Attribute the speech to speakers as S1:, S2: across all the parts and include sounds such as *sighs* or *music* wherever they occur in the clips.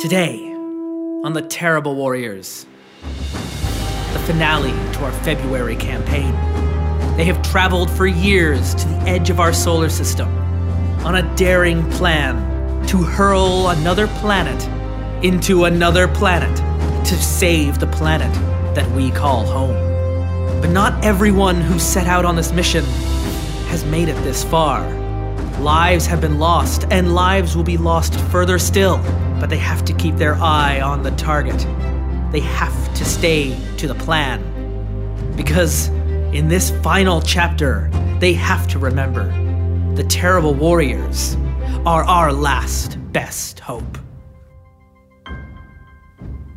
S1: Today, on The Terrible Warriors, the finale to our February campaign. They have traveled for years to the edge of our solar system on a daring plan to hurl another planet into another planet to save the planet that we call home. But not everyone who set out on this mission has made it this far. Lives have been lost, and lives will be lost further still, but they have to keep their eye on the target. They have to stay to the plan. Because in this final chapter, they have to remember the terrible warriors are our last best hope.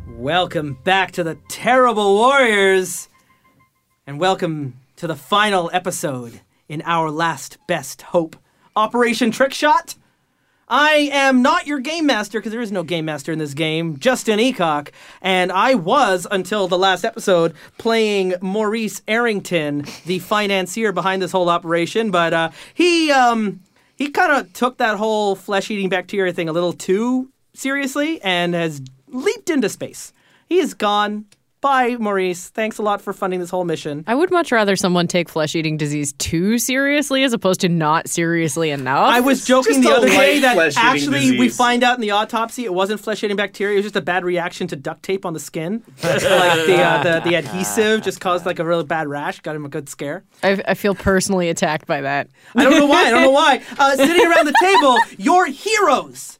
S1: Welcome back to the Terrible Warriors, and welcome to the final episode in our last best hope, Operation Trickshot. I am not your game master because there is no game master in this game, Justin Eacock, and I was until the last episode playing Maurice Arrington, the financier behind this whole operation, but uh, he um, he kind of took that whole flesh-eating bacteria thing a little too seriously and has leaped into space. He is gone. Bye, Maurice. Thanks a lot for funding this whole mission.
S2: I would much rather someone take flesh eating disease too seriously as opposed to not seriously enough.
S1: I was joking
S3: just
S1: the
S3: a
S1: other day
S3: light
S1: that
S3: flesh-eating
S1: actually we
S3: disease.
S1: find out in the autopsy it wasn't flesh-eating bacteria; it was just a bad reaction to duct tape on the skin. like the, uh,
S3: *laughs*
S1: the the adhesive just caused like a really bad rash, got him a good scare.
S2: I, I feel personally attacked by that.
S1: I don't know why. I don't know
S3: *laughs*
S1: why. Uh, sitting around the table, your heroes,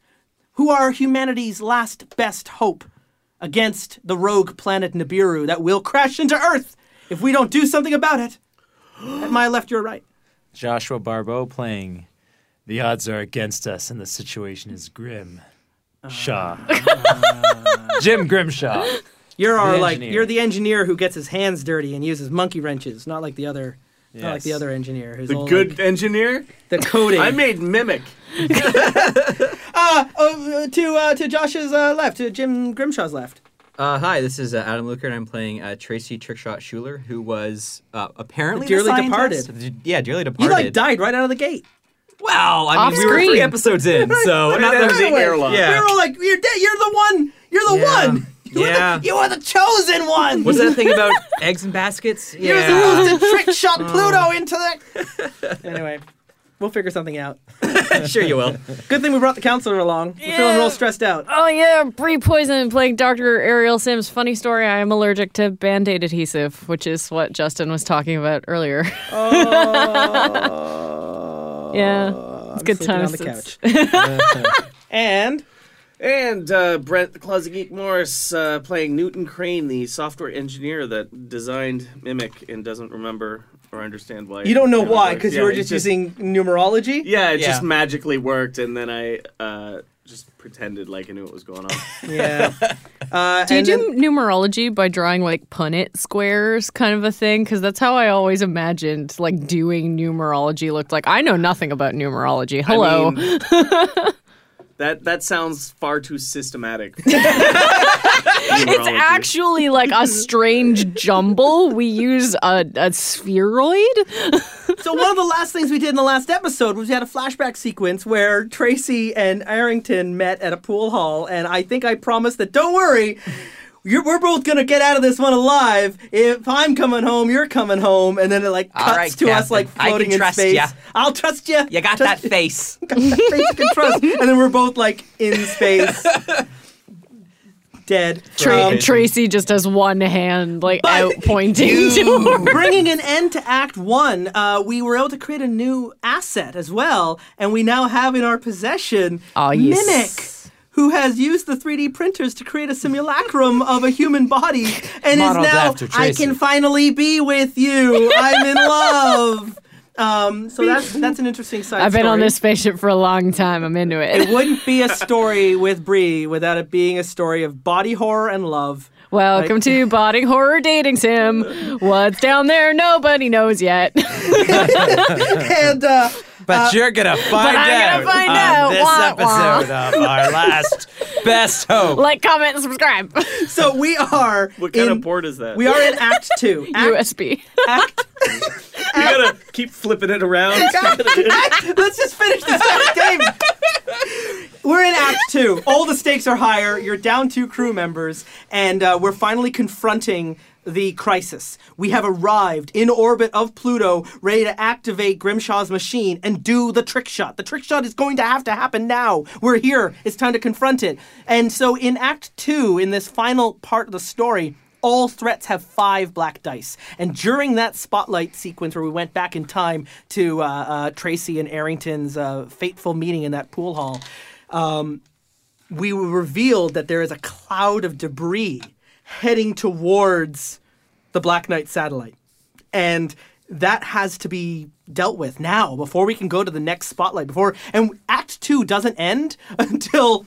S1: who are humanity's last best hope against the rogue planet Nibiru that will crash into Earth if we don't do something about it. At my left, your right.
S4: Joshua Barbeau playing. The odds are against us, and the situation is grim.
S1: Uh.
S4: Shaw.
S1: *laughs*
S4: Jim Grimshaw.
S1: You're our like
S4: engineer.
S1: you're the engineer who gets his hands dirty and uses monkey wrenches, not like the other not like
S4: Yes.
S1: the other engineer who's
S3: The
S1: all,
S3: good
S1: like,
S3: engineer?
S1: the coding.
S3: I made Mimic.
S1: uh, to uh, to Josh's uh, left, to Jim Grimshaw's left.
S5: Uh, hi, this is uh, Adam Luker, and I'm playing uh, Tracy Trickshot Schuler, who was uh, apparently the
S1: Dearly
S5: scientist.
S1: departed.
S5: D- yeah, dearly
S1: You
S5: departed.
S1: like died right out of the gate.
S5: Wow, I mean,
S2: Off
S5: we were
S2: screen.
S5: three episodes in,
S1: *laughs*
S5: so
S3: Not
S1: Right
S3: that
S1: out of
S3: the
S1: way.
S3: airline.
S5: Yeah.
S1: We were all like, you're dead. You're the one. You're the
S5: Yeah.
S1: one. *laughs* You Are
S5: Yeah.
S1: the, you are the chosen one.
S5: What's that thing about eggs and baskets?
S1: *laughs* You're
S5: Yeah.
S1: supposed to trick shot Pluto into the. anyway, we'll figure something out.
S5: *laughs* sure you will.
S1: Good thing we brought the counselor along. We're feeling real stressed out.
S2: Oh, yeah, Bree Poison playing Dr. Ariel Sims. Funny story, I am allergic to band aid adhesive, which is what Justin was talking about earlier. *laughs* yeah, it's good
S1: Uh, Sleeping
S2: times.
S1: on the
S2: It's-
S1: couch. *laughs* and
S3: And uh, Brent Closet Geek Morris uh, playing Newton Crane, the software engineer that designed Mimic and doesn't remember or understand why.
S1: you don't know
S3: it really
S1: why
S3: works.
S1: because
S3: Yeah,
S1: you were
S3: it
S1: just, using numerology.
S3: Yeah, it
S5: Yeah.
S3: just magically worked, and then I uh, just pretended like I knew what was going on.
S1: *laughs* *laughs* Yeah. Uh,
S2: Do you
S1: and
S2: do
S1: then-
S2: numerology by drawing like Punnett squares kind of a thing? Because that's how I always imagined like doing numerology looked like. I know nothing about numerology. Hello.
S3: I mean, that that sounds far
S1: *laughs*
S3: too systematic.
S2: it's actually like a strange jumble. We use a, a spheroid.
S1: So one of the last things we did in the last episode was we had a flashback sequence where Tracy and Arrington met at a pool hall, and I think I promised that don't worry, you're, we're both gonna get out of this one alive. If I'm coming home, you're coming home, and then it like
S5: All
S1: cuts
S5: right,
S1: to us
S5: Captain.
S1: like
S5: I can
S1: floating in
S5: trust
S1: space.
S5: ya.
S1: I'll trust you.
S5: You got that face.
S1: you can trust, and then we're both like in space, dead.
S2: Tra-
S1: Um,
S2: Tracy just has one hand like out pointing to
S1: Um, bringing an end to Act One, uh, we were able to create a new asset as well, and we now have in our possession
S2: Aw, Ah, yes.
S1: Mimic, who has used the 3D printers to create a simulacrum of a human body, and
S4: Modeled
S1: is now
S4: after
S1: I
S4: Tracy.
S1: can finally be with you. I'm in love. Um, so that's that's an interesting side.
S2: I've been on
S1: story.
S2: this spaceship for a long time. I'm into
S1: It
S2: it.
S1: wouldn't be a story with Brie without it being a story of body horror and love.
S2: Welcome
S1: Like-
S2: to Body Horror Dating Sim. What's down there? Nobody knows yet. *laughs*
S1: and uh,
S4: But you're going to find
S2: I'm
S4: out
S2: gonna find
S4: on
S2: out.
S4: this
S2: Wah, wah.
S4: episode of our last
S2: *laughs*
S4: best hope.
S2: like, comment, and subscribe.
S1: so we are.
S3: *laughs* What kind
S1: in-
S3: of board is that?
S1: we are in Act Two. Act,
S2: USB.
S1: act
S3: you gotta keep flipping it around.
S1: Let's just finish this damn game. We're in Act Two. All the stakes stakes are higher. You're down two crew members, and uh, we're finally confronting the crisis. We have arrived in orbit of Pluto, ready to activate Grimshaw's machine and do the trick shot. The trick shot is going to have to happen now. We're here. It's time to confront it. And so, in Act Two, in this final part of the story, all threats have five black dice. And during that spotlight sequence where we went back in time to uh, uh, Tracy and Arrington's uh, fateful meeting in that pool hall, um, we were revealed that there is a cloud of debris heading towards the Black Knight satellite. And that has to be dealt with now before we can go to the next spotlight. Before and Act Two doesn't end *laughs* until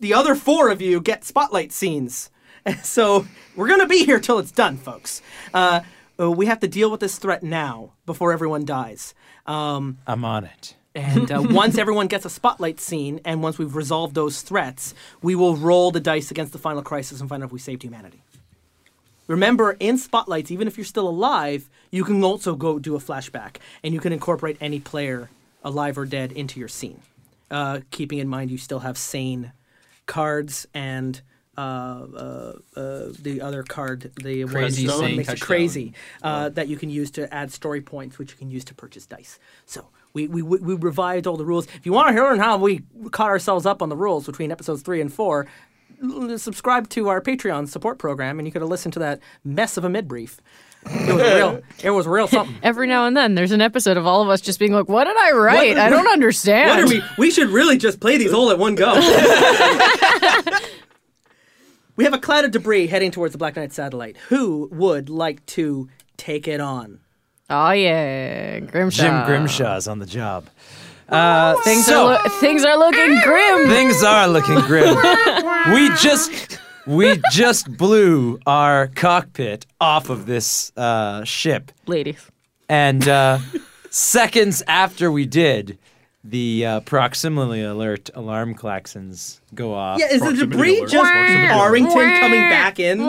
S1: the other four of you get spotlight scenes. *laughs* So we're gonna be here till it's done, folks. Uh, uh, we have to deal with this threat now before everyone dies. Um,
S5: I'm on it.
S1: and uh, once everyone gets a spotlight scene, and once we've resolved those threats, we will roll the dice against the final crisis and find out if we saved humanity. Remember, in spotlights, even if you're still alive, you can also go do a flashback, and you can incorporate any player, alive or dead, into your scene. Uh, keeping in mind you still have sane cards and uh, uh, uh, the other card, the one
S6: Crazy
S1: that
S6: sane
S1: makes it
S6: touchdown.
S1: crazy, uh, that you can use to add story points, which you can use to purchase dice. So. We, we, we we revived all the rules. If you want to learn how we caught ourselves up on the rules between episodes three and four, l- subscribe to our Patreon support program, and you could have listened to that mess of a mid brief. It
S6: *laughs*
S1: was real. It was real something.
S2: Every now and then, there's an episode of all of us just being like, "What did I write? I don't understand."
S1: What are we? We should really just play these all at one go. *laughs* we have a cloud of debris heading towards the Black Knight satellite. Who would like to take it on?
S2: Oh yeah, Grimshaw.
S5: Jim Grimshaw's on the job. Uh,
S2: Oh, Things
S5: so,
S2: are lo- things are looking grim.
S5: Things are looking
S2: *laughs*
S5: grim. we just we just blew our cockpit off of this uh, ship,
S2: Ladies,
S5: and uh, seconds after we did, the uh, proximity alert alarm klaxons go off.
S1: Yeah, is the
S6: Proximity
S1: debris
S6: alert.
S1: just Arrington coming back in? *laughs*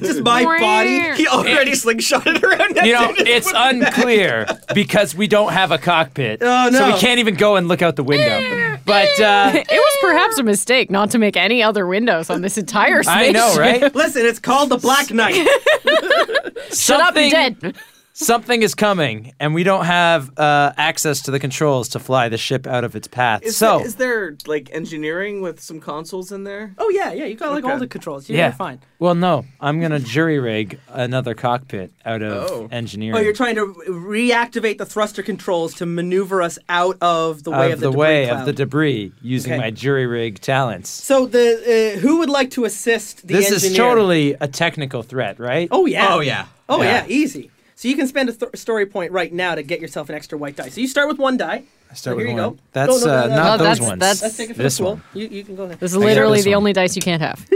S1: just my body.
S2: He
S1: already slingshotted around. *laughs*
S5: you know, it's unclear because we don't have a cockpit,
S1: Oh,
S5: so
S1: no.
S5: we can't even go and look out
S2: *laughs*
S5: the window. But uh,
S2: it was perhaps a mistake not to make any other windows on this entire
S5: I
S2: spaceship.
S5: know,
S2: *laughs*
S5: right?
S1: Listen, it's called the Black Knight. *laughs*
S2: Shut up,
S5: Something-
S2: you're dead.
S5: something is coming, and we don't have uh, access to the controls to fly the ship out of its path.
S3: Is,
S5: so,
S3: there, is there like engineering with some consoles in there?
S1: oh yeah, yeah. You got like all
S3: Okay.
S1: the controls. You're
S5: yeah,
S1: fine.
S5: Well, no, I'm gonna jury rig another cockpit out of
S3: Oh.
S5: engineering.
S1: Oh, you're trying to reactivate the thruster controls to maneuver us out of the way
S5: out
S1: of,
S5: of
S1: the,
S5: the,
S1: debris
S5: way
S1: cloud.
S5: of the debris using
S1: Okay.
S5: my jury rig talents.
S1: So the uh, who would like to assist the
S5: This is
S1: engineer?
S5: totally a technical threat, right?
S1: Oh yeah.
S6: Oh yeah.
S1: Oh yeah.
S5: Yeah.
S1: Easy. So you can spend a th- story point right now to get yourself an extra white die. So you start with one die.
S5: I start
S1: so
S5: with
S1: here you
S5: one.
S1: go.
S5: That's
S1: No, no, no,
S5: uh,
S1: no, no.
S5: not
S2: No,
S5: those
S2: that's-
S5: ones.
S2: that's-
S1: Let's take it from
S5: this
S1: the pool.
S5: one.
S1: You, you can go ahead.
S2: This is literally
S5: this
S2: the
S5: one.
S2: only dice you can't have.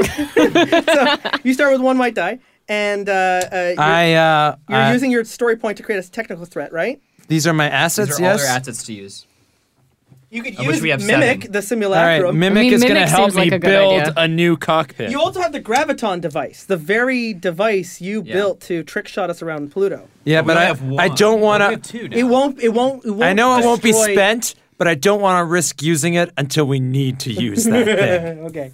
S1: You start with one white die, and uh, uh, you're,
S5: I uh,
S1: you're
S5: I-
S1: using your story point to create a technical threat, right?
S5: these are my assets.
S6: These are all
S5: yes.
S6: their assets to use.
S1: You could
S6: Of which
S1: use
S6: we have
S1: mimic
S6: seven.
S1: the
S5: all right,
S1: simulacrum.
S5: mimic
S2: I mean,
S5: is gonna
S2: Mimic
S5: help
S2: seems like
S5: me
S2: a good
S5: build
S2: idea.
S5: a new cockpit.
S1: you also have the graviton device, the very device you
S6: Yeah.
S1: built to trick shot us around Pluto.
S5: yeah,
S6: We
S5: but
S6: only
S5: I
S6: have
S5: I
S6: one.
S5: don't
S6: We only
S5: wanna.
S6: have two now.
S1: It won't. It won't. It won't
S5: I know it won't be
S1: destroy-
S5: spent, but I don't want to risk using it until we need to
S6: *laughs*
S5: use that thing.
S1: Okay.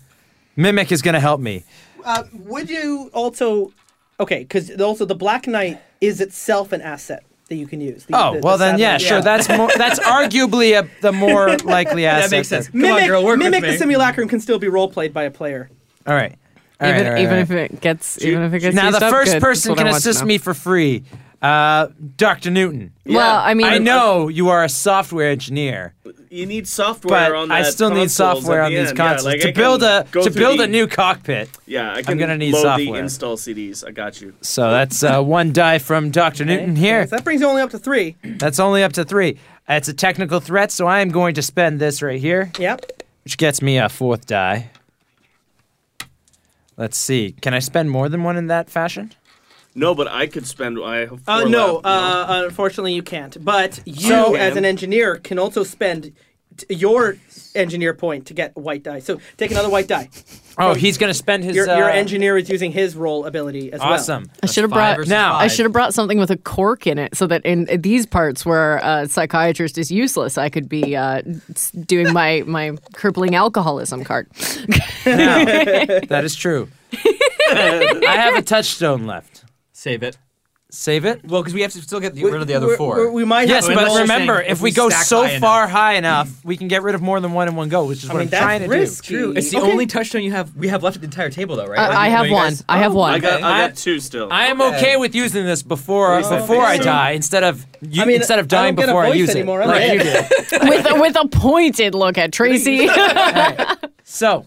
S5: Mimic is going to help me.
S1: Uh, would you also, okay, because also the Black Knight is itself an asset that you can use. The-
S5: Oh,
S1: the- the
S5: well then, yeah,
S1: satellite.
S5: sure. That's
S6: *laughs*
S5: more, that's arguably a, the more likely asset.
S6: That makes sense. Come
S1: Mimic,
S6: on, girl, work
S1: mimic
S6: with me.
S1: the simulacrum can still be role played by a player.
S5: All right. All
S2: even
S5: right, all right,
S2: even
S5: all
S2: if
S5: right.
S2: it gets even if it gets
S5: now
S2: used
S5: the
S2: up,
S5: first
S2: good.
S5: person
S2: That's what
S5: can
S2: I want to
S5: assist
S2: know.
S5: me for free, uh, Doctor Newton.
S2: Well, I mean,
S5: I know you are a software engineer,
S3: You need software
S5: but
S3: on.
S5: I
S3: that
S5: still need
S3: consoles at
S5: software
S3: the
S5: on these
S3: end.
S5: consoles
S3: yeah, like, I
S5: to
S3: can
S5: build a
S3: go
S5: to
S3: through
S5: build
S3: the-
S5: a new cockpit.
S3: Yeah, I can
S5: gonna need
S3: load
S5: software.
S3: the install CDs. I got you.
S5: So that's
S3: *laughs*
S5: uh, one die from Doctor Newton here.
S1: So that brings you only up to three.
S5: That's only up to three. It's a technical threat, so I am going to spend this right here,
S1: Yep.
S5: which gets me a fourth die. Let's see. Can I spend more than one in that fashion?
S3: No, but I could spend.
S5: Oh,
S3: I have
S1: Uh,
S3: four
S1: no,
S3: left.
S1: uh, unfortunately you can't. But you,
S3: So-
S1: as an engineer, can also spend t- your engineer point to get a white die. So take another white die.
S5: Oh, he's gonna spend his
S1: Your,
S5: uh,
S1: your engineer is using his roll ability as well.
S5: Awesome.
S2: I should have
S7: five
S2: brought
S7: versus
S5: Now-
S2: I
S7: five.
S2: should have brought something with a cork in it, so that in these parts where a psychiatrist is useless, I could be uh, s- doing my my crippling alcoholism card. Uh,
S5: Now, that is true. I have a touchstone left.
S7: Save it.
S5: Save it.
S7: Well, because we have to still get rid of the other
S1: We're-
S7: 4
S1: we're- we might
S5: Yes,
S1: have
S5: but
S7: we're
S5: remember,
S7: saying
S5: if
S7: if
S5: we
S7: we
S5: go
S7: stack
S5: so
S7: high
S5: far high enough, we can get rid of more than one in one go, which is what
S1: I
S5: I
S1: mean,
S5: am trying
S1: that's
S5: to
S1: risky. Oh,
S5: do.
S7: True. It's the
S1: Okay.
S7: only touchdown you have. We have left at the entire table, though, right?
S2: Uh, I have
S7: you
S2: one.
S7: guys-
S2: I have
S5: Oh,
S2: one.
S3: I got, I
S7: I-
S3: got two still.
S5: I am okay with using this before before I die instead of you,
S1: I mean,
S5: instead of
S1: I don't
S5: dying
S1: get a
S5: before I
S1: voice
S5: use
S1: anymore,
S5: it
S1: I'm
S5: like
S1: dead.
S5: you did.
S2: with a, with a pointed look at Tracy.
S5: So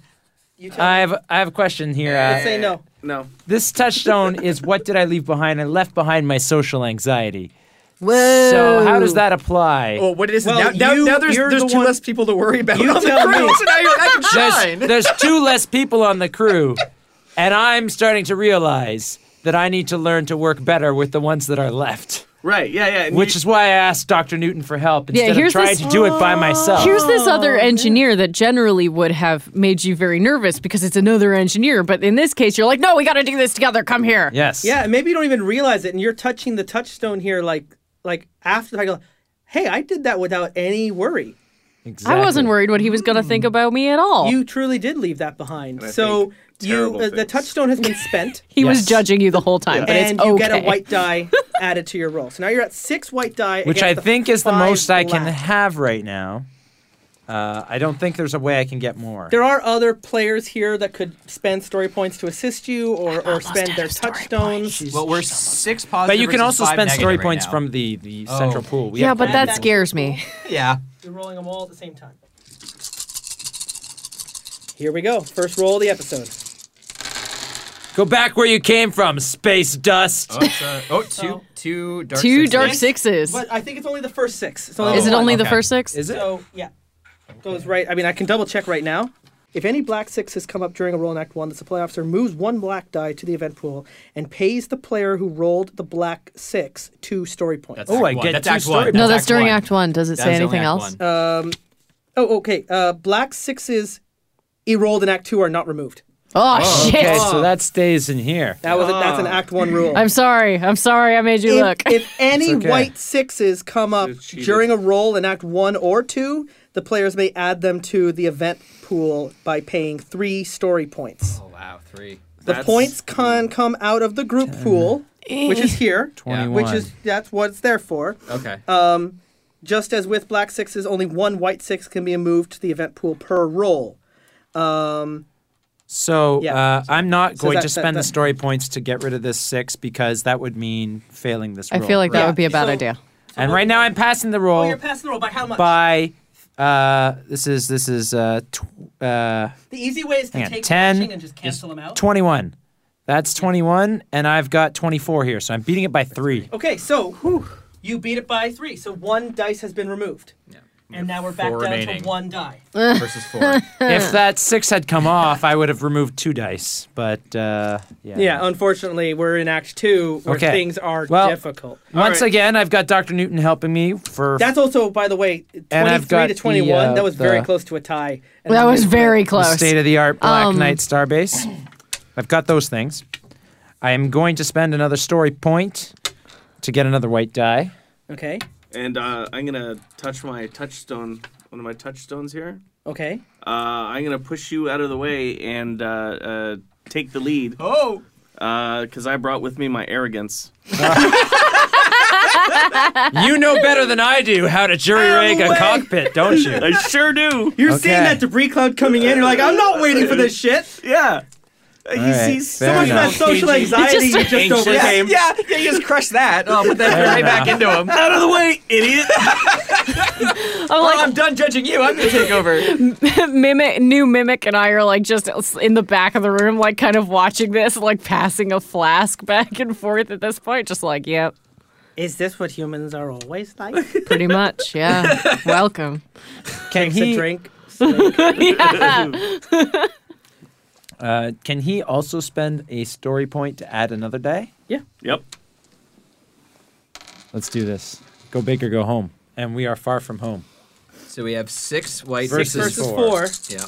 S1: tell
S5: I have I have a question here.
S1: Let's
S5: Uh,
S1: say no.
S3: No.
S5: this touchstone is what did I leave behind? I left behind my social anxiety. *laughs* So how does that apply?
S8: Well, what it is
S1: Well,
S8: now, now,
S1: you-
S8: now there's,
S1: you're
S8: there's
S1: the
S8: two
S1: one-
S8: less people to worry about.
S1: You
S8: on the
S1: tell
S8: crew,
S1: me.
S8: so now you're back in
S5: there's,
S8: shine.
S5: *laughs* there's two less people on the crew, and I'm starting to realize that I need to learn to work better with the ones that are left.
S3: Right. Yeah. Yeah. and
S5: Which
S3: you-
S5: is why I asked Dr. Newton for help instead of
S2: here's
S5: trying
S2: this-
S5: to do it by myself.
S2: Here's this
S1: Oh,
S2: other engineer that generally would have made you very nervous because it's another engineer, but in this case, you're like, no, we got to do this together. Come here.
S5: yes.
S1: Yeah, and maybe you don't even realize it, and you're touching the touchstone here, like like after the fact. like, Hey, I did that without any worry.
S5: Exactly.
S2: I wasn't worried what he was going to think about me at all.
S1: You truly did leave that behind.
S3: I
S1: So
S3: think
S1: you,
S3: terrible
S1: uh, the
S3: things.
S1: touchstone has been
S5: *laughs*
S1: spent,
S2: he was
S5: Yes.
S2: judging you the whole time, but
S1: and
S2: it's okay.
S1: you get a white
S5: *laughs*
S1: die added to your roll. So now you're at six white die,
S5: Which
S1: against
S5: I think is the
S1: five
S5: most I can
S1: black.
S5: have right now. Uh, I don't think there's a way I can get more.
S1: There are other players here that could spend story points to assist you, or, or spend
S2: out
S1: their
S2: of story
S1: touchstones.
S7: Well, we're six
S5: but
S7: positive.
S5: you can
S7: versus
S5: also
S7: five
S5: spend
S7: negative
S5: story
S7: right
S5: points
S7: now.
S5: from the, the
S7: Oh.
S5: central pool. We
S2: yeah,
S5: have
S2: but
S5: to-
S2: that scares me.
S7: Yeah.
S1: You're rolling them all at the same time. Here we go. First roll of the episode.
S5: Go back where you came from, space dust.
S7: Oh, it's, uh, oh, two, two dark.
S2: Two
S7: sixes.
S2: dark sixes.
S1: But I think it's only the first six. It's only
S2: Is
S1: the
S2: it
S1: one.
S2: only the
S7: okay.
S2: first six?
S5: Is it?
S1: So yeah, goes right. I mean, I can double check right now. If any black sixes come up during a roll in Act One, the supply officer moves one black die to the event pool and pays the player who rolled the black six two story points.
S7: That's
S5: Oh, I
S7: act one.
S5: get
S7: That's
S5: two
S7: act
S5: story
S7: one.
S5: points.
S2: no, that's during Act One. Does it
S7: That
S2: say
S7: is only
S2: anything
S7: act
S2: else?
S7: one.
S1: Oh, okay. Uh, black sixes, e rolled in Act Two are not removed.
S2: Oh, shit!
S5: Okay, so that stays in here.
S1: That was a, that's an Act One rule.
S2: I'm sorry. I'm sorry. I made you
S1: if,
S2: look.
S5: *laughs*
S1: if any
S5: okay.
S1: white sixes come up
S3: cheated.
S1: during a roll in Act One or Two, the players may add them to the event pool by paying three story points.
S7: Oh, wow, three.
S1: The
S3: That's-
S1: points can come out of the group pool, which
S5: Eh.
S1: is here,
S5: 21.
S1: which is that's what it's there for.
S7: Okay.
S1: Just as with black sixes, only one white six can be moved to the event pool per roll.
S5: So
S1: Yeah.
S5: uh, I'm not going
S1: that-
S5: to
S1: that-
S5: spend the
S1: that-
S5: story points to get rid of this six because that would mean failing this
S2: I
S5: roll.
S2: feel like that
S1: Yeah.
S2: would be a bad
S1: So-
S2: idea.
S5: And right now I'm passing the roll
S1: Oh, passing the roll by how much?
S5: by. Uh, this is this is uh, tw- uh,
S1: the easy way is to
S5: hang on, 10,
S1: cancel them out.
S5: 21. That's 21, and I've got 24 here, so I'm beating it by three.
S1: Okay, so you beat it by three, so one dice has been removed,
S7: yeah.
S1: and now we're
S7: back Four down to
S1: *laughs*
S7: remaining.
S1: one die.
S7: Versus four.
S5: if that six had come off, I would have removed two dice, but uh, yeah.
S1: Yeah, unfortunately, we're in Act Two, where
S5: Okay.
S1: things are
S5: Well-
S1: difficult.
S5: Once
S3: All right.
S5: again, I've got Dr. Newton helping me for
S1: That's also, by the way,
S5: And
S1: twenty-three
S5: I've
S1: to
S5: got the,
S1: twenty-one.
S5: uh,
S1: that was very
S5: the-
S1: close to a tie. And
S2: That
S1: I'm
S2: was
S1: gonna-
S2: very
S5: the
S2: close.
S5: state of the art Black
S2: Um,
S5: Knight Starbase. I've got those things. I am going to spend another story point to get another white die.
S1: Okay.
S3: And uh, I'm gonna touch my touchstone. One of my touchstones here.
S1: Okay.
S3: Uh, I'm gonna push you out of the way and uh, uh, take the lead.
S7: oh.
S3: Because I brought with me my arrogance.
S5: You know better than I do how to jury rig a cockpit, don't you?
S3: I sure do. *laughs*
S1: You're
S5: seeing Okay. that
S1: debris cloud coming in. You're like, I'm not waiting for this shit.
S3: Yeah. He
S5: right,
S3: sees
S5: fair
S3: so much
S5: enough.
S3: of that social anxiety
S2: It's
S3: you
S2: just-
S3: just
S7: Yeah,
S3: overcame.
S7: yeah, yeah, you just crushed that. Oh, but *laughs* then you're right back into him.
S3: Out of the way, *laughs* idiot.
S2: "Oh, I'm like,
S7: Well, I'm done judging you. I'm gonna take
S2: *laughs*
S7: over. *laughs*
S2: mimic new mimic and i are like just in the back of the room like kind of watching this like passing a flask *laughs* back and forth at this point just like yep
S1: Is this what humans are always *laughs* like?
S2: pretty much yeah *laughs* welcome
S5: *laughs* Can
S1: To
S5: he, *laughs*
S1: drink. sleep.
S5: uh, can he also spend a story point to add another die?
S3: Yep.
S5: Let's do this. Go big or go home. And we are far from home.
S7: So we have six white
S4: Versus
S1: versus
S4: four.
S1: four.
S7: Yeah.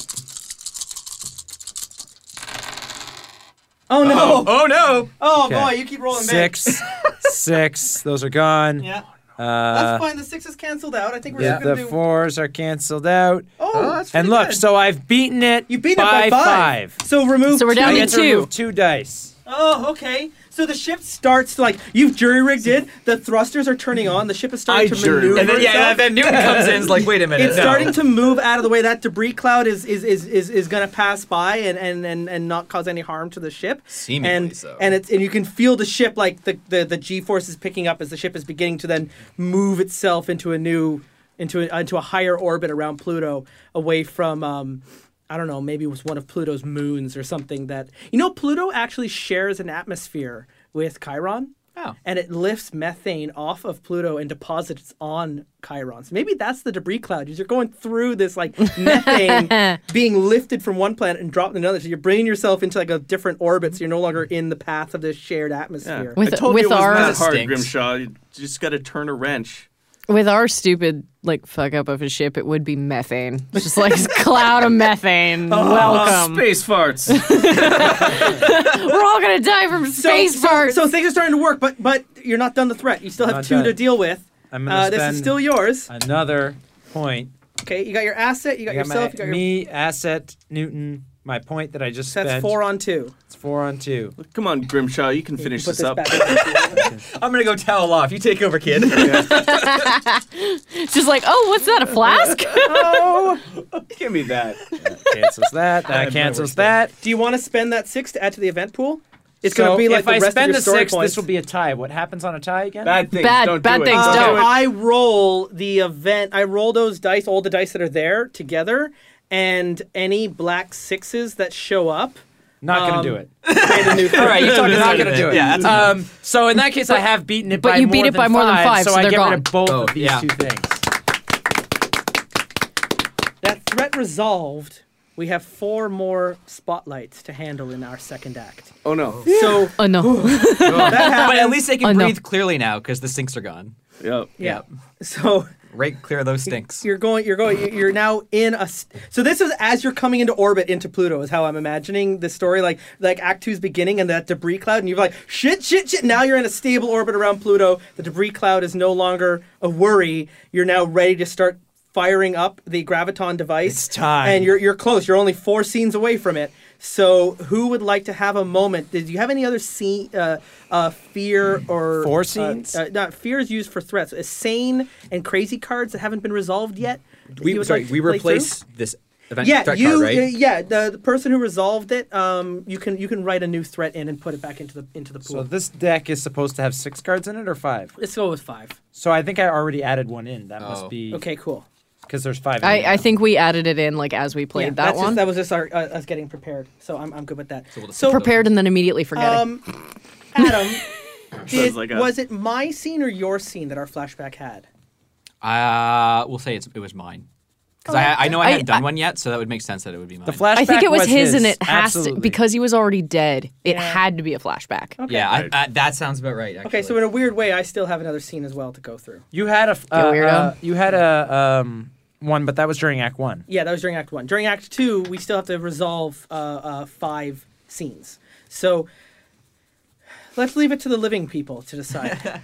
S1: Oh no!
S7: Oh no!
S1: Oh
S4: Okay.
S1: boy, you keep rolling back. *laughs*
S4: Six, six. Those are gone.
S1: Yeah.
S4: Uh,
S1: That's fine. The six is canceled out. I think we're
S4: the,
S1: just
S4: the
S1: gonna do.
S4: fours are canceled out.
S1: Oh, that's
S4: and
S1: pretty
S4: look,
S1: good.
S4: so I've beaten it.
S1: you beat
S4: by
S1: it by five. So remove.
S2: So we're down
S4: I
S2: Only
S4: get to
S2: two.
S4: remove two dice.
S1: Oh, okay. So the ship starts like you've jury rigged it. The thrusters are turning on. The ship is starting to maneuver.
S7: And then yeah,
S1: itself.
S7: then Newton *laughs* comes in. Is like, wait a minute.
S1: it's
S7: no.
S1: starting to move out of the way. That debris cloud is is is is, is going to pass by and, and and and not cause any harm to the ship.
S7: Seemingly
S1: and,
S7: so.
S1: And it's and you can feel the ship like the the the g force is picking up as the ship is beginning to then move itself into a new into a, into a higher orbit around Pluto, away from. Um, I don't know, maybe it was one of Pluto's moons or something that. You know, Pluto actually shares an atmosphere with Chiron.
S7: Oh.
S1: And it lifts methane off of Pluto and deposits on Chiron. So maybe that's the debris cloud. is You're going through this like methane being lifted from one planet and dropped in another. So you're bringing yourself into like a different orbit. So you're no longer in the path of this shared atmosphere.
S2: With-
S3: I told you it was
S2: our-
S3: not
S7: That
S3: hard,
S7: stinks.
S3: Grimshaw. You just got to turn a wrench.
S2: With our stupid like fuck up of a ship, it would be methane. It's Just like *laughs* a cloud of methane.
S1: Oh.
S2: Welcome.
S3: Oh, Space farts.
S2: We're all gonna die from space
S1: so,
S2: farts.
S1: So, so things are starting to work, but but you're not done the threat. You still have
S4: Not
S1: two
S4: done.
S1: to deal with.
S4: I'm gonna
S1: Uh, this
S4: spend
S1: is still yours.
S4: another point.
S1: Okay, you got your asset, you got,
S4: I got
S1: yourself,
S4: my,
S1: you got your.
S4: me, asset, Newton, my point that I just
S1: That's
S4: spent.
S1: four on two.
S4: It's four on two.
S3: *laughs*
S1: *laughs*
S3: Come on, Grimshaw. You can finish
S1: Put
S3: this up. *laughs*
S1: back.
S7: I'm gonna go towel off. You take over, kid. *laughs*
S2: It's Just like, oh, what's that?
S1: *laughs*
S2: A flask?
S3: Give me that.
S4: cancels that. That cancels that.
S1: Do you want to spend that six to add to the event pool? It's
S4: so
S1: going to be like
S4: if
S1: the
S4: I
S1: rest
S4: spend
S1: of your
S4: the
S1: story
S4: six,
S1: points.
S4: this will be a tie. What happens on a tie again?
S3: Bad things.
S2: Bad-
S3: don't
S2: bad
S3: do it.
S2: things
S3: Don't
S1: Uh,
S2: don't.
S3: do it.
S1: I roll the event. I roll those dice, all the dice that are there together, and any black sixes that show up.
S4: Not gonna
S1: um,
S4: do *laughs* it.
S1: Create a new
S4: All right, *laughs* you're talking not
S7: That's not
S4: gonna
S7: gonna
S4: do it.
S7: do it. Yeah, that's
S4: um, so in that case, I have beaten it.
S2: but
S4: by
S2: you
S4: more
S2: beat it
S4: than
S2: by more than five,
S4: so,
S2: so
S4: I
S2: they're
S4: get rid
S2: gone.
S4: of both
S7: Oh,
S4: of these
S7: yeah.
S4: two things.
S1: that threat resolved. We have four more spotlights to handle in our second act.
S3: Oh no.
S1: So
S2: oh no.
S1: that
S7: but at
S1: happens.
S7: least they can
S2: Oh, no.
S7: breathe clearly now because the stinks are gone.
S3: Yep.
S1: yeah. So
S7: Right, clear those stinks.
S1: you're going. You're going. You're now in a. st- So this is as you're coming into orbit into Pluto is how I'm imagining the story. Like like Act Two's beginning and that debris cloud, and you're like shit, shit, shit. Now you're in a stable orbit around Pluto. The debris cloud is no longer a worry. You're now ready to start firing up the graviton device.
S4: It's time.
S1: And you're you're close. You're only four scenes away from it. So who would like to have a moment? Did you have any other scene, uh, uh, fear or
S4: Four
S1: uh,
S4: scenes?
S1: uh, not fear is used for threats. Uh, sane and crazy cards that haven't been resolved yet. that you
S7: We
S1: would
S7: sorry,
S1: like to
S7: we
S1: play
S7: replace
S1: through?
S7: this event
S1: Yeah,
S7: threat
S1: you.
S7: card,
S1: uh,
S7: right?
S1: yeah, the, the person who resolved it. Um, you can you can write a new threat in and put it back into the into the
S4: So
S1: pool.
S4: this deck is supposed to have six cards in it or five.
S1: Let's go with five.
S4: So I think I already added one in. That
S7: Oh.
S4: must be
S1: Okay, cool.
S4: because there's five. in it
S2: I, I
S4: now.
S2: think we added it in like as we played
S1: Yeah,
S2: that
S1: that's
S2: one.
S1: Just, that was just our, uh, us getting prepared. So I'm, I'm good with that. So,
S7: we'll just-
S2: Prepared and then immediately forgetting.
S1: um,
S7: *laughs*
S1: Adam, did-
S3: Sounds like a-
S1: was it my scene or your scene that our flashback had?
S7: Uh, we'll say it's, it was mine because I, I
S1: Oh,
S7: know I
S2: I-
S7: hadn't
S2: I-
S7: done one yet, so that would make sense that it would be mine.
S4: the flashback.
S2: I think it was, his, and it has
S4: Absolutely.
S2: to because he was already dead. It had to be a flashback.
S7: yeah, I, I, that sounds about right. Actually.
S1: Okay, so in a weird way, I still have another scene as well to go through.
S4: you had a f-
S2: You
S4: uh,
S2: weirdo.
S4: uh, you had a um one, but that was during Act One.
S1: Yeah, that was during Act One. During Act Two, we still have to resolve uh, uh, five scenes. So let's leave it to the living people to decide.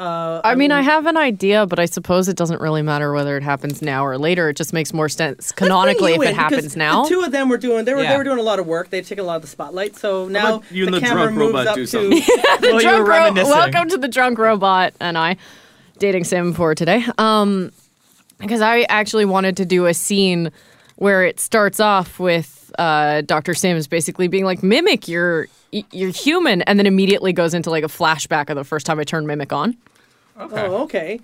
S2: I mean, I have an idea, but I suppose it doesn't really matter whether it happens now or later. It just makes more sense *laughs* canonically if
S1: You in,
S2: it
S1: because
S2: happens now.
S1: The two of them were doing they were they
S7: Yeah.
S1: were doing a lot of work. They've taken a lot of the spotlight. So now
S3: you and the
S1: camera
S3: drunk
S1: moves
S3: robot
S1: up
S3: do
S1: to
S3: something?
S2: *laughs* the
S7: Well, you
S2: drunk
S7: were
S2: ro-
S7: reminiscing.
S2: welcome to the drunk robot and I dating sim for today. Um because I actually wanted to do a scene where it starts off with uh, Dr. Sims basically being like mimic you're y- you're human and then immediately goes into like a flashback of the first time I turned mimic on.
S1: oh okay.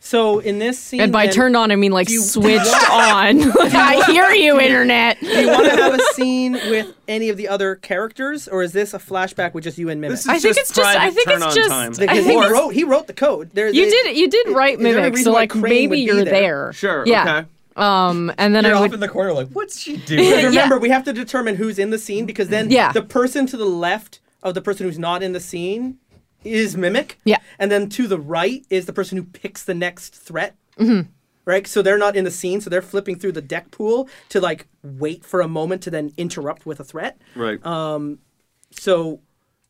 S1: So in this scene,
S2: And by
S1: then,
S2: turned on I mean like
S1: Do you-
S2: *laughs* switched on. I hear you internet.
S1: do you want to have a scene with any of the other characters, or is this a flashback with just you and Mimic?
S3: This is
S2: I think
S3: just
S2: it's just I
S3: private
S2: think
S3: turn on
S2: it's just
S3: time.
S2: I
S1: because
S2: think
S1: he
S2: it's-
S1: wrote he wrote the code. There,
S2: you
S1: they-
S2: did you did write
S1: is there a
S2: mimic
S1: reason
S2: so
S1: why
S2: like
S1: Crane
S2: maybe
S1: would be
S2: you're
S1: there?
S2: there.
S3: Sure.
S2: Yeah.
S3: Okay.
S2: Um and then
S7: you're
S2: I
S7: off
S2: would
S7: in the corner, like, what's she
S1: Because
S7: doing?
S2: *laughs* Yeah.
S1: remember, we have to determine who's in the scene because then
S2: Yeah.
S1: the person to the left of the person who's not in the scene is mimic.
S2: Yeah. Mm-hmm.
S1: And then to the right is the person who picks the next threat. right? So they're not in the scene, so they're flipping through the deck pool to like wait for a moment to then interrupt with a threat.
S3: Right.
S1: So,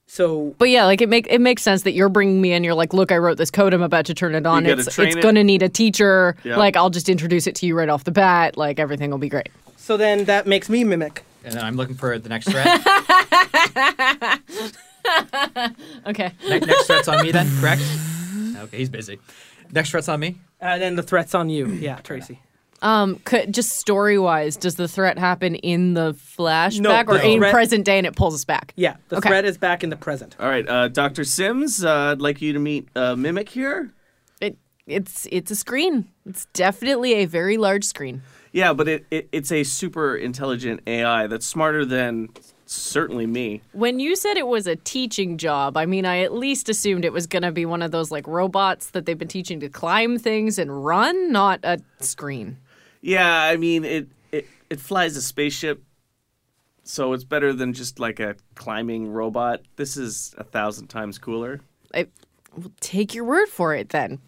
S1: so
S2: But yeah, like it make it makes sense that you're bringing me in. You're like, look, I wrote this code. I'm about to turn it on.
S3: gotta
S2: It's
S3: train
S2: it's
S3: it.
S2: gonna need a teacher.
S3: Yeah.
S2: Like I'll just introduce it to you right off the bat. Like everything will be great.
S1: so then that makes me mimic.
S7: And then I'm looking for the next *laughs* threat.
S2: Okay.
S7: Ne- next threat's on me then, correct? Okay, he's busy. Next threat's on me.
S1: And then the threat's on you. Yeah, Tracy.
S2: Um, could, just story wise, does the threat happen in the flashback or
S1: the
S2: in
S1: threat-
S2: present day and it pulls us back?
S1: Yeah, the
S2: Okay.
S1: threat is back in the present.
S3: All right, uh, Dr. Sims, uh, I'd like you to meet uh, Mimic here.
S2: It it's it's a screen. It's definitely a very large screen.
S3: Yeah, but it, it, it's a super intelligent AI that's smarter than certainly me.
S2: When you said it was a teaching job, I mean, I at least assumed it was going to be one of those like robots that they've been teaching to climb things and run, not a screen.
S3: Yeah, I mean it it, it flies a spaceship, so it's better than just like a climbing robot. This is a thousand times cooler.
S2: I will take your word for it then.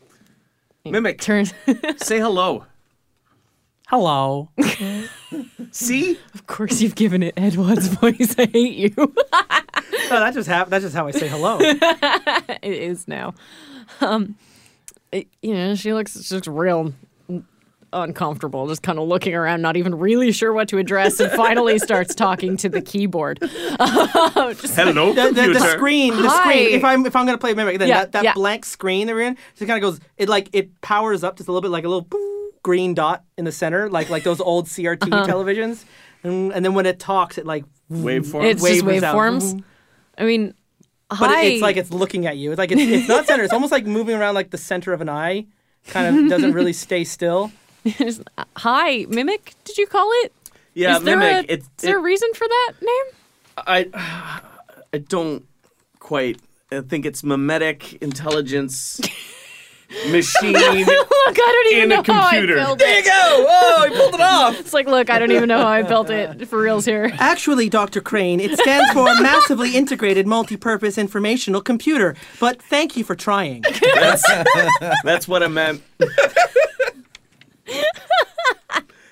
S2: *laughs*
S3: Mimic,
S2: Turns
S3: *laughs* say hello.
S5: Hello.
S2: *laughs*
S3: See? *laughs*
S2: Of course you've given it Edward's *laughs* voice. I hate you.
S1: No, Oh, that just hap- that's just how I say
S2: *laughs*
S1: hello.
S2: it is now. Um, it- you know, she looks just real uncomfortable, just kind of looking around, not even really sure what to address, and finally starts talking to the keyboard. *laughs*
S1: *laughs* the,
S3: Hello,
S1: the, the
S3: computer.
S1: screen, the
S2: Hi.
S1: screen. If I'm if I'm gonna play mimic, then
S2: Yeah,
S1: that, that
S2: yeah.
S1: blank screen that we're in, just kind of goes. It like it powers up just a little bit, like a little boop, green dot in the center, like like those old CRT
S2: Uh-huh.
S1: televisions. And, and then when it talks, it like.
S3: Waveform.
S2: It's just
S1: Waves out. Mm-hmm.
S2: waveforms. I mean,
S1: But
S2: hi.
S1: it, it's like it's looking at you. It's like it's, it's not center. It's almost like moving around like the center of an eye. Kind
S2: *laughs*
S1: of doesn't really stay still.
S2: Is- hi, mimic. Did you call it?
S3: yeah,
S2: is there
S3: Mimic.
S2: a,
S3: it,
S2: is there a
S3: it-
S2: reason for that name? *laughs*
S3: I *sighs* I don't quite I think it's mimetic
S2: *laughs*
S3: intelligence machine.
S2: Look, I don't even
S3: In a
S2: know how I
S3: computer.
S2: built it.
S7: go! Oh,
S2: *laughs*
S7: he pulled it off!
S2: It's like, look, I don't even know how I built it for reals here.
S1: Actually, Dr. Crane, it stands
S2: *laughs*
S1: for Massively Integrated Multi-Purpose Informational Computer. But thank you for trying.
S3: That's, that's what
S2: *laughs*
S3: I meant.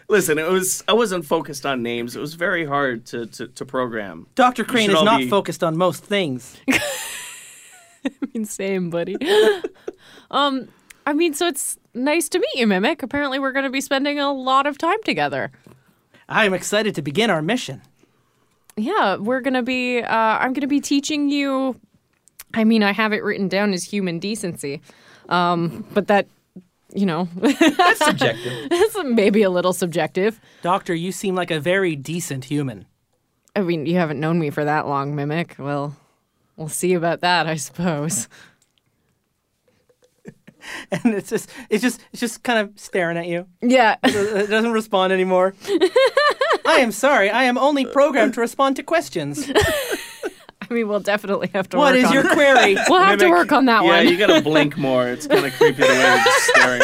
S3: Listen, it was I wasn't focused on names. It was very hard to to, to program.
S1: Dr. Crane
S3: should
S1: is
S3: all
S1: not
S3: be-
S1: focused on most things.
S2: Insane, buddy. *laughs* um, I mean, so it's nice to meet you, Mimic. Apparently, we're going to be spending a lot of time together.
S1: I am excited to begin our mission.
S2: Yeah, we're going to be. Uh, I'm going to be teaching you. I mean, I have it written down as human decency, um, but that, you know, *laughs*
S5: *laughs*
S7: That's subjective.
S2: that's maybe a little subjective.
S1: Doctor, you seem like a very decent human.
S2: I mean, you haven't known me for that long, Mimic. Well, we'll see about that, I suppose.
S1: *laughs*
S2: *laughs*
S1: And it's just it's just it's just kind of staring at you.
S2: Yeah. *laughs*
S1: It doesn't respond anymore. *laughs* I am sorry. I am only programmed to respond to *laughs* questions.
S2: I mean, we'll definitely have to
S1: What
S2: work
S1: is
S2: on
S1: your *laughs* query?
S2: We'll have to
S3: Mimic-
S2: work on that
S3: yeah,
S2: one. *laughs*
S3: you gotta
S1: *laughs*
S3: blink more. It's kind of creepy the way you're just *laughs* staring.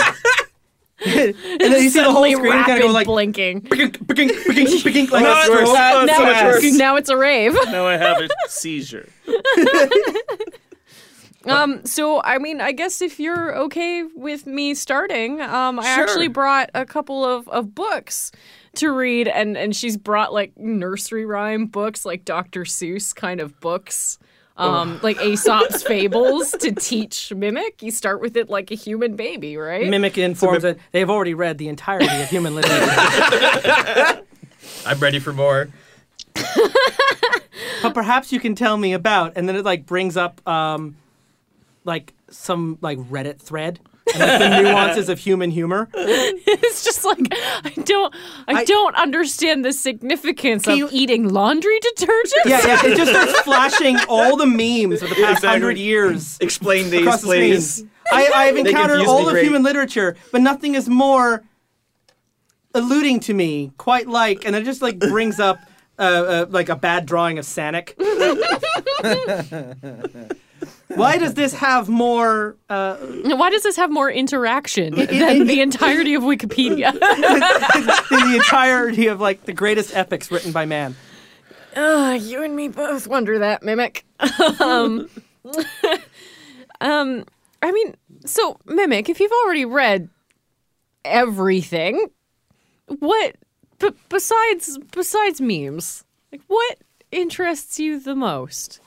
S1: and then you see the whole
S2: Suddenly
S1: screen kind of
S2: rapid
S1: go like
S2: blinking.
S1: "Bing, bing, bing, bing," *laughs* like
S3: No,
S1: that.
S3: it's worse.
S1: Well,
S3: Oh, it's so much
S1: now-
S3: worse.
S2: Now it's a rave. *laughs*
S3: Now I have a seizure.
S2: Um, so I mean, I guess if you're okay with me starting, um, I
S3: Sure.
S2: actually brought a couple of, of books to read, and and she's brought like nursery rhyme books, like Dr. Seuss kind of books.
S3: Oh.
S2: Um, like Aesop's *laughs* fables to teach mimic. You start with it like a human baby, right?
S1: Mimic informs that they've already read the entirety of human literature,
S7: I'm ready for more.
S1: but perhaps you can tell me about. And then it like brings up um, like some like Reddit thread. And, like the
S7: *laughs*
S1: nuances of human humor.
S2: *laughs* it's just like I don't, I, don't understand the significance of
S1: you-
S2: eating laundry detergent.
S1: Yeah, yeah. It just starts flashing all the memes of the past hundred years.
S7: Explain these,
S1: across the
S7: please.
S1: screen. I,
S7: *laughs*
S1: I've encountered
S7: confuse
S1: all
S7: me
S1: of
S7: great.
S1: human literature, but nothing is more alluding to me quite like, and it just like brings up uh, uh, like a bad drawing of
S7: *laughs*
S1: Sanic. Why does this have more? Uh,
S2: Why does this have more interaction
S1: it-
S2: than
S1: it-
S2: the entirety of *laughs* Wikipedia?
S1: than the entirety of like the greatest epics written by man.
S2: Uh, you and me both wonder that, Mimic. *laughs* um, um, I mean, so Mimic, if you've already read everything. What b- besides besides memes? Like what interests you the most?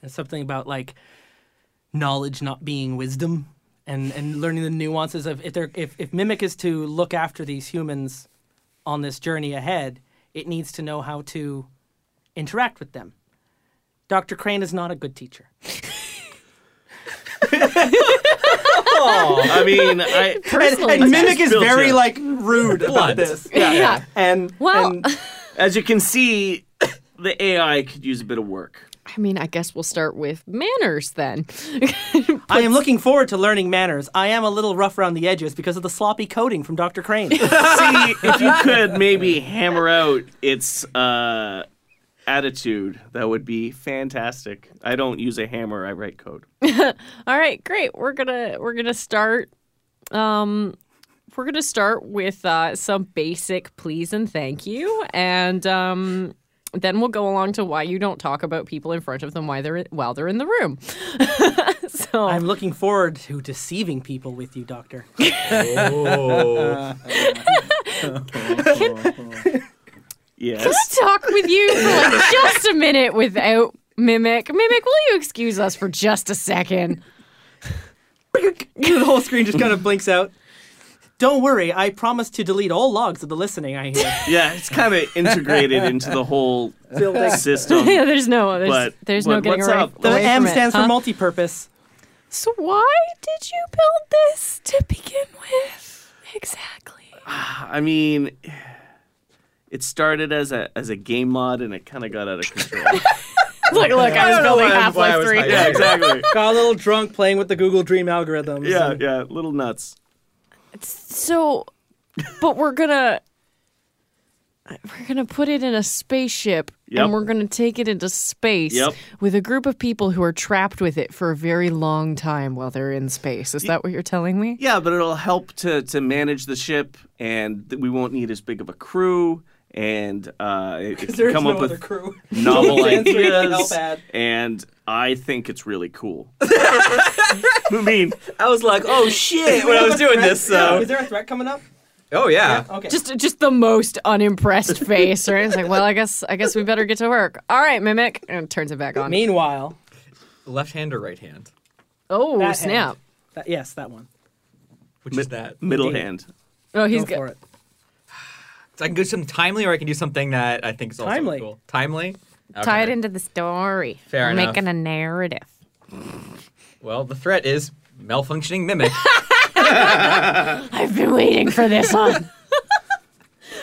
S9: There's something about like knowledge not being wisdom and, and learning the nuances of if they're if, if Mimic is to look after these humans on this journey ahead, it needs to know how to interact with them. Dr. Crane is not a good teacher.
S3: I mean, I
S1: And,
S2: Personally,
S1: and Mimic is
S3: Built
S1: very
S3: you.
S1: like rude about this. Yeah.
S2: Yeah.
S1: And
S2: Well-
S1: and
S3: as you can see, the AI could use a bit of work.
S2: I mean, I guess we'll start with manners then. *laughs*
S1: I am looking forward to learning manners. I am a little rough around the edges because of the sloppy coding from Dr. Crane.
S3: See if you could maybe hammer out its uh, attitude. That would be fantastic. I don't use a hammer. I write code.
S2: All right, great. We're gonna we're gonna start. Um, we're gonna start with uh, some basic please and thank you, and um, then we'll go along to why you don't talk about people in front of them while they're while they're in the room. so
S1: I'm looking forward to deceiving people with you, Doctor. *laughs*
S3: Yes.
S2: talk with you for like just a minute without mimic. Mimic, will you excuse us for just a second?
S1: the whole screen just kind of blinks out. Don't worry, I promise to delete all logs of the listening I hear.
S3: Yeah, it's kind of integrated into the whole system.
S2: Yeah, *laughs* there's no there's,
S3: Um, But
S2: there's no
S3: what-
S2: getting
S3: what's
S2: away,
S3: up?
S1: The
S2: away
S1: M
S2: from it,
S1: stands
S2: huh?
S1: for multi-purpose.
S2: So why did you build this to begin with? Exactly.
S3: I mean, it started as a as a game mod, and it kind of got out of control.
S2: Look, look, I was building
S7: I
S2: Half-Life
S7: was
S2: 3.
S7: hiding.
S3: yeah, exactly.
S1: Got a little drunk playing with the Google Dream algorithms.
S3: Yeah,
S1: and-
S3: yeah, little nuts.
S2: So, but we're gonna we're gonna put it in a spaceship
S3: Yep.
S2: and we're gonna take it into space
S3: Yep.
S2: with a group of people who are trapped with it for a very long time while they're in space. Is that what you're telling me?
S3: Yeah, but it'll help to to manage the ship, and th- we won't need as big of a crew. And uh,
S1: *laughs*
S3: it- it
S1: There
S3: can
S1: is
S3: come
S1: no
S3: up
S1: other
S3: with
S1: crew. *laughs*
S3: novel
S1: Answer it,
S3: ideas,
S1: help ad.
S3: and I think it's
S1: *laughs*
S3: really cool. I mean,
S7: I was like, oh shit, when I was doing this. So.
S1: Is there a threat coming up?
S7: Oh yeah.
S1: Okay.
S2: Just, just the most unimpressed face, right? It's like, well, I guess, I guess we better get to work. All right, mimic, and turns it back on.
S1: Meanwhile,
S7: Left hand or right hand?
S2: oh
S1: that
S2: snap!
S1: hand. That- yes, that one.
S7: Which is that?
S3: middle hand.
S2: Oh, he's
S1: Go
S2: good.
S1: for it.
S7: So I can do something timely, or I can do something that I think is also
S1: Timely.
S7: cool. Timely. Okay.
S2: Tie it into the story.
S7: Fair
S2: We're
S7: enough.
S2: Making a narrative.
S7: Well, the threat is
S5: *laughs*
S7: malfunctioning mimic.
S2: I've been waiting for *laughs* this one.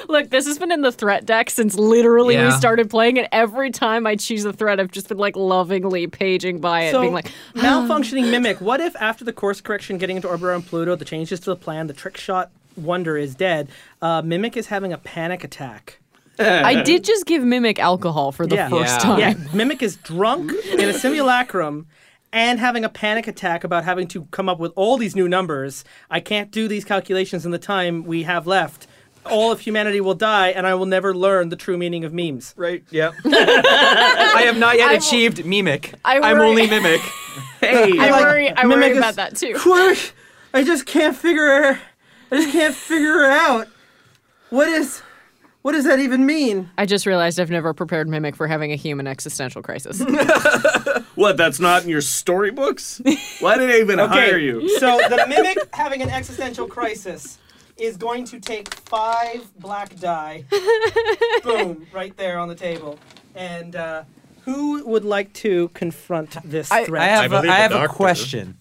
S2: Look, this has been in the threat deck since literally we
S7: Yeah.
S2: started playing it. Every time I choose a threat, I've just been like lovingly paging by it,
S1: So,
S2: being like,
S1: *gasps* malfunctioning mimic. What if after the course correction, getting into orbit around Pluto, the changes to the plan, the trick shot wonder is dead. Uh, mimic is having a panic attack.
S2: I did just give Mimic alcohol for the
S1: Yeah.
S2: first
S7: Yeah.
S2: time.
S1: Yeah, Mimic is drunk in a simulacrum and having a panic attack about having to come up with all these new numbers. I can't do these calculations in the time we have left. All of humanity will die, and I will never learn the true meaning of memes.
S7: right.
S5: *laughs*
S7: Yep. I have not yet
S2: I wo-
S7: achieved mimic.
S2: I
S7: I'm
S2: worry- *laughs*
S7: only mimic.
S3: Hey,
S2: I
S1: Like,
S2: worry, I
S1: Mimic
S2: worry
S1: is-
S2: about that too.
S1: Quirk, I just can't figure her. I just can't figure her out. What is, what does that even mean?
S2: I just realized I've never prepared Mimic for having a human existential crisis.
S3: what? That's not in
S1: *laughs*
S3: your storybooks. Why did I even hire you?
S1: So *laughs* the mimic having an existential crisis is going to take five black die. Boom, right there on the table. And uh, who would like to confront this
S5: I,
S1: threat?
S5: I have, a,
S8: believe
S5: I
S8: the
S5: have a
S8: doctor.
S5: question.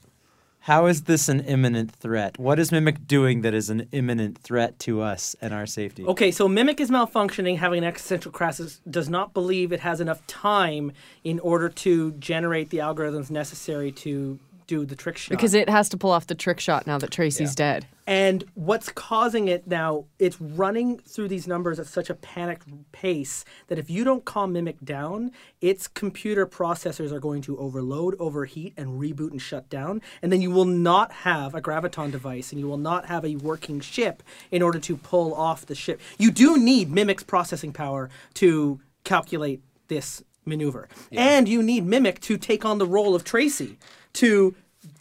S5: How is this an imminent threat? What is Mimic doing that is an imminent threat to us and our safety?
S1: Okay, so Mimic is malfunctioning, having an existential crisis, does not believe it has enough time in order to generate the algorithms necessary to do the trick shot.
S2: Because it has to pull off the trick shot now that Tracy's dead.
S1: And what's causing it now, it's running through these numbers at such a panicked pace that if you don't calm Mimic down, its computer processors are going to overload, overheat, and reboot and shut down. And then you will not have a graviton device and you will not have a working ship in order to pull off the ship. You do need Mimic's processing power to calculate this maneuver. And you need Mimic to take on the role of Tracy to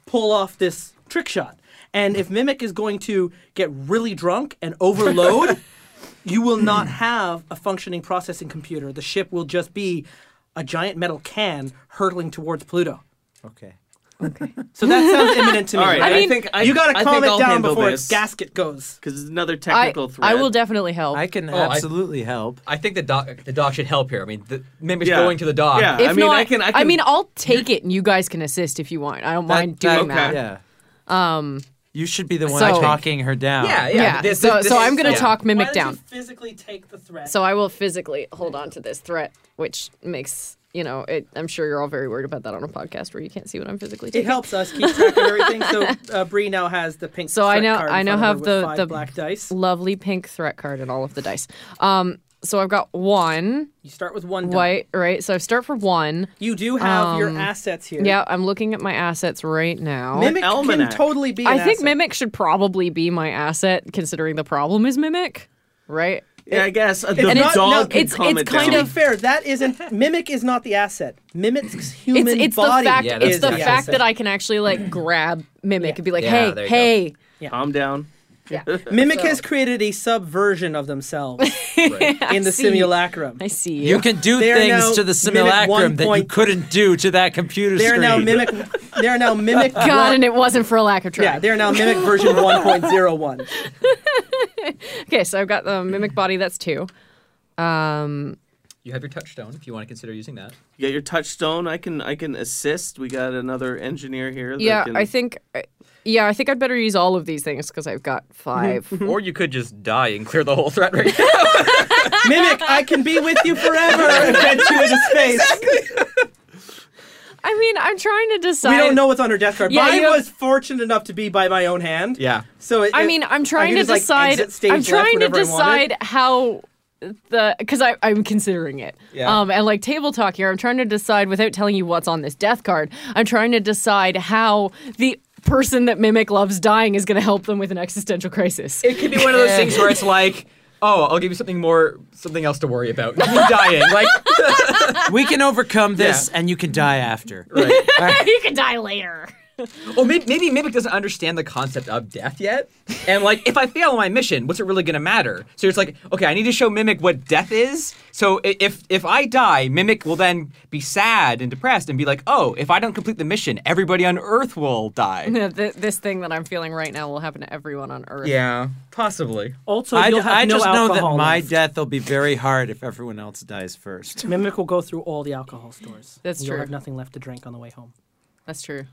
S1: pull off this trick shot. And if Mimic is going to get really drunk and *laughs* overload, you will not have a functioning processing computer. The ship will just be a giant metal can hurtling towards Pluto.
S7: Okay.
S1: So that *laughs* sounds imminent to me.
S3: All right,
S1: right?
S3: I,
S2: mean-
S3: think I,
S1: you got
S3: I
S1: to calm
S3: think
S1: it
S3: I'll
S1: down
S3: handle
S1: before
S3: this
S1: its gasket goes.
S3: because it's another
S2: I,
S3: technical threat.
S2: I will definitely help.
S4: I
S1: Oh,
S4: can
S7: I-
S4: absolutely help.
S7: I think the doc the doc should help here. I mean, the Mimic's
S3: Yeah.
S7: going to the dock.
S3: Yeah.
S2: if
S3: I mean,
S2: not,
S3: I can- I can-
S2: mean, I'll take it, and you guys can assist if you want. I don't mind doing
S3: okay.
S2: that.
S4: Yeah. Um. You should be the one
S2: so-
S4: talking her down.
S7: Yeah, yeah.
S2: Yeah.
S7: This-
S2: so,
S7: this-
S2: so
S7: this-
S2: I'm gonna
S7: yeah.
S2: talk mimic down.
S1: physically take the threat.
S2: So I will physically hold on to this threat, which makes you know. It, I'm sure you're all very worried about that on a podcast where you can't see what I'm physically
S1: it
S2: taking.
S1: helps us keep track of everything. So *laughs* uh, Bree now has the pink.
S2: So I
S1: threat
S2: now-
S1: card in
S2: I now
S1: front of her
S2: have
S1: with
S2: the-
S1: five
S2: the-
S1: black dice.
S2: Lovely pink threat card and all of the dice. Um, so I've got one
S1: You start with one die.
S2: white, right? So I start for one.
S1: You do have your assets here.
S2: Yeah, I'm looking at my assets right now.
S1: Mimic
S3: Almanac.
S1: can totally be. An
S2: I think
S1: asset.
S2: mimic should probably be my asset, considering the problem is mimic, right?
S3: Yeah, I guess uh, the
S1: And
S2: it's-
S3: dog
S2: no,
S3: can
S2: it's-
S3: calm
S2: it's
S3: it
S2: kind
S1: To
S3: down.
S1: be fair, that
S2: *laughs*
S1: isn't mimic is not the asset. Mimic's human
S2: It's it's
S1: body.
S2: the fact
S7: Yeah, that's
S2: it's the
S7: the
S2: fact
S1: asset.
S2: that I can actually like grab mimic and be like,
S7: Yeah, there
S2: hey,
S7: you go.
S2: hey,
S3: Calm down.
S1: Mimic has created a subversion of
S2: *laughs*
S1: themselves in the
S2: see.
S1: simulacrum.
S2: I see
S5: You
S1: *laughs*
S5: can do
S1: They are now
S5: things to the
S1: mimic one
S5: simulacrum that you
S1: point-
S5: couldn't do to that computer
S1: They are
S5: screen.
S1: now mimic. They are now
S2: *laughs*
S1: mimic.
S2: God,
S1: one-
S2: and it wasn't for a lack of
S1: yeah,
S2: trying.
S1: they are now mimic version
S2: *laughs*
S1: 1.01.
S2: okay, so I've got the mimic body. That's two. Um,
S7: You have your touchstone if you want to consider using that.
S3: You got your touchstone. I can I can assist. We got another engineer here. That
S2: yeah,
S3: can,
S2: I think. uh, Yeah, I think I'd better use all of these things because I've got five.
S7: Or you could just die and clear the whole threat right
S1: Mimic, I can be with you forever.
S2: *laughs*
S1: and Get you into space.
S2: I mean, I'm trying to decide.
S1: We don't know what's on her death card.
S2: Yeah,
S1: Mine
S2: you have-
S1: was fortunate enough to be by my own hand.
S7: *laughs* yeah.
S1: So it,
S2: I
S1: it-
S2: mean, I'm trying
S1: could
S2: to
S1: just, like,
S2: decide.
S1: exit stage
S2: I'm
S1: left
S2: trying to
S1: whenever I wanted.
S2: decide how the because I I'm considering it.
S7: Yeah.
S2: Um, and like table talk here, I'm trying to decide without telling you what's on this death card. I'm trying to decide how the person that mimic loves dying is going to help them with an existential crisis.
S7: It could be one of those things where it's like, oh, I'll give you something more, something else to worry about. You dying, like, *laughs*
S5: we can overcome this, and you can
S1: *laughs*
S5: die after.
S7: right.
S2: *laughs* you can die later. *laughs*
S7: oh, maybe, maybe Mimic doesn't understand the concept of death yet, and like, if I fail my mission, what's it really gonna matter? So it's like, okay, I need to show Mimic what death is. So i- if if I die, Mimic will then be sad and depressed and be like, oh, if I don't complete the mission, everybody on Earth will die.
S2: Th- this thing that I'm feeling right now will happen to everyone on Earth.
S7: *laughs* Yeah, possibly.
S1: also
S5: I,
S1: you'll have
S5: I
S1: no
S5: just know that
S1: alcohol
S5: my
S1: left.
S5: death will be very hard if everyone else
S1: *laughs*
S5: dies first.
S1: Mimic will go through all the alcohol stores.
S2: That's
S1: and You'll
S2: true.
S1: have nothing left to drink on the way home.
S2: That's true.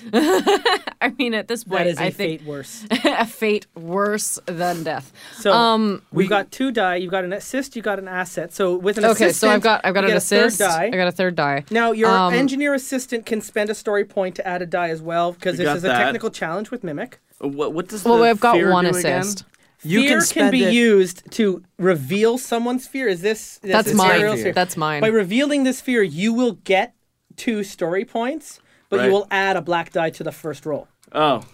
S2: *laughs* I mean, at this point,
S1: That is a
S2: I think
S1: fate worse.
S2: *laughs* a fate worse than death.
S1: So
S2: Um,
S1: we've got two die. You've got an assist. You've got an asset. So with an
S2: Okay, so I've
S1: assistant,
S2: got I've got
S1: you
S2: an
S1: get a third
S2: assist.
S1: die.
S2: I got a third die.
S1: now your
S2: um,
S1: engineer assistant can spend a story point to add a die as well because
S3: We
S1: this
S3: got
S1: is a
S3: that.
S1: technical challenge with mimic.
S3: What, what does
S2: well,
S3: the
S2: I've got
S3: fear
S2: one
S3: do
S2: assist.
S3: Again?
S5: You
S1: fear
S5: can spend
S1: be
S5: it-
S1: used to reveal someone's fear. Is this, this
S2: That's
S1: is Ariel's
S2: mine.
S1: fear.
S2: That's mine.
S1: By revealing this fear, you will get two story points, but you
S3: Right.
S1: will add a black die to the first roll.
S3: Oh,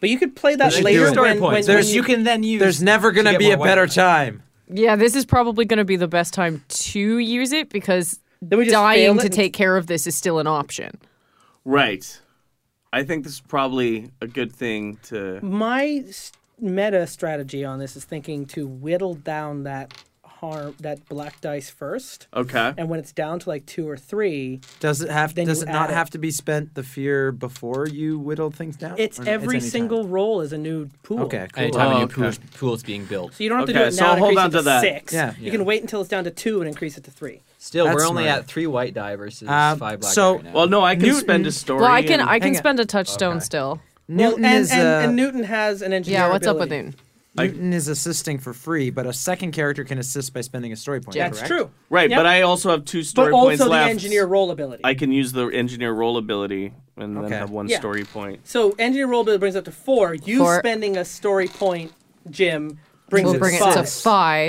S1: But you could play that
S5: should
S1: later
S5: do it.
S1: when, when, when
S7: points.
S5: There's-
S1: you
S7: you can then use.
S5: There's never going to
S7: get
S5: be a
S7: more white
S5: better
S7: light.
S5: time.
S2: yeah, this is probably going to be the best time to use it because
S1: Then we just fail
S2: dying
S1: it
S2: to
S1: and-
S2: take care of this is still an option.
S3: right. I think this is probably a good thing to.
S2: Mm-hmm.
S1: my s- meta strategy on this is thinking to whittle down that harm that black dice first
S3: Okay.
S1: and when it's down to like two or three
S5: Does it have?
S1: Then
S5: does
S1: you
S5: it not
S1: add it.
S5: have to be spent the fear before you whittle things down?
S1: it's
S5: Or no,
S1: every
S5: anytime?
S1: single roll is a new pool
S5: Okay, cool.
S7: Anytime a
S3: Oh,
S7: new
S3: okay.
S7: pool, pool is being built.
S1: so you don't have to do
S3: Okay,
S1: it now
S3: so
S1: and
S3: I'll hold
S1: increase
S3: on
S1: it
S3: to that.
S1: six
S5: Yeah.
S1: you
S5: Yeah.
S1: can wait until it's down to two and increase it to three
S7: Still,
S5: That's
S7: we're only
S5: smart.
S7: at three white die versus
S5: Um,
S7: five black
S5: so-
S7: die right now.
S3: Well, no, I can spend a story.
S2: Well, I can
S3: and-
S2: I can
S5: hang on.
S2: spend a touchstone
S7: Okay.
S2: still.
S5: Newton
S1: and,
S5: is
S1: and,
S5: uh,
S1: and newton has an engineer
S2: Yeah, what's up with
S1: ability.
S2: Newton?
S5: Newton is assisting for free, but a second character can assist by spending a story point.
S2: Yeah.
S1: that's
S5: correct?
S1: true
S3: right,
S1: Yep.
S3: but I also have two
S1: but
S3: story points
S1: also the
S3: left.
S1: engineer roll ability
S3: I can use the engineer roll ability and then
S5: Okay.
S3: have one
S1: Yeah.
S3: story point.
S1: so engineer roll ability brings it up to four you
S2: Four.
S1: spending a story point jim brings
S2: We'll
S1: it
S2: bring
S1: to
S2: it to
S1: five.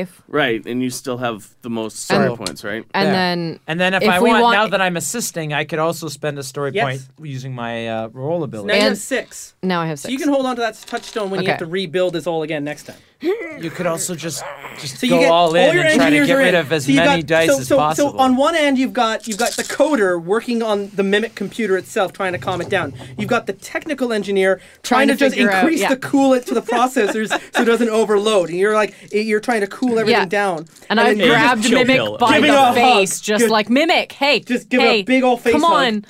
S2: five,
S3: Right, and you still have the most story
S2: And-
S3: points, right?
S2: and
S5: Yeah.
S2: then
S5: And then if,
S2: If
S5: I
S2: we
S5: want,
S2: want-
S5: now that I'm assisting, I could also spend a story
S1: Yes.
S5: point using my uh, roll ability.
S1: now you have
S2: And-
S1: six
S2: now I have six.
S1: So you can hold on to that touchstone when you
S2: Okay.
S1: have to rebuild this all again next time.
S5: You could also just Just
S1: So you
S5: go
S1: get
S5: all in
S1: your
S5: and try to
S1: engineers
S5: get
S1: are
S5: rid
S1: in.
S5: of as
S1: So you
S5: many
S1: got-
S5: dice
S1: so,
S5: as
S1: so,
S5: possible.
S1: So on one end, you've got you've got the coder working on the mimic computer itself, trying to calm it down. You've got the technical engineer trying,
S2: Trying to
S1: to, just
S2: figure out-
S1: increase
S2: yeah.
S1: the coolant to the
S2: *laughs*
S1: processors so it doesn't overload. And you're like you're trying to cool everything
S2: Yeah.
S1: down.
S2: And, I
S1: then you're just-
S2: grabbed
S7: Chill
S2: Mimic
S7: pill.
S2: by
S1: Give it
S2: the
S1: a hug.
S2: face, just
S1: Just-
S2: like Mimic. Hey,
S1: just give it a
S2: hey,
S1: big ol' face
S2: Come
S1: hug.
S2: on,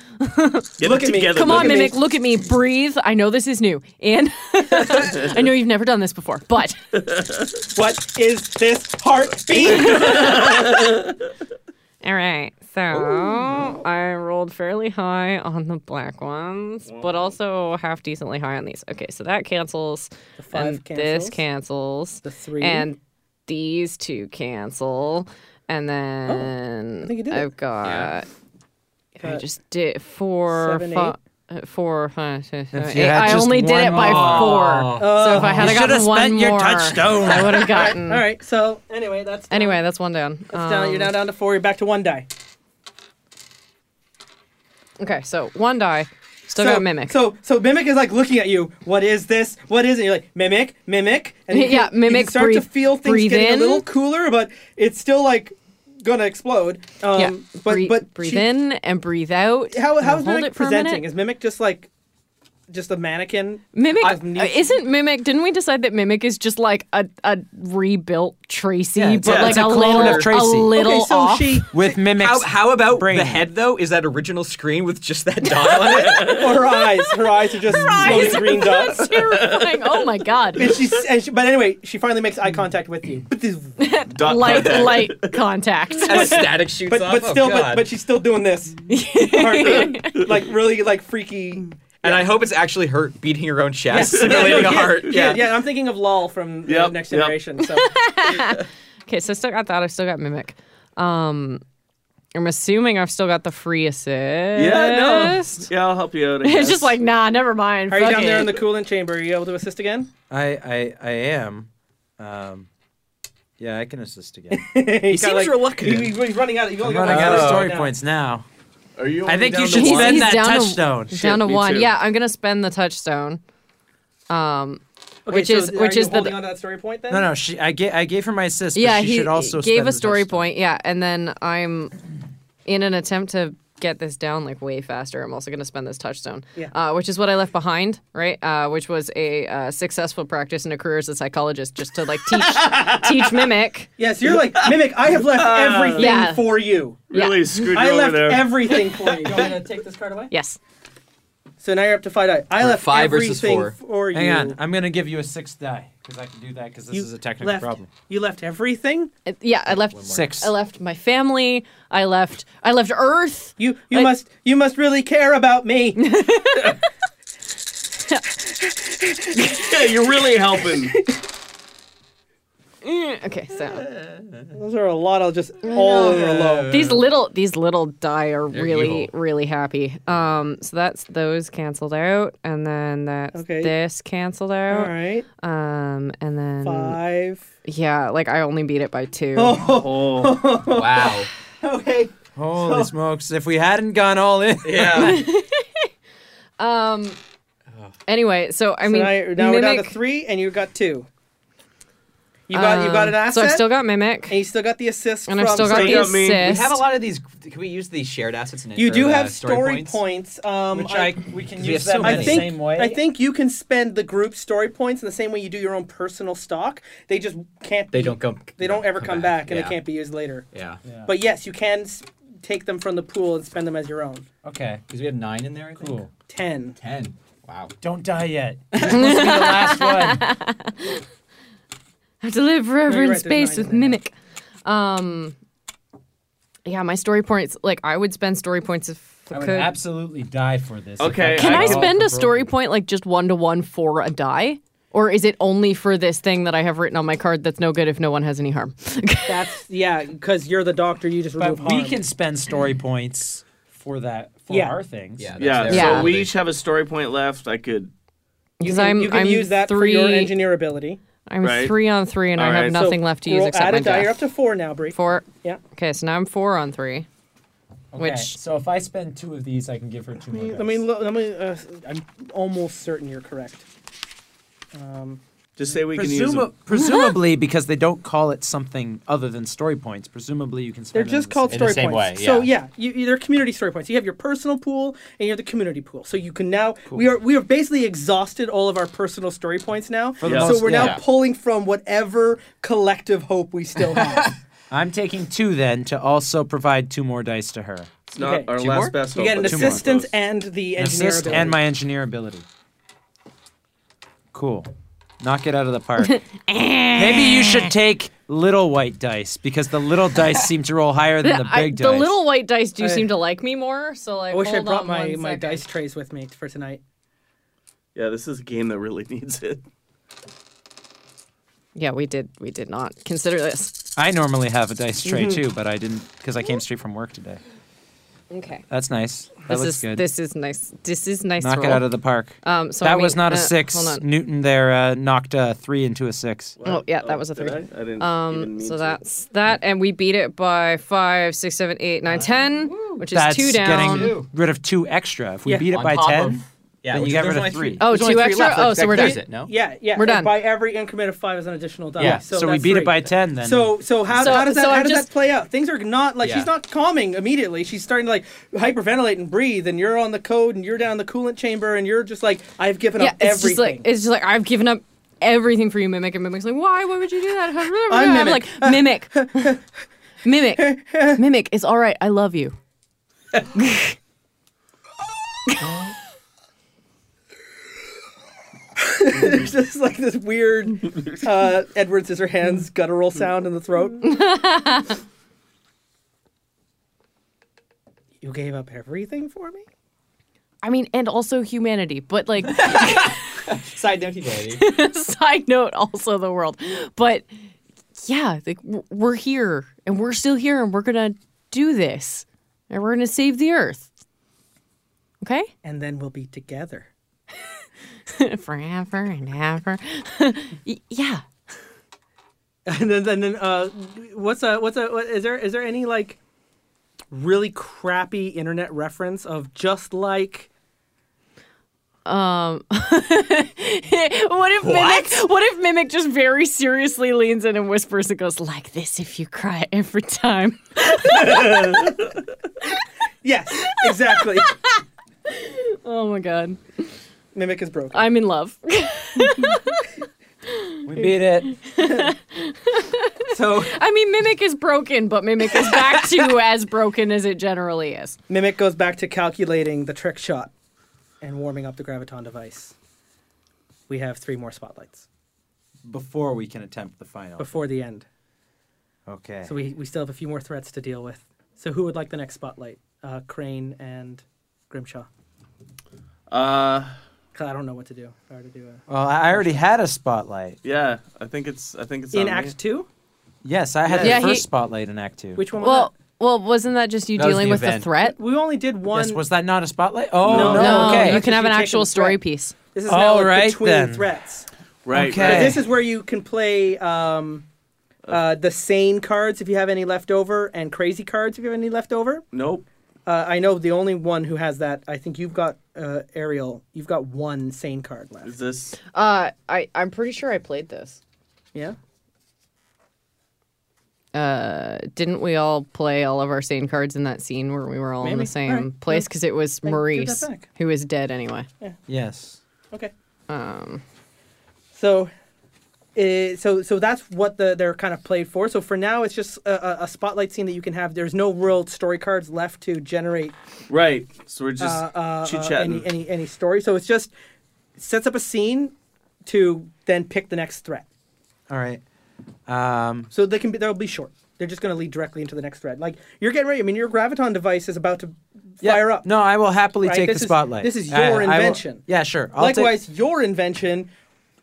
S3: Get
S1: Look
S3: it
S1: at me.
S3: together,
S2: come
S3: look
S2: on,
S1: at me.
S2: Mimic. Look at me, breathe. I know this is new, and *laughs* I know you've never done this before, but
S1: What is this
S2: *laughs*
S1: heartbeat?
S2: all right. So I rolled fairly high on the black ones, but also half decently high on these. Okay, so that cancels.
S1: five
S2: and
S1: cancels.
S2: This cancels. The
S1: three.
S2: And these two cancel, and then
S1: Oh, think you did it.
S2: I've got. I just did four,
S1: seven,
S2: fi- uh, four, *laughs* huh, huh, huh,
S5: you
S2: eight.
S5: had
S2: I
S5: just
S2: only did it
S5: one
S2: by
S5: more. Oh.
S2: four. so if I had
S5: You should
S2: gotten
S5: have spent
S2: one more,
S5: your touchstone.
S2: I
S5: *laughs*
S2: would have gotten.
S1: All right. So anyway, that's down.
S2: Anyway, that's one down.
S1: That's down. You're now down to four. You're back to one die.
S2: Okay, so one die. Still
S1: so,
S2: got mimic.
S1: So so mimic is like looking at you. What is this? What is it? You're like mimic, mimic, and you
S2: *laughs* Yeah,
S1: can- You
S2: mimic,
S1: can start
S2: breathe-
S1: to feel things
S2: breathe
S1: getting
S2: in.
S1: a little cooler, but it's still like gonna explode. Um,
S2: yeah,
S1: but
S2: breathe,
S1: but
S2: breathe
S1: she-
S2: in and breathe out.
S1: How
S2: and
S1: how is
S2: hold
S1: mimic
S2: it for a minute.
S1: presenting? Is mimic just like just a mannequin?
S2: Mimic
S1: I've ne-
S2: uh, isn't Mimic. Didn't we decide that Mimic is just like a, a rebuilt Tracy,
S5: Yeah, it's
S2: but
S5: a-
S2: like
S5: it's a
S2: a,
S5: clone
S2: little
S5: of Tracy.
S2: a
S5: Okay,
S2: little
S1: okay, so
S2: off. *laughs*
S1: she
S5: with mimics.
S7: How, how about
S5: brain.
S7: the head though? Is that original screen with just
S1: *laughs*
S7: that dot on it?
S1: her eyes her eyes are
S2: *laughs*
S1: just glowing green dots.
S2: That's terrifying. Oh my
S1: *laughs*
S2: god.
S1: And she's, and she, but anyway, she finally makes eye contact with you. But this-
S3: Dot
S2: light
S3: contact.
S2: light contact.
S7: As static shoots
S1: but,
S7: off.
S1: but
S7: Oh,
S1: still, but,
S7: God.
S1: but she's still doing
S2: *laughs*
S1: this, Heartbeat. like really like freaky.
S7: and I hope it's actually her beating her own chest, *laughs*
S1: no,
S7: simulating a
S1: yeah,
S7: heart.
S1: Yeah, yeah, I'm thinking of Lol from the
S3: Yep,
S1: Next
S3: yep.
S1: Generation. So
S2: okay, so I still got that. I still got Mimic. Um I'm assuming I've still got the free assist. *laughs*
S3: Yeah, no. Yeah, I'll help you out. I
S2: It's
S3: guess.
S2: just like, nah, never mind.
S1: are you
S2: fuck
S1: down there
S2: it.
S1: in the coolant chamber? Are you able to assist again?
S5: I, I I am. Um, yeah, I can
S1: *laughs*
S5: assist again.
S1: he
S7: seems reluctant.
S1: he's running out. Oh. He's only
S5: I'm
S1: got
S5: running
S1: one
S5: out of
S1: card
S5: story
S1: now.
S5: points now.
S3: Are you
S5: I
S3: only
S5: think you
S3: down
S5: should
S3: to
S2: He's-
S3: one?
S5: spend
S2: he's
S5: that
S2: down to-
S5: touchstone.
S2: down to
S3: me
S2: one.
S3: too.
S2: Yeah, I'm gonna spend the touchstone. Um
S1: Okay,
S2: which
S1: so
S2: is
S1: are
S2: which
S1: you
S2: is
S1: holding
S2: the
S1: on to that story point then?
S5: No, no. She, I gave, I gave her my assist.
S2: yeah,
S5: but she
S2: he
S5: should also
S2: gave
S5: spend
S2: a
S5: the
S2: story
S5: touchstone.
S2: point. Yeah, and then I'm in an attempt to get this down like way faster. I'm also going to spend this touchstone,
S1: Yeah.
S2: uh, which is what I left behind, right? Uh, which was a uh, successful practice and a career as a psychologist, just to like
S5: *laughs*
S2: teach teach mimic.
S1: Yes, you're like mimic. I have left everything
S2: Yeah.
S1: for you.
S3: really screwed you
S1: I
S3: over
S1: left
S3: there.
S1: everything for you. Do you want me to take this card away?
S2: Yes.
S1: So now you're up to five. die. I
S7: We're
S1: left
S7: five versus
S1: everything
S7: four.
S1: for you.
S5: Hang on. I'm gonna give you a sixth die because I can do that because this is a technical
S1: left,
S5: problem.
S1: You left everything.
S2: Uh, Yeah, I left
S5: Six.
S2: I left my family. I left. I left Earth.
S1: You you
S2: I-
S1: must you must really care about me.
S2: *laughs*
S3: Yeah, you're really helping.
S2: Mm, Okay, so
S1: Those are a lot of just all over low.
S2: these little these little die are really
S7: evil.
S2: really happy. Um, so that's those canceled out, and then that's
S1: Okay.
S2: this canceled
S1: All
S2: out.
S1: right,
S2: Um, and then Um,
S1: five.
S2: yeah, like I only beat it by two.
S3: Oh,
S7: Wow.
S1: Okay.
S5: *laughs* Holy smokes! If we hadn't gone all *laughs* in,
S7: Yeah.
S1: *laughs*
S2: Anyway, so I
S1: So
S2: mean,
S1: now, you're- now we're down to
S2: Mimic-
S1: three, and you got two. You got you got an
S2: um,
S1: asset,
S2: So I've still got mimic,
S1: and you still got the assist.
S2: and
S1: from
S2: I've still got
S3: so
S2: the
S3: you got me. We
S7: we
S2: assist.
S7: have a lot of these. Can we use these shared assets? In it,
S1: You
S7: or
S1: do
S7: the
S1: have story points. um,
S5: uh, which I we can
S7: we
S5: use
S7: have so
S5: them in
S1: I
S5: the
S7: many.
S1: think
S5: same way.
S1: I think you can spend the group story points in the same way you do your own personal stock. They just can't.
S7: They don't come.
S1: They don't ever come back, and
S7: yeah.
S1: they can't be used later.
S7: Yeah. Because
S1: But yes, you can s- take them from the pool and spend them as your own.
S5: Okay.
S7: we have nine in there. I think.
S5: Cool.
S1: Ten.
S7: Ten. Wow.
S5: Don't die *laughs* yet. You're supposed to be the last *laughs* one.
S2: I have to live
S1: No,
S2: forever
S1: you're
S2: in
S1: right, there's
S2: space
S1: nine
S2: with
S1: in there.
S2: mimic. Um, yeah, my story points. Like I would spend story points if I
S5: I would
S2: could.
S5: absolutely die for this. if
S3: Okay,
S2: Can
S3: I
S2: I,
S3: would.
S2: spend a story point like just one to one for a die? Or is it only for this thing that I have written on my card that's no good if no one has any harm? *laughs*
S1: That's yeah, because you're the doctor. You just remove
S5: But we
S1: harm.
S5: can spend story points for that for
S1: Yeah.
S5: our things.
S7: Yeah.
S3: *laughs* yeah.
S7: that's
S2: Yeah.
S3: So we each have a story point left. I could.
S1: You
S2: Because
S1: can,
S2: I'm-
S1: you can
S2: I'm
S1: use that
S2: three-
S1: for your engineer ability.
S2: I'm
S3: Right.
S2: three on three and
S3: All
S2: I
S3: right.
S2: have nothing
S1: So
S2: left to use
S1: roll-
S2: except
S1: add
S2: my
S1: a die.
S2: death.
S1: You're up to four now, Bree.
S2: Four.
S1: Yeah.
S2: Okay, so now I'm four on three.
S5: Okay,
S2: Which-
S5: so if I spend two of these, I can give her two more.
S1: Let me. lo- Let me. Uh, I'm almost certain you're correct. Um,
S3: Just say we can use
S5: Presuma-
S3: them.
S5: *laughs* presumably because they don't call it something other than story points. Presumably you can.
S1: They're
S5: spend them
S1: just
S5: in the
S1: called
S5: same-
S8: in
S1: story
S8: the same
S1: points.
S8: way,
S1: So yeah,
S8: yeah.
S1: you, you- they're community story points. You have your personal pool and you have the community pool. So you can now we are we have basically exhausted all of our personal story points now.
S5: the
S1: So
S5: most-
S1: we're now
S5: yeah.
S1: pulling from whatever collective hope we still
S5: *laughs*
S1: have.
S5: I'm taking two then to also provide two more dice to her.
S3: It's not
S1: Okay.
S3: our
S1: Two
S3: last
S5: more?
S3: best.
S1: you get an
S3: hope, but it's
S1: assistant
S3: close.
S1: and the engineer
S5: Assist
S1: ability.
S5: and my engineer ability. Cool. Knock it out of
S2: *laughs*
S5: the park. Maybe you should take little white dice because the little dice seem to roll
S2: *laughs*
S5: higher than the big
S2: I-
S5: dice.
S2: the little white dice do
S1: I-
S2: seem to like me more, so like.
S1: I wish I
S2: hold
S1: brought
S2: on
S1: my,
S2: one
S1: my
S2: second.
S1: dice trays with me for tonight.
S3: Yeah, this is a game that really *laughs* needs it.
S2: Yeah, we did. We did not consider this.
S5: I normally have a dice tray
S2: Mm-hmm.
S5: too, but I didn't because I came straight from work today.
S2: Okay.
S5: That's nice. That
S2: This
S5: looks
S2: is
S5: good.
S2: this is nice. This is nice.
S5: Knock
S2: roll.
S5: it out of the park.
S2: Um, so
S5: that
S2: I mean,
S5: was not a
S2: uh,
S5: six.
S2: Hold on.
S5: Newton there uh, knocked a three into a six.
S2: Oh yeah, that was a three.
S3: Did I? I didn't even
S2: Um,
S3: mean
S2: so
S3: to.
S2: that's that, and we beat it by five, six, seven, eight, nine, ten, which is
S5: That's
S2: two down.
S5: getting rid of two extra. If we
S1: Yeah.
S5: beat it
S8: On
S5: by
S8: top
S5: ten,
S8: of- yeah,
S5: then
S8: which-
S5: you got
S8: there's
S5: rid of
S8: only
S5: three.
S2: Oh,
S8: There's
S2: two
S8: only three
S2: extra?
S8: left.
S2: Oh,
S8: That-
S2: so
S8: that
S2: we're
S8: clears
S2: done.
S8: it, no?
S1: Yeah, yeah.
S2: We're
S1: and
S2: done.
S1: By every increment of five is an additional die.
S5: yeah.
S1: So,
S5: So, we
S1: that's
S5: beat
S1: three.
S5: it by ten. Then
S1: So so how,
S2: So-
S1: how does that
S2: so
S1: how
S2: I'm
S1: does
S2: just-
S1: that play out? Things are not like
S8: Yeah.
S1: she's not calming immediately. She's starting to like hyperventilate and breathe, and you're on the code, and you're down the coolant chamber, and you're just like, I've given
S2: yeah,
S1: up
S2: it's just
S1: everything.
S2: like it's just like I've given up everything for you, mimic, and mimic's like, why? Why would you do that? *laughs*
S1: I'm
S2: I'm
S1: Mimic.
S2: like, mimic, mimic, mimic. It's all right. I love you.
S1: There's just like this
S5: *laughs*
S1: weird uh, Edward Scissorhands guttural sound in the
S2: *laughs*
S1: throat. you gave up everything for me.
S2: I mean, and also humanity, but *laughs* like
S8: Side note,
S5: *laughs*
S8: humanity.
S2: side note, also the world. But yeah, like w- we're here and we're still here and we're gonna do this and we're gonna save the earth. Okay,
S1: And then we'll be together.
S2: *laughs* forever and ever. *laughs* Y- yeah,
S1: And then, and then uh, what's a what's a what, is there is there any like really crappy internet reference of just like
S2: what if Mimic? What if Mimic just very seriously leans in and whispers and goes like this? If you cry every time,
S1: yes *laughs* exactly
S2: oh my god,
S1: mimic is broken.
S2: I'm in love. *laughs*
S5: we beat it.
S2: *laughs*
S1: *laughs* So
S2: I mean, Mimic is broken, but Mimic is *laughs* back to as broken as it generally is.
S1: mimic goes back to calculating the trick shot and warming up the graviton device. We have three more spotlights
S5: before we can attempt the final.
S1: before the end,
S5: Okay.
S1: so we we still have a few more threats to deal with. So who would like the next spotlight? Uh, Crane and Grimshaw.
S3: Uh,
S1: 'Cause I don't know what to do. If I were to do a...
S5: well, I already had a spotlight.
S3: yeah, I think it's. I think it's
S1: in
S3: on me.
S1: Act Two,
S5: Yes, I had
S2: Yeah,
S5: the
S2: he-
S5: first spotlight in Act Two.
S1: which one? Was
S2: Well, well, wasn't that just you
S4: That was
S2: dealing
S4: the
S2: with the
S4: event.
S2: threat?
S1: that? we only did one.
S5: yes, was that not a spotlight? Oh
S1: No.
S5: no.
S2: No,
S5: okay.
S2: you
S1: That's
S2: can
S1: if
S2: have
S1: you
S2: an
S1: take
S2: actual
S1: the
S2: story
S1: threat.
S2: piece.
S1: This is now
S5: All
S1: like
S5: right,
S1: between
S5: then.
S1: threats.
S3: Right.
S5: Okay.
S3: right.
S1: This is where you can play um, uh, the sane cards if you have any left over, and crazy cards if you have any left over.
S3: Nope.
S1: Uh, I know the only one who has that. I think you've got uh, Ariel. You've got one sane card
S3: Is
S1: left.
S3: this?
S2: Uh, I I'm pretty sure I played this.
S1: Yeah.
S2: Uh, didn't we all play all of our sane cards in that scene where we were all in
S1: Maybe.
S2: the same
S1: All right.
S2: place? Because it was
S1: give that
S2: Maurice
S1: back.
S2: who is dead anyway.
S5: Yes.
S1: Okay.
S2: Um,
S1: So, uh, so so that's what the they're kind of played for. So for now, it's just a, a, a spotlight scene that you can have. There's no real story cards left to generate
S3: Right. So we're just
S1: uh, uh,
S3: chit
S1: uh,
S3: chatting.
S1: any, any any story. So it's just sets up a scene to then pick the next threat.
S5: All right. Um,
S1: So they can be they'll be short. They're just going to lead directly into the next thread. Like you're getting ready. I mean, your graviton device is about to
S5: yeah,
S1: fire up.
S5: No, I will happily
S1: Right,
S5: take
S1: this
S5: the
S1: is-
S5: spotlight.
S1: this is
S5: I-
S1: your
S5: I will-
S1: invention.
S5: yeah, sure. I'll take-
S1: Likewise, your invention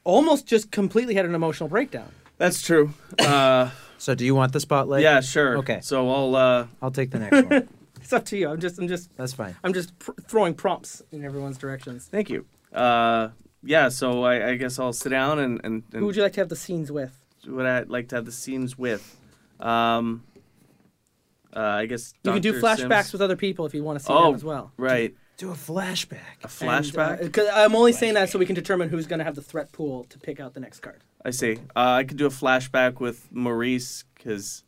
S1: almost just completely had an emotional breakdown. *laughs*
S3: That's true. Uh,
S5: so, do you want the spotlight?
S3: yeah, sure.
S5: Okay.
S3: So I'll. Uh,
S5: I'll take the next
S1: *laughs*
S5: one.
S1: It's up to you. I'm just I'm just
S5: That's fine.
S1: I'm just pr- throwing prompts in everyone's directions.
S3: thank you. Uh, yeah. So I, I guess I'll sit down and and, and
S1: Who would you like to have the scenes with?
S3: what I'd like to have the scenes with. Um, uh, I guess
S1: You could do
S3: Dr.
S1: flashbacks
S3: Sims.
S1: with other people if you want to see
S3: Oh,
S1: them as well. uh,
S3: Right.
S5: Do a flashback.
S3: A flashback.
S1: Because I'm only saying that so we can determine who's going to have the threat pool to pick out the next card.
S3: I see. Uh, I could do a flashback with Maurice because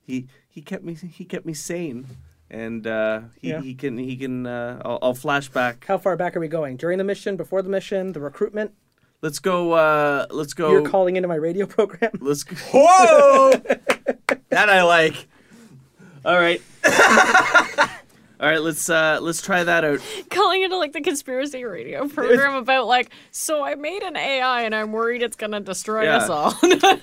S3: he he kept me he kept me sane, and uh, he,
S1: Yeah.
S3: he can he can uh, I'll, I'll flashback.
S1: How far back are we going? During the mission? Before the mission? The recruitment?
S3: Let's go. Uh, let's go.
S1: You're calling into my radio *laughs* program?
S3: let's go. *laughs*
S5: *laughs*
S7: Whoa! that I like.
S3: All right. All right. Let's uh, let's try that out.
S2: calling into like the conspiracy radio program about like, so I made an AI and I'm worried it's gonna destroy
S3: Yeah.
S2: us all. *laughs*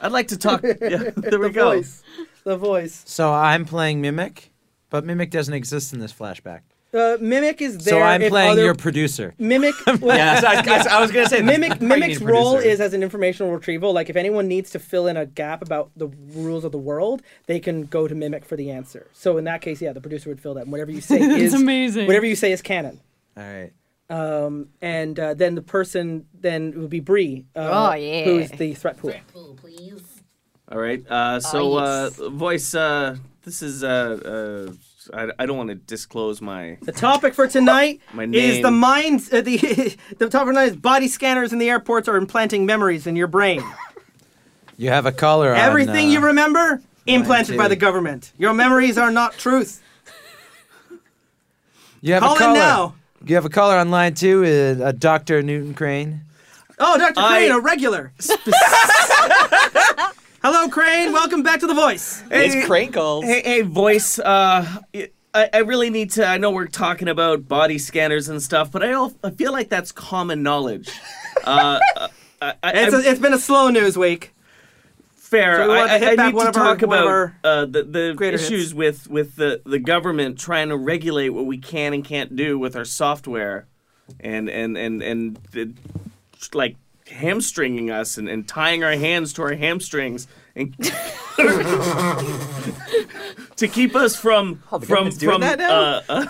S3: I'd like to *laughs* talk. Yeah, there we
S1: the
S3: go.
S1: voice. The voice.
S5: So I'm playing Mimic, but Mimic doesn't exist in this flashback.
S1: Uh, Mimic is there.
S5: so I'm
S1: if
S5: playing
S1: other-
S5: your producer.
S1: *laughs*
S5: *laughs*
S1: Mimic.
S7: Yeah, so I, I- I was gonna say
S1: Mimic,
S7: you need
S1: Mimic's
S7: a
S1: role
S7: producer.
S1: is as an informational retrieval. Like, if anyone needs to fill in a gap about the rules of the world, they can go to Mimic for the answer. So, in that case, yeah, the producer would fill that. Whatever
S5: *laughs*
S1: you say is
S2: amazing.
S1: Whatever you say is canon.
S5: All right.
S1: Um, and uh, then the person then it would be Bree. Uh,
S2: Oh, yeah.
S1: Who's the threat pool?
S3: All right. Uh, so
S2: yes.
S3: uh, voice. Uh, this is. Uh, uh, I, I don't want to disclose my.
S1: The topic for tonight
S3: My
S1: is
S3: name.
S1: the minds. Uh, the *laughs* the topic for tonight is body scanners in the airports are implanting memories in your
S3: *laughs*
S1: brain.
S3: Ah,
S5: You have a caller on.
S1: Everything
S5: uh,
S1: you remember implanted by
S5: two.
S1: the government. Your memories are not truth.
S5: You have
S1: Call
S5: a
S1: in
S5: caller.
S1: now.
S5: You have a caller on line two, uh, uh, Dr. Newton Crane.
S1: Oh, Dr.
S3: I-
S1: Crane, a
S3: *laughs*
S1: regular. Hello, Crane. Welcome back to the voice.
S3: Hey,
S8: It's Crinkles.
S3: Hey, hey, voice. Uh, I, I really need to. I know we're talking about body scanners and stuff, but I, al- I feel like that's common knowledge. Uh, I, I,
S1: It's,
S3: I'm
S1: a, it's been a slow news week.
S3: fair.
S1: so we wanted to
S3: I, I,
S1: hit
S3: I
S1: back
S3: need
S1: one
S3: to
S1: of our-
S3: talk
S1: one of
S3: about
S1: our
S3: uh, the, the
S1: greater
S3: issues
S1: hits.
S3: with with the, the government trying to regulate what we can and can't do with our software, and and and and the, like hamstringing us and, and tying our hands to our hamstrings and *laughs* to keep us from
S1: Oh,
S7: the
S3: from
S7: government's doing
S3: from
S7: that now?
S3: uh, uh,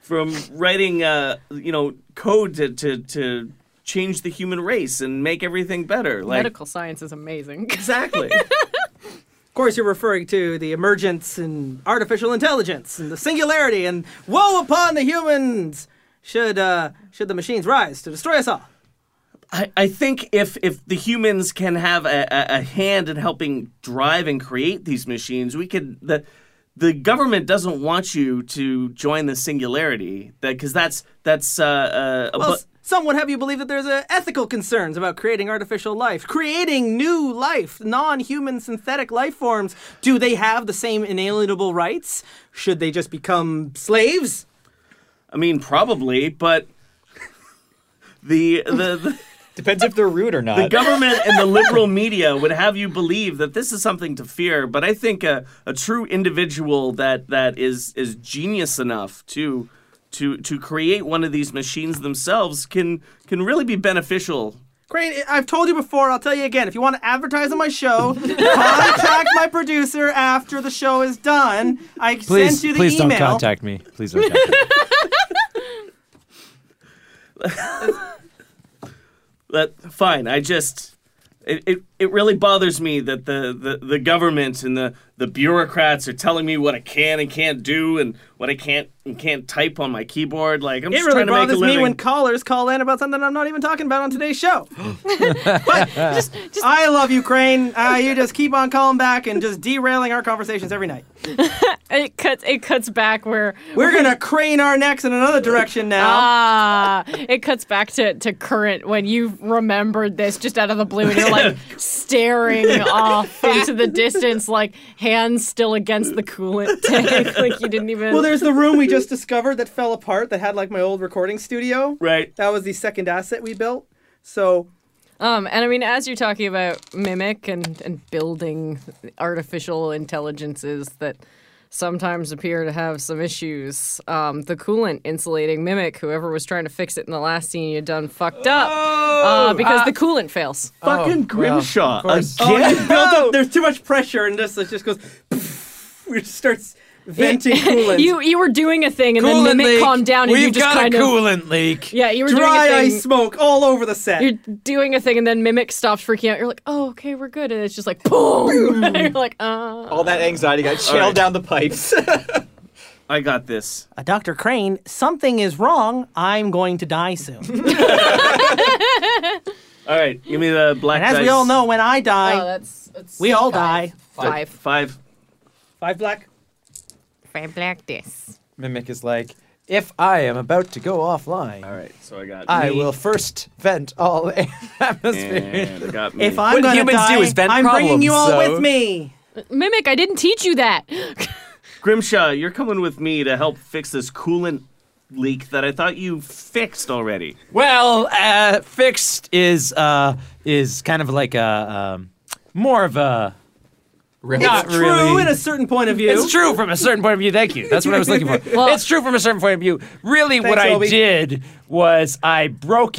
S3: from writing uh, you know code to, to to change the human race and make everything better like
S2: Medical science is amazing.
S3: exactly
S1: Of course, you're referring to the emergence in artificial intelligence and the singularity, and woe upon the humans should uh, should the machines rise to destroy us all.
S3: I, I think if if the humans can have a, a, a hand in helping drive and create these machines, we could the the government doesn't want you to join the singularity because that's that's uh, uh a
S1: Well,
S3: bu-
S1: s- some would have you believe that there's uh, ethical concerns about creating artificial life, creating new life, non-human synthetic life forms. Do they have the same inalienable rights? Should they just become slaves?
S3: I mean probably, but the the. the
S7: Depends if they're rude or not.
S3: the government
S1: *laughs*
S3: and the liberal media would have you believe that this is something to fear, but I think a, a true individual that, that is is genius enough to to to create one of these machines themselves can can really be beneficial.
S1: Crane, I- I've told you before, I'll tell you again. If you want to advertise on my
S5: *laughs*
S1: show, contact my producer after the show is done. I
S5: Please,
S1: sent you the
S5: please
S1: email.
S5: don't contact me. Please don't contact me.
S3: That fine. I just it, it, it really bothers me that the, the, the government and the, the bureaucrats are telling me what I can and can't do and what I can't and can't type on my keyboard. Like I'm
S1: It
S3: just
S1: really
S3: trying to make a
S1: bothers
S3: living.
S1: me when callers call in about something I'm not even talking about on today's show. *gasps* but I love you, Crane. *laughs* Uh, you just keep on calling back and just derailing our conversations every night.
S2: it cuts. It cuts back where.
S1: We're gonna Uh, crane our necks in another direction now. *laughs*
S2: Ah, it cuts back to, to current when you remembered this just out of the blue and
S1: *laughs*
S2: you're like staring off into the distance, like hands still against the coolant tank, like you didn't even.
S1: well, there's the room we just discovered that fell apart that had like my old recording studio.
S3: right.
S1: That was the second asset we built. So
S2: Um, and I mean, as you're talking about mimic and, and building artificial intelligences that sometimes appear to have some issues, um, the coolant insulating mimic, whoever was trying to fix it in the last scene, you done fucked up
S5: Oh,
S2: uh, because the coolant fails.
S3: Fucking Grimshaw again.
S1: you *laughs* built up. There's too much pressure, and this it just goes. *laughs* It just starts *laughs* venting coolant.
S2: You you were doing a *laughs* thing and
S5: Coolant
S2: then mimic
S5: leak.
S2: calmed down and
S5: We've
S2: you just
S5: got
S2: kind
S5: a
S2: of
S5: coolant leak.
S2: yeah you were
S1: dry
S2: doing a
S1: ice
S2: thing.
S1: smoke all over the set.
S2: You're doing a thing and then mimic stops freaking out. You're like, oh okay, we're good, and it's just like boom. and *laughs* you're like, uh.
S7: All that anxiety got shelled down the pipes.
S3: I got this.
S9: Uh, Dr. Crane, something is wrong. I'm going to die soon. and
S3: All right, give me the black
S9: as we
S3: dice.
S9: all know, when I die,
S2: Oh, that's, that's
S9: we all
S2: five.
S9: die.
S2: Five.
S3: Five.
S8: Five black.
S2: Five black discs.
S5: Mimic is like, if I am about to go offline,
S3: All right, so I got.
S5: I
S3: me,
S5: will first vent all *laughs* atmosphere.
S3: And I got me.
S9: If I'm
S7: What
S9: gonna
S7: humans
S9: die,
S7: do is vent
S9: I'm bringing you all
S7: problems, so-
S9: with me.
S2: Mimic, I didn't teach you that. *laughs*
S3: Grimshaw, you're coming with me to help fix this coolant leak that I thought you fixed already.
S5: well, uh, fixed is uh, is kind of like a um, more of a
S7: *laughs* Really?
S5: not
S1: True
S5: *laughs* really.
S1: in a certain point of view.
S5: It's true from a certain point of view. Thank you. That's what I was looking for.
S1: *laughs*
S2: Well-
S5: it's true from a certain point of view. Really, what I
S1: Obi.
S5: did was I broke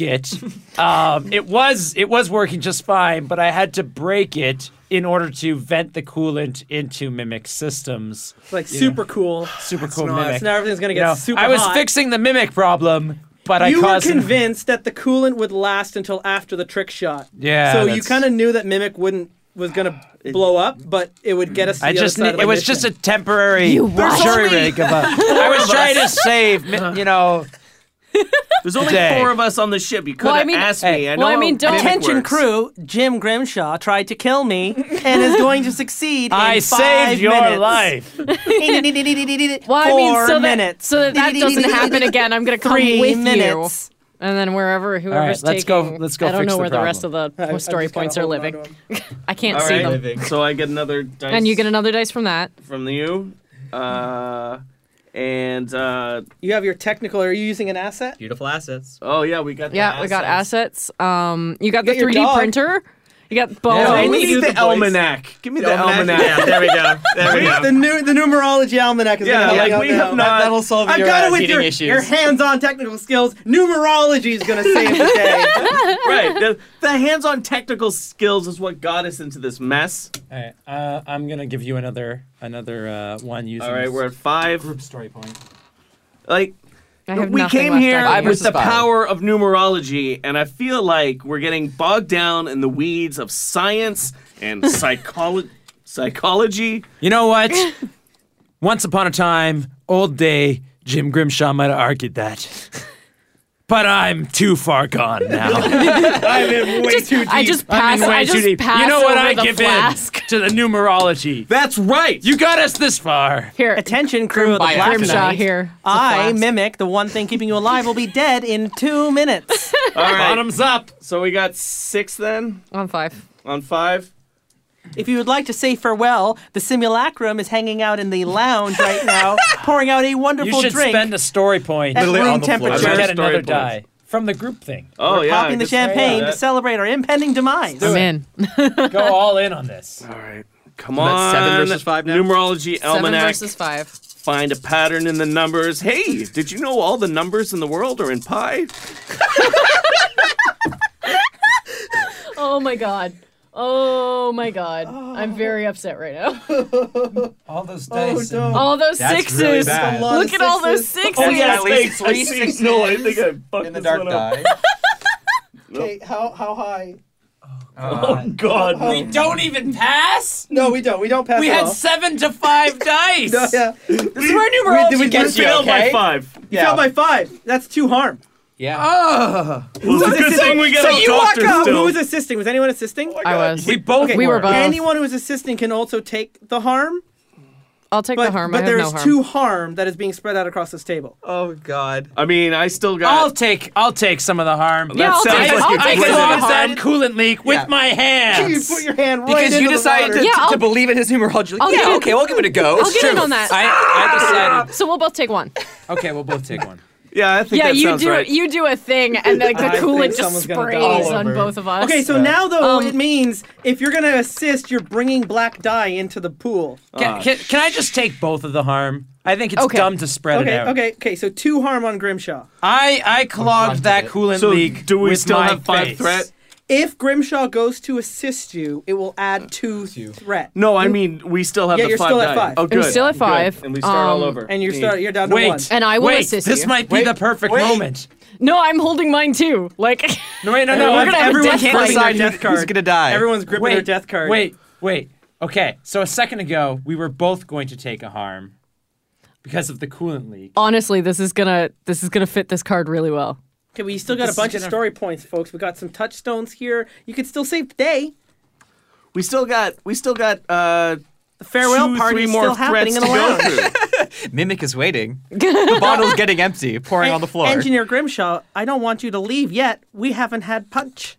S1: *laughs*
S5: it. um, it was it was working just fine, but I had to break it in order to vent the coolant into Mimic systems.
S1: It's like super cool.
S5: Super cool
S1: not-
S5: Mimic.
S1: so now everything's gonna
S5: You
S1: get
S5: know,
S1: super
S5: I was
S1: hot.
S5: fixing the Mimic problem, but I
S1: you were
S5: caused.
S1: convinced that the coolant would last until after the trick shot.
S5: Yeah,
S1: So you
S5: that's-
S1: kind of knew that Mimic wouldn't was gonna blow up, but it would get us. To
S5: I
S1: the
S5: just
S1: other side
S5: knew-
S1: of the
S5: it was
S1: mission.
S5: just a temporary
S2: what?
S5: jury rig of
S1: *laughs*
S5: a. I was trying to save, mi- you know.
S3: There's only
S5: Today.
S3: four of us on the ship. You could
S2: Well,
S3: have
S2: I mean-
S3: asked me. I know
S2: well, I
S3: how
S2: mean, don't-
S3: mimic
S2: Attention,
S3: works.
S9: Crew, Jim Grimshaw tried to kill me and is going to succeed.
S5: I
S9: in five
S5: saved your
S9: minutes.
S5: life.
S9: *laughs* Four
S2: Well, I mean, so that,
S9: minutes.
S2: so
S1: *laughs*
S2: that, that doesn't happen again, I'm going to come
S9: Three
S2: with
S9: minutes.
S2: you. And then wherever
S5: All right,
S2: whoever's
S5: let's go-
S2: taking,
S5: let's go
S2: I don't
S5: fix
S2: know
S5: the
S2: where the rest of
S5: problem.
S2: the
S1: I'm
S2: story
S1: just kinda
S2: points are
S1: holding
S2: living.
S1: on to 'em.
S2: I can't
S3: All
S2: see
S3: right,
S2: them.
S3: so I get another dice.
S2: And you get another dice from that.
S3: from you. Uh, and uh,
S1: You have your technical. Are you using an asset?
S7: Beautiful assets.
S3: oh yeah, we got. the
S2: Yeah, we got assets. Um, you got the
S1: got your
S2: 3D
S1: dog.
S2: printer. You got
S3: Oh,
S2: bones.
S3: we
S7: we
S3: need
S7: do
S3: the,
S7: the voice.
S3: almanac. Give me the, almanac.
S7: Yeah, there we go. There we go.
S1: The new the numerology almanac is *laughs*
S3: Yeah,
S1: gonna help
S3: like
S1: you out
S3: we
S1: now.
S3: have not.
S8: That'll solve
S1: I've
S8: your
S1: got
S8: uh,
S1: it with
S8: heating
S1: your,
S8: issues.
S1: your
S2: *laughs*
S1: hands-on technical skills. Numerology is gonna save the day.
S2: *laughs*
S3: right. The, the hands-on technical skills is what got us into this mess.
S5: All right, uh, I'm gonna give you another another uh, one using.
S3: All right,
S5: this
S3: we're at five.
S5: group story point.
S3: Like
S2: I have
S3: we
S2: nothing
S3: came
S2: left
S3: here
S2: on you.
S7: Five
S3: with
S7: versus
S3: the
S7: five.
S3: power of numerology, and I feel like we're getting bogged down in the weeds of science
S2: *laughs*
S3: and psycholo- psychology.
S5: You know *laughs* what? Once upon a time, old day, Jim Grimshaw might have argued that. But I'm too far gone now.
S2: I just
S5: I'm
S2: pass.
S5: in way
S2: I
S5: too
S2: just
S5: deep.
S2: pass
S5: you know what
S2: over
S5: I
S2: the
S5: give
S2: flask.
S5: in to the numerology.
S3: That's right.
S5: You got us this far.
S2: Here,
S9: Attention, crew of the Black
S2: Grimshaw
S9: Knight.
S2: here. It's a
S9: I
S2: flask.
S9: mimic the one thing keeping you alive will be dead in two
S2: *laughs*
S9: minutes.
S3: All right.
S5: Bottoms up.
S3: So we got six then
S2: on five.
S3: on five.
S9: If you would like to say farewell, the simulacrum is hanging out in the lounge right now, pouring out a
S5: You
S9: wonderful
S5: should
S9: drink
S5: spend a story point.
S9: at
S7: literally on
S9: room
S7: the floor.
S5: to
S3: Sure.
S5: get
S9: temperature.
S3: Story
S5: another
S3: points.
S5: die from the group thing.
S3: Oh
S9: We're
S3: yeah. I
S9: popping the
S3: guess we can do
S9: champagne to
S3: that.
S9: celebrate our impending demise.
S2: I'm in.
S5: Go all in on this.
S3: All right. Come on.
S7: That's seven versus five now?
S3: Numerology
S2: Seven
S3: almanac.
S2: versus five.
S3: Find a pattern in the numbers. Hey, did you know all the numbers in the world are in pi?
S2: Oh my god. Oh my god. I'm very upset right now. *laughs*
S5: All those dice.
S1: no.
S2: All those
S7: That's really
S2: sixes.
S7: bad.
S1: lot
S2: Look
S1: of
S2: at all those
S1: sixes.
S2: sixes.
S7: Oh, yeah, at least three
S3: six. No, I think I fucked
S7: in the dark die.
S1: Okay, how how high?
S7: Uh,
S3: God.
S5: We don't even pass.
S1: No, we don't. We don't pass.
S5: We
S1: at
S5: had
S1: all.
S5: seven to five dice.
S1: No, yeah.
S5: This is where numerology
S1: we
S7: gets you,
S3: Failed by
S7: okay?
S3: five.
S1: You
S7: Yeah.
S1: fell by five. That's two harm.
S7: yeah.
S3: Well, it's a good thing we got a doctor
S1: Who
S3: still.
S1: was assisting? Was anyone assisting?
S2: I was.
S5: We both
S1: Okay,
S2: We were both.
S1: Anyone who was assisting can also take the harm,
S2: I'll take
S1: but
S2: the harm. I
S1: but
S2: have
S1: there
S2: no
S1: is
S2: harm.
S1: two harm that is being spread out across this table.
S7: Oh God.
S3: I mean, I still
S5: I'll
S3: got.
S5: take I'll take some of the harm.
S2: Yeah, I'll
S3: That
S2: take,
S3: sounds
S2: I'll
S3: like
S2: take
S3: you
S2: some
S3: did.
S2: of the harm.
S5: that coolant leak
S7: Yeah.
S5: with my
S1: You
S5: hands.
S1: put your hand right
S7: Because
S1: into
S7: you
S1: the
S7: decided to,
S1: water.
S2: Yeah,
S7: to
S2: I'll-
S7: believe in his numerology. Like,
S2: I'll
S7: yeah,
S2: get-
S7: okay, we'll give it a go.
S2: I'll
S7: It's
S2: get in
S7: true.
S2: on that.
S7: I,
S2: *laughs*
S7: I decided.
S2: So we'll both take one.
S5: Okay, we'll both take one.
S3: Yeah, I think
S2: Yeah,
S3: that
S2: you
S3: sounds
S2: do
S3: right.
S2: you do a thing, and like the
S1: I think
S2: coolant just
S1: someone's gonna die.
S2: sprays on
S1: Oliver.
S2: both of us.
S1: Okay, so now though
S2: Um,
S1: it means if you're gonna assist, you're bringing black dye into the pool.
S5: Can, can, can I just take both of the harm? I think it's
S2: Ah. Okay.
S5: dumb to spread it
S1: Okay,
S5: out.
S1: okay, okay. So two harm on Grimshaw.
S5: I I clogged that coolant
S3: So,
S5: leak.
S3: do we
S5: with
S3: still
S5: my
S3: have five
S5: face.
S3: threat?
S1: If Grimshaw goes to assist you, it will add two threat.
S3: No, I mean we still have
S1: Yeah,
S3: the
S1: you're
S3: five
S1: still at
S3: die.
S1: five.
S3: Oh,
S2: We're
S3: good.
S2: still at
S3: good.
S2: five.
S3: and we start all
S2: Um,
S3: over.
S1: And you're start, you're down to one.
S5: Wait,
S2: And I will
S5: wait,
S2: assist
S5: This
S2: you.
S5: might be the perfect moment.
S2: no, I'm holding mine too. Like *laughs*
S5: No, wait, no, no.
S2: We're
S5: I've-
S2: gonna have a
S5: everyone
S2: death
S5: *laughs* can't
S2: fight.
S5: decide
S1: Death
S7: Who's
S1: card.
S7: gonna die?
S1: Everyone's gripping their death card.
S5: Wait, wait. Okay, so a second ago, we were both going to take a harm. because of the coolant leak.
S2: Honestly, this is gonna this is gonna fit this card really well.
S1: Okay, we still got
S5: This
S1: a
S5: is
S1: bunch of
S5: gonna-
S1: story points, folks. We got some touchstones here. You could still save today.
S3: We still got we still got uh
S1: The farewell
S3: two,
S1: party
S3: three
S1: is
S3: more
S1: still happening
S3: threats
S1: in the
S3: to go
S1: lounge.
S3: through.
S7: Mimic
S5: *laughs*
S7: is waiting. the bottle's getting empty, pouring on the floor.
S1: Engineer Grimshaw, I don't want you to leave yet. We haven't had punch.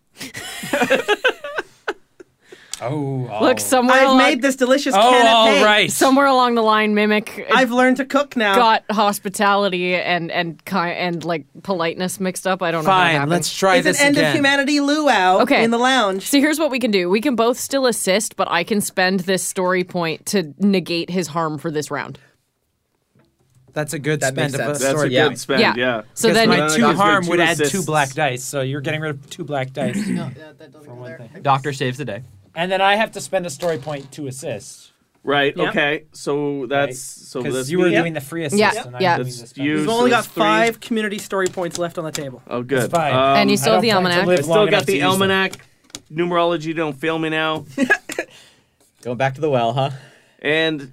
S5: Oh,
S2: Look, somewhere
S1: I've
S2: along,
S1: made this delicious
S5: Oh,
S1: canapé.
S5: all right.
S2: somewhere along the line, mimic.
S1: I've learned to cook now.
S2: got hospitality and and ki- and like politeness mixed up. I don't know. how it
S4: Fine,
S2: happened.
S4: let's try
S1: it's an
S4: this
S1: end
S4: again.
S1: of humanity luau
S2: Okay.
S1: in the lounge.
S2: So here's what we can do. We can both still assist, but I can spend this story point to negate his harm for this round.
S4: That's a good
S8: That
S4: spend
S8: makes
S4: of a
S8: sense.
S3: That's
S4: story
S3: a
S8: yeah.
S3: good spend, yeah.
S2: Yeah. So
S4: Because
S2: then
S4: my
S3: Uh,
S4: two
S3: gives me
S4: harm
S3: two
S4: would add two
S3: assists.
S4: black dice, so you're getting rid of two black dice.
S7: Doctor saves the day.
S5: and then I have to spend a story point to assist.
S3: Right.
S1: Yeah.
S3: Okay. So that's so
S5: Because
S3: that's
S5: you were
S3: me.
S5: doing the free assist,
S2: Yeah,
S5: and I'm
S2: yeah.
S5: doing the
S3: That's
S5: spend.
S3: you.
S1: We've
S3: So
S1: only got
S3: it's three.
S1: five community story points left on the table.
S3: Oh,
S5: That's
S3: good.
S5: fine.
S3: Um,
S2: And you
S5: I
S2: still
S5: don't
S2: the
S5: plan to
S2: almanac.
S5: live
S3: I
S5: long
S3: still
S5: enough
S3: got
S5: to
S3: the
S5: use them.
S3: almanac. Numerology don't fail me *laughs* now.
S8: Going back to the well, huh?
S3: And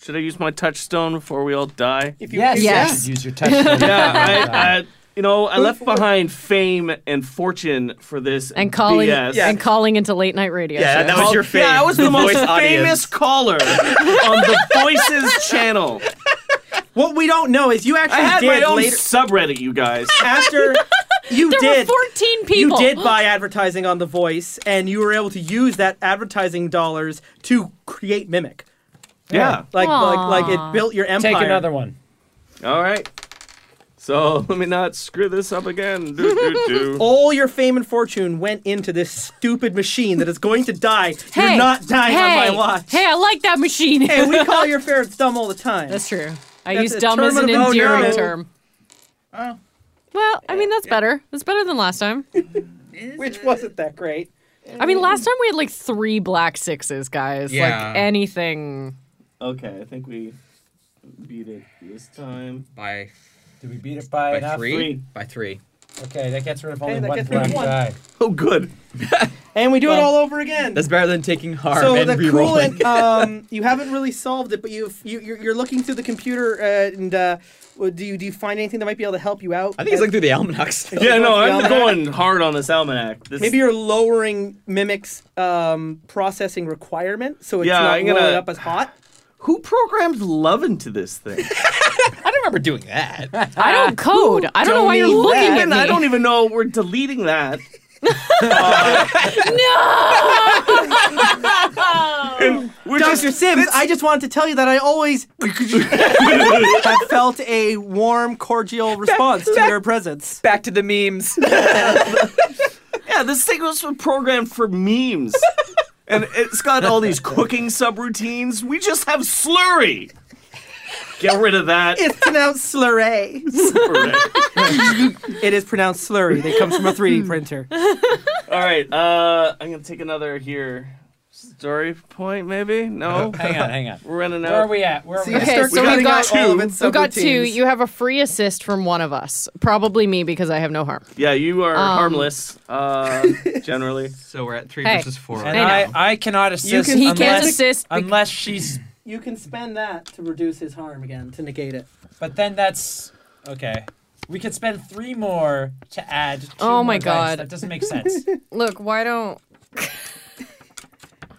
S3: should I use my touchstone before we all die?
S5: If you yes,
S2: Yes.
S5: yes. use your touchstone.
S3: *laughs* Yeah, I, I, you know, I left behind fame and fortune for this
S2: and calling
S3: BS.
S2: and calling into late night radio. shows.
S8: that was your favorite.
S3: Yeah, I was the, most famous *laughs* caller on the Voices channel.
S1: What we don't know is you actually
S3: I had
S1: did
S3: my own
S1: later
S3: subreddit, you guys.
S2: *laughs*
S1: after you
S2: there
S1: did
S2: were 14
S1: you
S2: people.
S1: did buy advertising on the voice and you were able to use that advertising dollars to create mimic.
S3: Yeah.
S1: Like
S2: Aw.
S1: like like it built your empire.
S5: Take another one.
S3: All right. So let me not screw this up again. Do, do, do.
S1: all your fame and fortune went into this stupid machine that is going to die. You're not dying
S2: hey,
S1: on my watch.
S2: Hey, I like that machine.
S1: Hey, we
S2: *laughs*
S1: call your ferrets dumb all the time.
S2: that's true. I
S1: That's
S2: use
S1: a
S2: dumb
S1: term
S2: as an
S1: of- oh,
S2: endearing
S1: no.
S2: term. Well, I mean that's better. That's better than last time.
S1: Which wasn't that great.
S2: I mean, last time we had like three black sixes, guys.
S8: Yeah.
S2: Like anything.
S3: Okay, I think we beat it this time.
S8: By
S5: Did we beat it by,
S8: by
S5: enough?
S8: three?
S3: Three.
S8: By three.
S5: Okay, that gets rid of only
S1: that
S5: one
S1: gets rid of
S5: black
S1: one.
S5: die.
S3: *laughs* Oh, good.
S1: And we do it all over again.
S7: That's better than taking harm
S1: so
S7: and
S1: the
S7: re-rolling.
S1: coolant, um, you haven't really solved it, but you've, you you're, you're looking through the computer uh, and uh, well, do you do you find anything that might be able to help you out?
S7: *laughs*
S1: Uh,
S7: I think it's like through the almanacs.
S3: Yeah, no,
S1: Let's
S3: I'm
S1: go.
S3: going hard on this almanac. This
S1: maybe you're lowering mimics um, processing requirement, so it's
S3: Yeah,
S1: not
S3: I'm gonna-
S1: rolling up as
S7: *laughs*
S1: hot.
S3: who programmed love into this thing?
S7: I don't remember doing that.
S1: Ah.
S2: I don't code. *laughs* I don't know why you're
S1: Tony
S2: looking at
S3: And
S2: me.
S3: I don't even know we're
S2: *laughs*
S3: deleting that. We're
S1: Dr. Sims, I just wanted to tell you that I
S7: *laughs*
S1: always *laughs* have felt a warm, cordial response to your presence.
S7: Back to the memes.
S3: yeah, this thing was programmed for
S2: *laughs*
S3: memes. and it's got all these cooking subroutines. We just have slurry. Get rid of that. *laughs*
S1: It's pronounced
S7: *laughs*
S1: slurry. It is pronounced slurry. That comes from a 3D
S7: *laughs*
S1: printer.
S3: All right, uh, I'm gonna take another here. Story point, maybe? No,
S5: *laughs* Oh, Hang on, hang on.
S3: we're running
S5: Where are
S3: out.
S5: we at? Where are we? at?
S2: Okay,
S1: Start
S2: so
S1: cutting
S2: we've got
S1: out all of
S3: two.
S1: its
S2: We've got two.
S1: subroutines.
S2: You have a free assist from one of us, probably me because I have no harm.
S3: Yeah, you are
S2: Um.
S3: harmless. Uh, generally,
S7: So we're at three
S2: Hey.
S7: versus four.
S5: And
S2: know.
S5: I, I, cannot assist
S1: can- He
S2: He
S5: unless,
S2: can't assist. bec-
S5: unless she's.
S1: You can spend that to reduce his harm again, to negate it.
S5: But then that's okay. We could spend three more to add. Two
S2: Oh my
S5: more dice.
S2: God.
S5: that doesn't make sense.
S2: Look, why don't?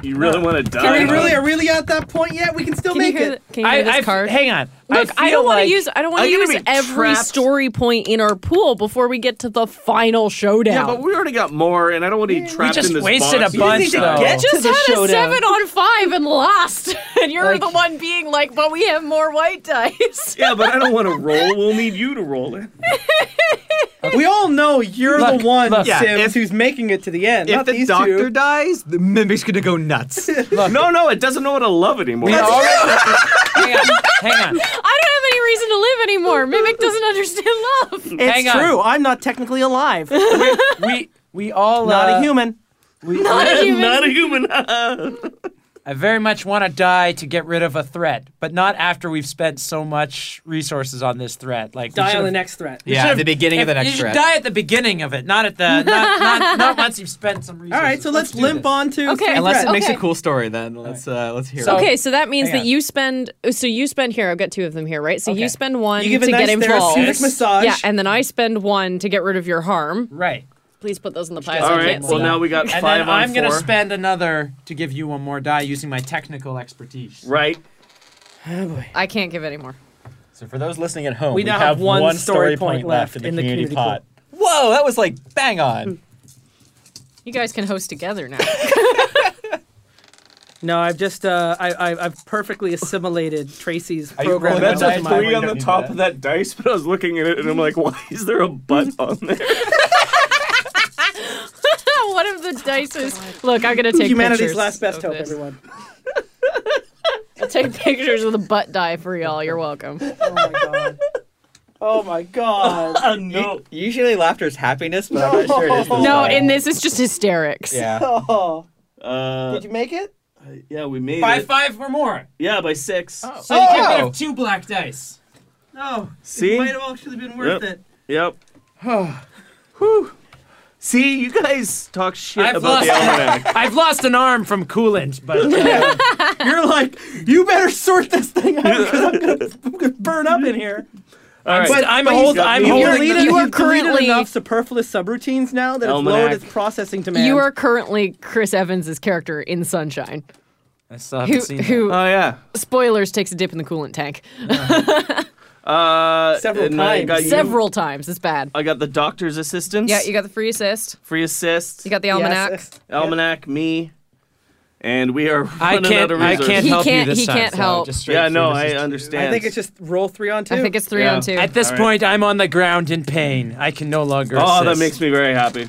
S3: you really want to die.
S1: Are we
S3: huh?
S1: really, are we really at that point yet? We can still
S2: Can you
S1: make
S2: hear?
S1: it.
S2: th- Can you hear
S5: I,
S2: this
S5: I've-
S2: card?
S5: Hang on.
S2: Look, I,
S5: feel
S2: don't want
S5: like-
S2: to use. I don't want to
S3: I'm gonna
S2: use
S3: be
S2: every
S3: trapped.
S2: story point in our pool before we get to the final showdown.
S3: Yeah, but we already got more, and I don't want to be trapped
S5: just
S3: in this
S5: wasted
S3: box.
S5: a bunch,
S3: You
S5: though.
S2: I *laughs*
S1: get
S2: just
S1: to the
S2: had
S1: showdown.
S2: a seven on five and lost, *laughs* and you're
S5: Like-
S2: the one being like, "But we have more white dice." *laughs*
S3: Yeah, but I don't want to roll. We'll need you to roll it.
S1: We all know you're
S5: Look,
S1: the one,
S5: look.
S1: Sims,
S7: Yeah, if-
S1: who's making it to the end.
S7: If
S1: not
S7: the
S1: these
S7: doctor
S1: two.
S7: dies, the mimic's gonna go nuts.
S3: No, no, it doesn't know how to love anymore.
S5: We already. hang on. Hang on.
S2: I don't have any reason to live anymore. Mimic doesn't understand love.
S1: It's
S5: Hang on.
S1: true. I'm not technically alive. not
S5: We we all
S1: a
S5: uh,
S1: human.
S2: Not a human.
S3: Not a human.
S5: I very much want to die to get rid of a threat, but not after we've spent so much resources on this threat. Like we
S9: Die on
S5: should've-
S9: the next threat.
S5: you
S8: Yeah,
S5: should've-
S8: the beginning of
S5: if-
S8: the next
S5: You should
S8: threat.
S5: die at the beginning of it, not at the not, not, not once you've spent some resources.
S8: All right, so let's,
S5: do
S8: limp
S5: this.
S8: on to
S2: Okay.
S8: three
S2: Unless it
S8: threat. makes
S2: okay.
S8: a cool story, then let's uh, let's hear.
S5: So-
S8: it.
S2: okay, so that means
S5: hang
S2: that
S5: on.
S2: you spend. So you spend here. I've got two of them here, right? So
S5: Okay.
S2: you spend one
S1: You give a
S2: to
S1: nice
S2: get involved.
S1: therapeutic massage.
S2: Yeah, and then I spend one to get rid of your harm.
S5: Right.
S2: Please put those in the pile.
S3: All
S2: so I
S3: right.
S2: can't
S3: Well,
S2: see.
S3: now we got
S5: And
S3: five
S5: then
S3: on
S5: I'm gonna
S3: four.
S5: spend another to give you one more die using my technical expertise.
S3: right.
S2: I can't give any more.
S8: So for those listening at home,
S9: We
S8: we,
S9: now have
S8: have
S9: one story
S8: story
S9: point left
S8: left in the,
S9: in the
S8: community,
S9: community
S8: pot. Whoa, that was like bang on.
S2: You guys can host together now.
S9: No, I've just uh, I, I I've perfectly assimilated Tracy's
S8: you
S9: program.
S8: rolling
S3: That's
S8: That's a That's
S3: a
S8: my
S3: three
S8: three
S3: on
S8: on
S3: the
S8: window. top
S3: top
S8: Yeah.
S3: of that dice, but I was looking at it and I'm like, *laughs* why is there a butt on there?
S2: one of the dice is. Look, I'm gonna take
S9: humanity's
S2: pictures
S9: last best
S2: of
S9: hope,
S2: this.
S9: everyone.
S2: I'll take pictures of the butt die for y'all. You're welcome.
S1: Oh my god. Oh my
S3: *laughs*
S1: god.
S3: Oh, no.
S8: Usually laughter is happiness, but I'm not sure it is.
S7: Oh,
S8: This
S2: No,
S8: time.
S2: in this it's just hysterics.
S8: yeah.
S1: Oh.
S3: Uh,
S1: Did you make it?
S3: yeah, we made
S5: By
S3: it.
S5: five or more.
S3: Yeah, by six.
S5: So you get rid
S8: Oh.
S5: of two black dice.
S1: No.
S3: See?
S1: It might have actually been worth
S3: Yep.
S1: it.
S3: Yep. Whew. See, you guys talk shit
S5: I've
S3: about the
S5: lost-
S3: almanac.
S5: I've lost an arm from coolant,
S8: *laughs*
S5: but uh,
S1: You're like, you better sort this thing out because I'm gonna, I'm gonna burn up in here.
S3: All right.
S5: but I'm, hold,
S3: got
S5: I'm
S3: me.
S5: holding.
S2: You're
S1: Deleted-
S2: leading- you are
S1: you've deleted
S2: currently-
S1: enough superfluous subroutines now that it's lowered
S3: Almanac.
S1: its processing demand.
S2: You are currently Chris Evans' character in Sunshine,
S4: I still haven't
S2: who,
S4: seen
S2: who
S3: oh, yeah.
S2: spoilers takes a dip in the coolant tank
S3: Uh,
S1: Several
S3: and I
S1: times.
S3: got you-
S2: several times. It's bad.
S3: I got the doctor's assistance.
S2: Yeah, you got the free assist.
S3: free assist.
S2: You got the almanac.
S1: Yes.
S3: almanac. Me, and we are.
S5: I
S3: running
S5: can't.
S3: out of
S5: I
S3: reserves.
S5: can't
S2: He
S5: help
S2: can't-
S5: you this
S2: he
S5: time.
S2: can't
S5: so
S2: help.
S5: Just straight
S3: Yeah, no,
S5: through.
S3: I
S5: This is-
S3: understand.
S1: I think it's just roll three on two. *laughs*
S2: I think it's three
S3: Yeah.
S2: on two.
S5: At this
S3: All right.
S5: point, I'm on the ground in pain. I can no longer.
S3: Oh, that
S5: assist.
S3: makes me very happy.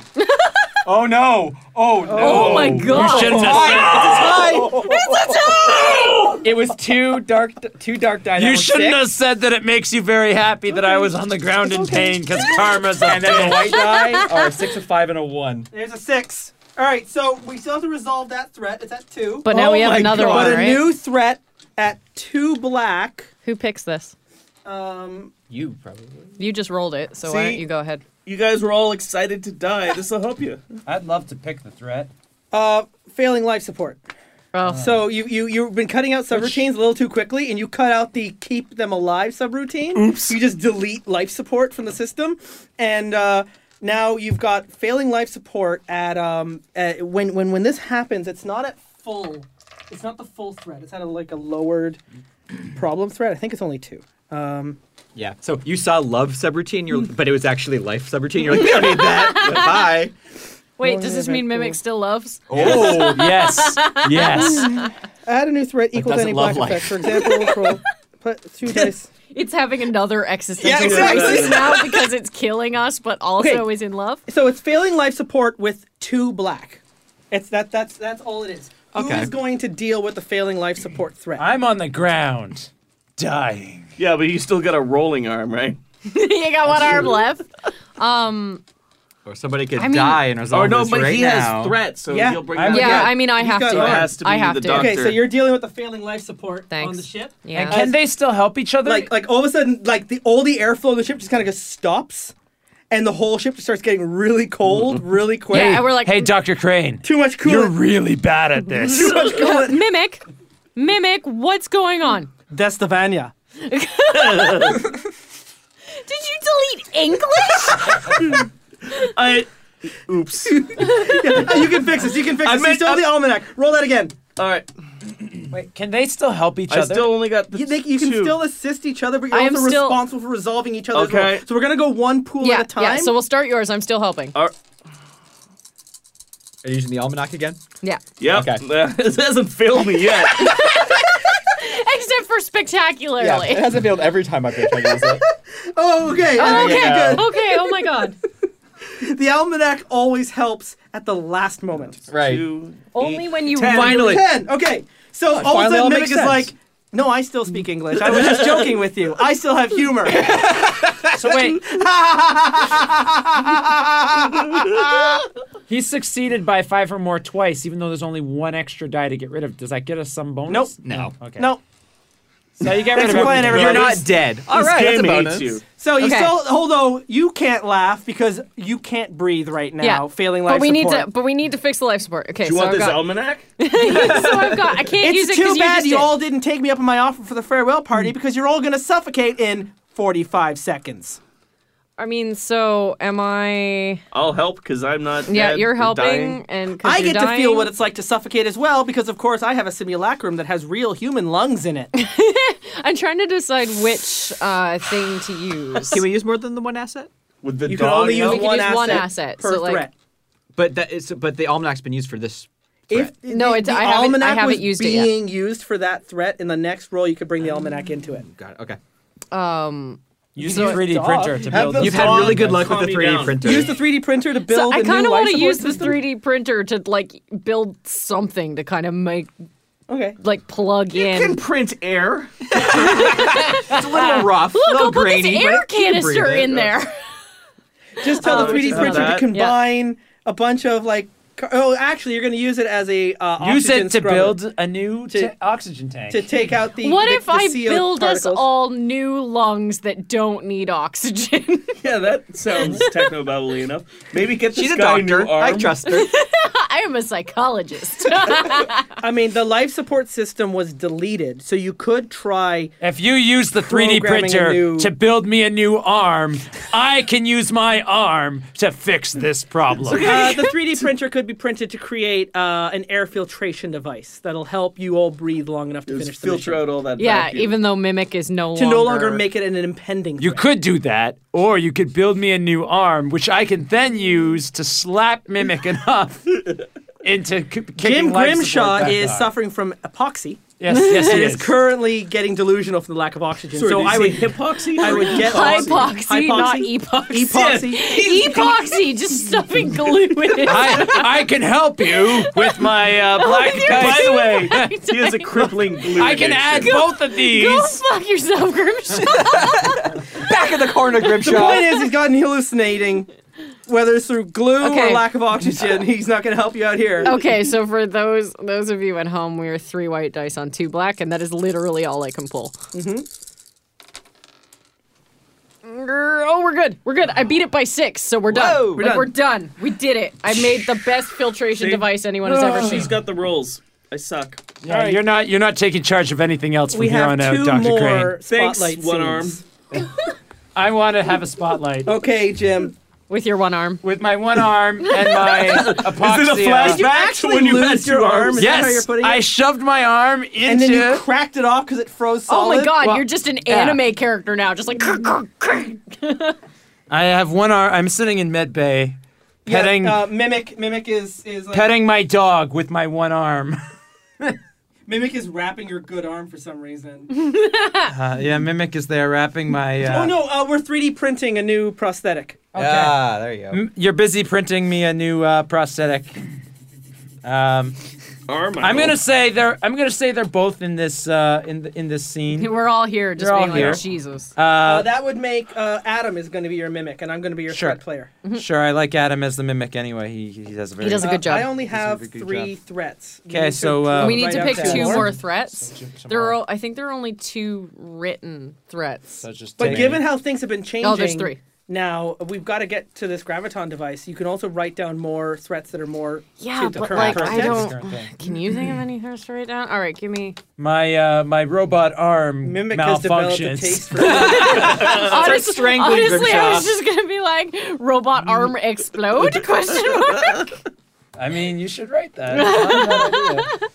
S8: Oh no. Oh no.
S2: *laughs* oh my god!
S5: You shouldn't have said-
S1: Oh,
S7: It was two dark, two dark dice.
S5: You shouldn't have said that it makes you very happy that I was on the ground in pain because karma's a
S8: And then the white die are a six, a five, and a one.
S1: There's a six. All right, so we still have to resolve that threat. It's at two.
S2: But now we
S5: Oh
S2: have
S5: my
S2: another
S5: God.
S1: But
S2: one,
S1: a
S2: right?
S1: new threat at two black.
S2: Who picks this?
S1: Um,
S7: You probably.
S2: You just rolled it, so why
S3: See?
S2: don't you go ahead?
S3: You guys were all excited to die. This will help you.
S5: I'd love to pick the threat.
S1: uh, failing life support.
S2: Oh,
S1: So you you you've been cutting out subroutines a little too quickly, and you cut out the keep them alive subroutine. Oops. You just delete life support from the system, and uh, now you've got failing life support at um at, when when when this happens, it's not at full, it's not the full threat. It's at a, like a lowered problem threat. I think it's only two. Um,
S7: Yeah.
S8: So you saw love subroutine, you're, but it was actually life subroutine. You're like, we don't need
S2: *laughs*
S8: that. Bye.
S2: wait, does this mean Mimic still loves?
S3: *laughs*
S8: Oh,
S5: Yes, yes.
S1: add a new threat equal to
S8: doesn't
S1: any black
S8: love
S1: effect. For example, roll put two dice.
S2: It's having another existential
S1: Yeah, exactly.
S2: crisis *laughs* now because it's killing us, but also
S1: Okay.
S2: is in love. *laughs*
S1: So it's failing life support with two black. It's that that's that's all it is.
S8: Okay.
S1: Who is going to deal with the failing life support threat?
S5: *laughs* I'm on the ground, dying.
S3: Yeah, but you still got a rolling arm, right?
S2: you got one arm left. Um,
S8: Or somebody could
S2: I mean-
S8: die and
S7: Oh,
S8: resolve
S3: Or no,
S8: this
S3: but
S8: right
S3: he
S8: now.
S3: has threat, so
S1: Yeah.
S3: he'll bring
S5: I
S3: that
S5: would-
S2: yeah,
S3: back.
S2: I mean, I
S1: You've
S2: have
S1: got-
S2: to.
S1: It
S3: has to be
S2: I have
S3: the
S2: to.
S3: doctor.
S1: okay, so you're dealing with the failing life support on
S2: Thanks.
S1: the ship.
S2: Yeah.
S5: Can they still help each other?
S1: Like like all of a sudden, like the all the airflow in the ship just kind of just stops, and the whole ship just starts getting really cold, really quick.
S2: Yeah, and we're like,
S5: hey, Doctor
S3: *laughs*
S5: Crane,
S1: too much
S5: you're
S1: coolant.
S5: really bad at this.
S1: Too much coolant.
S2: "Uh, mimic, mimic, what's going on?
S1: That's the Vanya.
S2: Did you delete English?
S3: *laughs* I, oops.
S1: you can fix this. You can fix
S3: I
S1: this. You
S3: meant-
S1: stole the almanac. Roll that again.
S3: all right.
S5: Wait, can they still help each
S3: I
S5: other?
S3: still only got the
S1: You, they, you can
S3: two.
S1: still assist each other, but you're
S2: I am
S1: also
S2: still-
S1: responsible for resolving each other's
S3: Okay.
S1: role. So we're gonna go one pool at
S2: yeah,
S1: a time.
S2: yeah. So we'll start yours. I'm still helping.
S3: All right.
S8: Are you using the almanac again?
S2: Yeah.
S3: Yep.
S8: Okay.
S3: *laughs* this hasn't failed
S5: *laughs*
S3: me yet.
S2: *laughs* Except for spectacularly. *laughs*
S7: *laughs*
S8: it hasn't failed every time I've been trying to use it.
S1: oh, okay.
S2: Oh,
S8: There
S2: okay.
S8: you go.
S2: Okay. Oh my God.
S1: The almanac always helps at the last moment.
S8: Right.
S3: Two,
S2: Only when you
S3: Ten.
S2: really-
S3: Finally.
S1: Ten. Okay. So all of a
S8: finally all
S1: sudden, Mimic
S8: makes
S1: is
S8: sense.
S1: like, "No, I still speak English. I was just joking with you. I still have humor."
S5: so wait, He's succeeded by five or more twice, even though there's only one extra die to get rid of. Does that get us some bonus?
S1: Nope.
S7: No.
S5: Okay.
S1: No.
S5: So you get rid
S1: Thanks
S5: of
S1: for playing,
S5: everything.
S1: everybody. Well,
S7: You're not dead. All
S3: This
S7: right, that's a
S3: game hates
S7: bonus.
S3: you.
S1: So you
S2: Okay.
S1: still, although you can't laugh because you can't breathe right now,
S2: yeah,
S1: failing life
S2: But we need
S1: support.
S2: to. But we need to fix the life support. Okay,
S3: Do you
S2: so
S3: want
S2: I've
S3: this
S2: got.
S3: almanac?
S1: *laughs*
S2: *laughs* so I've got. I can't use
S1: It's
S2: it
S1: too
S2: because you
S1: bad
S2: just
S1: you,
S2: did. Mm.
S1: all didn't take me up on my offer for the farewell party because you're all gonna suffocate in 45 seconds.
S2: I mean, so am I?
S3: I'll help because I'm not.
S2: Yeah,
S3: dead
S2: you're
S3: or
S2: helping,
S3: dying.
S2: and 'cause
S1: I
S2: you're
S1: get to feel
S2: dying.
S1: what it's like to suffocate as well because, of course, I have a simulacrum that has real human lungs in it.
S2: I'm trying to decide which uh, thing to use.
S7: Can we use more than the one asset?
S3: With the
S1: You can
S3: dog
S1: only
S3: help?
S2: we
S1: use
S2: could
S1: one
S2: use
S1: asset,
S2: one asset,
S1: per
S2: so, like-
S1: threat.
S7: But that is, but the almanac's been used for this.
S1: If
S2: No,
S1: the-
S2: it's-
S1: the
S2: I haven't- I
S1: almanac
S2: haven't
S1: was
S2: used it yet. Um,
S1: being used for that threat. In the next roll, you could bring the almanac into it.
S7: Got it. Okay.
S5: Use
S2: So
S5: the 3D printer to
S3: Have
S5: build
S3: the
S5: this.
S7: You've had really good
S3: Calm
S7: luck with the
S3: me
S7: 3D
S3: down.
S7: printer.
S1: Use the 3D printer to build.
S2: So I
S1: a
S2: kind
S1: new
S2: of
S1: want
S2: want to use the 3D printer to like build something to kind of make
S1: Okay.
S2: like plug in.
S3: Can print
S2: *laughs*
S3: air.
S7: It's a little rough,
S2: Look,
S7: a little
S2: I'll put this
S7: grainy, but
S2: air
S7: you can breathe
S2: canister
S7: it.
S2: in there.
S1: Just
S2: Oh,
S1: tell the 3D
S3: just
S1: printer
S3: that.
S1: to
S3: Yeah.
S1: combine a bunch of like. car- Oh, actually, you're going to use it as a uh,
S5: Use
S1: oxygen
S5: it to
S1: scrubber
S5: build a new
S1: To-
S5: ta- oxygen tank.
S1: to take out the.
S2: *laughs* What
S1: the-
S2: if
S1: the
S2: I
S1: CO
S2: build us
S1: particles.
S2: all new lungs that don't need oxygen?
S1: *laughs*
S3: Yeah, that sounds techno babbly enough. Maybe get this
S7: She's a
S3: guy a
S7: doctor.
S3: new arm.
S7: I trust her.
S2: I am a psychologist.
S1: I mean, the life support system was deleted, so you could try.
S5: If you use the
S1: Programming
S5: 3D
S1: a
S5: printer
S1: new-
S5: to build me a new arm, I can use my arm to fix this problem.
S1: *laughs*
S5: *laughs*
S1: Uh, the 3D printer could be printed to create uh, an air filtration device that'll help you all breathe long enough to
S3: Just
S1: finish the
S3: filter
S1: mission.
S3: out all that.
S2: yeah,
S3: vacuum.
S2: even though Mimic is no
S1: To no longer make it an impending.
S5: You
S1: threat.
S5: could do that, or you could build me a new arm, which I can then use to slap Mimic
S1: *laughs*
S5: enough into c-
S1: Jim
S5: kicking life support
S1: Grimshaw
S5: back
S1: is
S5: on.
S1: suffering from epoxy
S5: Yes, yes, he
S1: *laughs* and
S5: is.
S1: is currently getting delusional from the lack of oxygen.
S3: Sorry,
S1: so
S3: did you
S1: I
S5: *laughs*
S3: say
S1: would
S3: hypoxy.
S1: I would *laughs* get
S2: Hypoxy, not epoxy.
S1: Epoxy.
S2: *laughs* Epoxy, just stuffing glue in *laughs* it.
S5: I, I can help you with my uh,
S1: Oh,
S5: black
S2: with your
S5: guy.
S3: By the way,
S2: Right.
S3: he has a crippling blue.
S5: I can add both of these.
S2: Go fuck yourself, Grimshaw.
S7: Back in the *laughs* corner,
S1: The point
S7: Grimshaw.
S1: is, he's gotten hallucinating, whether it's through glue or
S2: Okay.
S1: lack of oxygen. He's not going to help you out here.
S2: okay, so for those those of you at home, we are three white dice on two black, and that is literally all I can pull. Mm-hmm. Oh, we're good. We're good. I beat it by six, so we're done.
S7: Whoa,
S2: Like,
S7: we're
S2: we're,
S7: done.
S2: done. We did it. I made the best filtration
S3: See?
S2: device anyone has ever seen.
S3: She's got the rolls. I suck.
S5: Yeah, you're not you're not taking charge of anything else from
S1: We
S5: here
S1: have
S5: on out,
S1: two
S5: Dr.
S1: more
S5: Crane.
S3: Thanks,
S1: spotlight
S3: one
S1: scenes.
S5: I want to have a spotlight
S1: Okay, Jim.
S2: With your one arm.
S5: with my one arm and
S1: *laughs*
S5: my epoxy.
S3: Is it a
S5: on.
S3: flashback to
S1: Uh, actually
S3: when you
S1: lose
S3: had two
S1: your arm?
S3: arms?
S1: Is that how you're
S5: Yes,
S1: putting
S5: I
S1: it?
S5: shoved my arm into.
S1: And then you cracked it off because it froze solid.
S2: Oh my god,
S5: Well,
S2: you're just an
S5: yeah.
S2: anime character now, just like *laughs*
S5: I have one arm. I'm sitting in med bay,
S1: Yeah,
S5: petting
S1: uh, mimic. Mimic is is like,
S5: petting my dog with my one arm. *laughs*
S1: mimic is wrapping your good arm for some reason.
S5: Uh, yeah, mimic is there wrapping my.
S1: *laughs*
S5: Uh,
S1: oh no, uh, we're 3D printing a new prosthetic.
S7: Ah, there you go.
S5: m- You're busy printing me a new uh, prosthetic. Um,
S3: Arm. I
S5: I'm gonna
S3: hope.
S5: say they're. I'm gonna say they're both in this. Uh, in the, in this scene.
S2: we're all here just
S5: You're all
S2: being
S5: here.
S2: like Jesus.
S1: Uh,
S5: Uh,
S1: that would make uh, Adam is going to be your mimic, and I'm going to be your
S5: Sure.
S1: threat player.
S5: sure, I like Adam as the mimic anyway. He he does a very.
S2: He does a
S1: Uh,
S2: good job.
S1: I only have
S5: a good
S1: three threats. You
S5: Okay,
S1: need to
S5: so, uh,
S1: draw
S2: we need
S1: Oh, right
S2: to
S1: up
S2: pick
S1: there.
S2: two
S5: more?
S2: more threats. There are, o- I think there are only two written threats.
S5: just
S1: But
S5: take-
S1: given how things have been changing,
S2: Oh, there's three.
S1: Now we've got to get to this graviton device. You can also write down more threats that are more
S2: Yeah,
S1: to the
S2: but
S1: current
S2: like I
S1: context.
S5: Current thing.
S2: don't. Can you think of any threats to write down? All right, give me.
S5: my uh, my robot arm
S1: Mimic has developed a
S5: malfunctions.
S1: taste for.
S7: Uh,
S2: Honest,
S7: strangling
S2: honestly, I
S7: Grimshaw.
S2: was just gonna be like, robot arm
S1: *laughs*
S2: explode? Question *laughs* mark.
S5: I mean, you should write that. It's not a bad idea.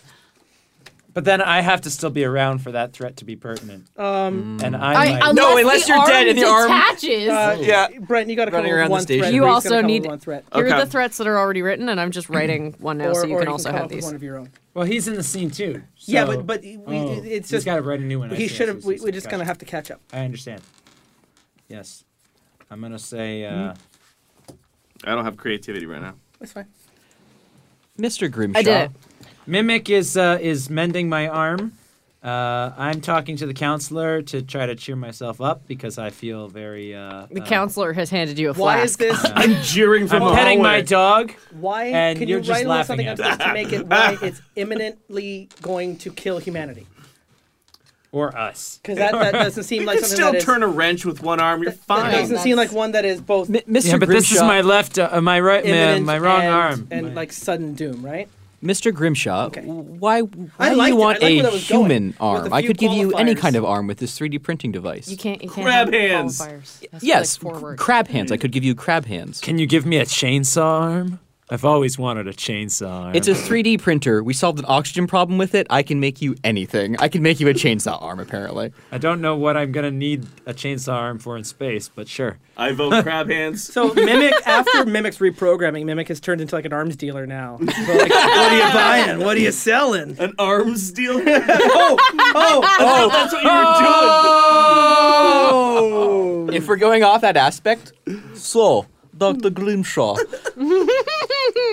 S5: But then I have to still be around for that threat to be pertinent.
S1: um,
S5: And I, might,
S7: No, unless
S2: the
S7: you're
S2: arm
S7: dead and the arm- Uh,
S2: detaches.
S5: *laughs*
S7: Yeah.
S1: uh, Brent, you got to come up with
S7: Running around the
S1: one
S7: station.
S1: threat.
S2: You
S1: Bree's
S2: also
S1: gonna come up
S2: need-
S1: with one threat.
S2: Here
S3: Okay.
S2: are the threats that are already written, and I'm just writing one now,
S1: or,
S2: so you
S1: or
S2: can also
S1: come
S2: have
S1: up with
S2: these.
S1: one of your own.
S5: well, he's in the scene too.
S1: yeah,
S5: so-
S1: but but we,
S5: Oh,
S1: it's
S5: he's
S1: just
S5: got to write a new one. I
S1: he
S5: see, I
S1: should
S5: see,
S1: have.
S5: I
S1: We,
S5: see,
S1: we're just gonna
S5: gotcha.
S1: have to catch up.
S5: I understand. Yes, I'm gonna say. Uh,
S3: I don't have creativity right now.
S1: That's fine.
S7: Mr. Grimshaw.
S2: I did it.
S5: Mimic is uh, is mending my arm, Uh, I'm talking to the counselor to try to cheer myself up because I feel very. Uh,
S2: The
S5: uh,
S2: counselor has handed you a
S1: Why is
S2: flask.
S1: this?
S3: I'm jeering from
S5: I'm
S3: the
S5: petting my
S3: hallway.
S5: dog.
S1: Why
S5: And
S1: can
S5: you're
S1: you
S5: just
S1: write a little
S5: laughing
S1: something
S5: at
S1: up just to make it *laughs* why it's imminently going to kill humanity?
S5: Or us.
S1: Because that, that doesn't seem like
S3: You can
S1: something
S3: still
S1: that is-
S3: turn a wrench with one arm.
S1: *laughs*
S3: You're
S1: that
S3: fine.
S1: doesn't seem like one that is both
S10: M- Mr.
S5: Yeah, but this is
S10: Grimshaw-
S5: my left, uh, my right, man,
S1: imminent
S5: my wrong
S1: and,
S5: arm.
S1: and like sudden doom, right?
S7: Mr. Grimshaw,
S1: Okay.
S7: why, why
S1: I
S7: do
S1: liked it. I
S7: you want
S1: liked where
S7: a
S1: that was going,
S7: human
S1: with a
S7: arm? I
S1: few
S7: could give you any
S1: qualifiers.
S7: kind of arm with this 3D printing device.
S2: You can't. You can't.
S3: Grab
S2: have
S3: hands.
S2: qualifiers. That's
S7: yes,
S2: Like
S7: cr-
S2: forward.
S7: crab hands. I could give you crab hands.
S5: Can you give me a chainsaw arm? I've always wanted a chainsaw arm.
S7: It's a 3D printer. We solved an oxygen problem with it. I can make you anything. I can make you a chainsaw *laughs* arm, apparently.
S5: I don't know what I'm gonna need a chainsaw arm for in space, but sure.
S3: I
S1: *laughs*
S3: vote crab hands.
S1: So mimic *laughs* after mimic's reprogramming, mimic has turned into like an arms dealer *laughs* now. So, like, what are you buying? What are you selling?
S3: An arms *laughs* deal. That's
S1: Oh,
S3: what you were
S7: if we're going off that aspect, so Doctor Grimshaw,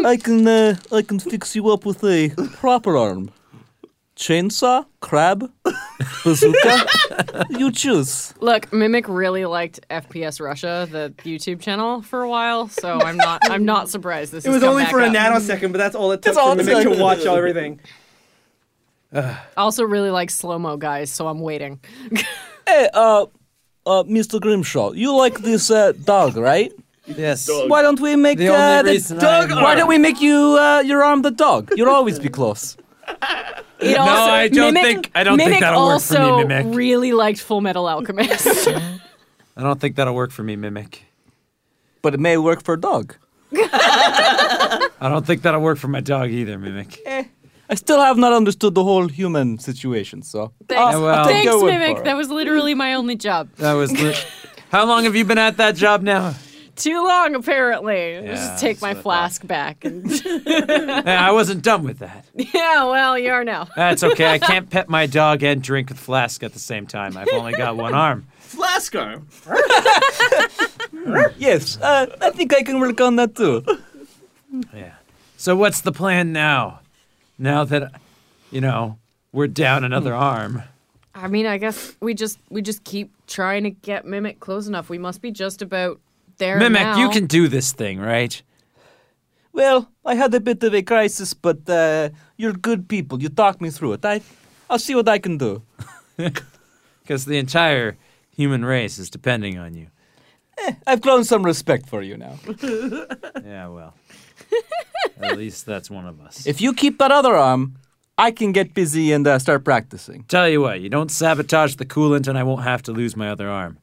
S7: I can uh, I can fix you up with a proper arm, chainsaw, crab, bazooka. you choose.
S2: Look, Mimic really liked FPS Russia, the YouTube channel, for a while, so I'm not. I'm not surprised this.
S1: it was only for a nanosecond, but that's all it took for mimic to watch all everything.
S2: Also, really like slow mo guys, so I'm
S5: *laughs*
S2: waiting.
S7: Hey, uh, uh, Mr. Grimshaw, you like this uh, dog, right?
S11: Yes.
S7: Why don't we make
S11: The
S7: uh,
S11: only
S7: the
S11: reason
S7: dog?
S11: I'm-
S7: Why don't we make you uh, your arm the dog? You'll always be close.
S2: It also,
S5: I don't
S2: Mimic,
S5: think- I don't think
S2: Mimic
S5: that'll work for me,
S2: also
S5: Mimic.
S2: really liked Full Metal Alchemist. *laughs*
S5: I don't think that'll work for me, Mimic.
S7: But it may work for a dog.
S5: I don't think that'll work for my dog either, Mimic.
S7: I still have not understood the whole human situation, so.
S2: Thanks,
S5: Oh, well.
S2: Thanks,
S7: I'll take your word for
S2: Mimic.
S7: it.
S2: That was literally my only job.
S5: That was. Li- How long have you been at that job now?
S2: Too long, apparently. Let's
S5: Yeah,
S2: just take
S5: that's
S2: my
S5: what I
S2: flask back. And *laughs*
S5: Yeah, Eh, I wasn't done with that.
S2: yeah, well, you are now.
S5: That's okay. I can't pet my dog and drink with flask at the same time. I've only got one arm.
S3: Flask arm.
S7: Yes, uh, I think I can work on that too.
S5: Yeah. So what's the plan now? Now that, you know, we're down another arm.
S2: I mean, I guess we just we just keep trying to get Mimic close enough. We must be just about there
S5: Mimic, you
S2: now.
S5: can do this thing, right?
S7: Well, I had a bit of a crisis, but uh, you're good people. You talked me through it. I, I'll see what I can do.
S5: Because the entire human race is depending on you.
S7: I've grown some respect for you now.
S5: Yeah, well. At least that's one of us.
S7: If you keep that other arm, I can get busy and uh, start practicing.
S5: Tell you what, you don't sabotage the coolant, and I won't have to lose my other arm.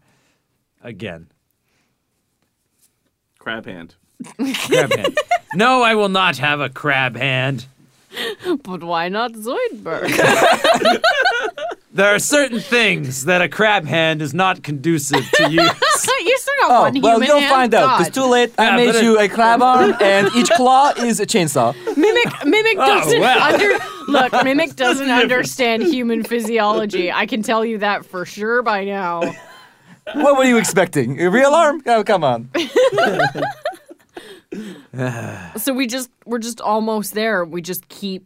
S5: Again.
S3: Crab hand.
S5: Crab hand. No, I will not have a crab hand.
S2: *laughs* But why not
S7: *laughs*
S2: Zoidberg? *laughs*
S5: There are certain things that a crab hand is not conducive to
S2: *laughs*
S5: use.
S2: you still got
S7: Oh,
S2: one
S7: well,
S2: human
S7: you'll
S2: hand.
S7: find out. It's
S2: God.
S7: too late.
S5: Yeah,
S7: I made
S5: but
S7: you a crab arm, and each claw is a chainsaw.
S2: Mimic, Mimic doesn't *laughs* under look. Mimic doesn't understand human physiology. I can tell you that for sure by now.
S7: What were you expecting? A real arm? Oh,
S2: *laughs*
S7: come on.
S2: So we just we're just almost there. We just keep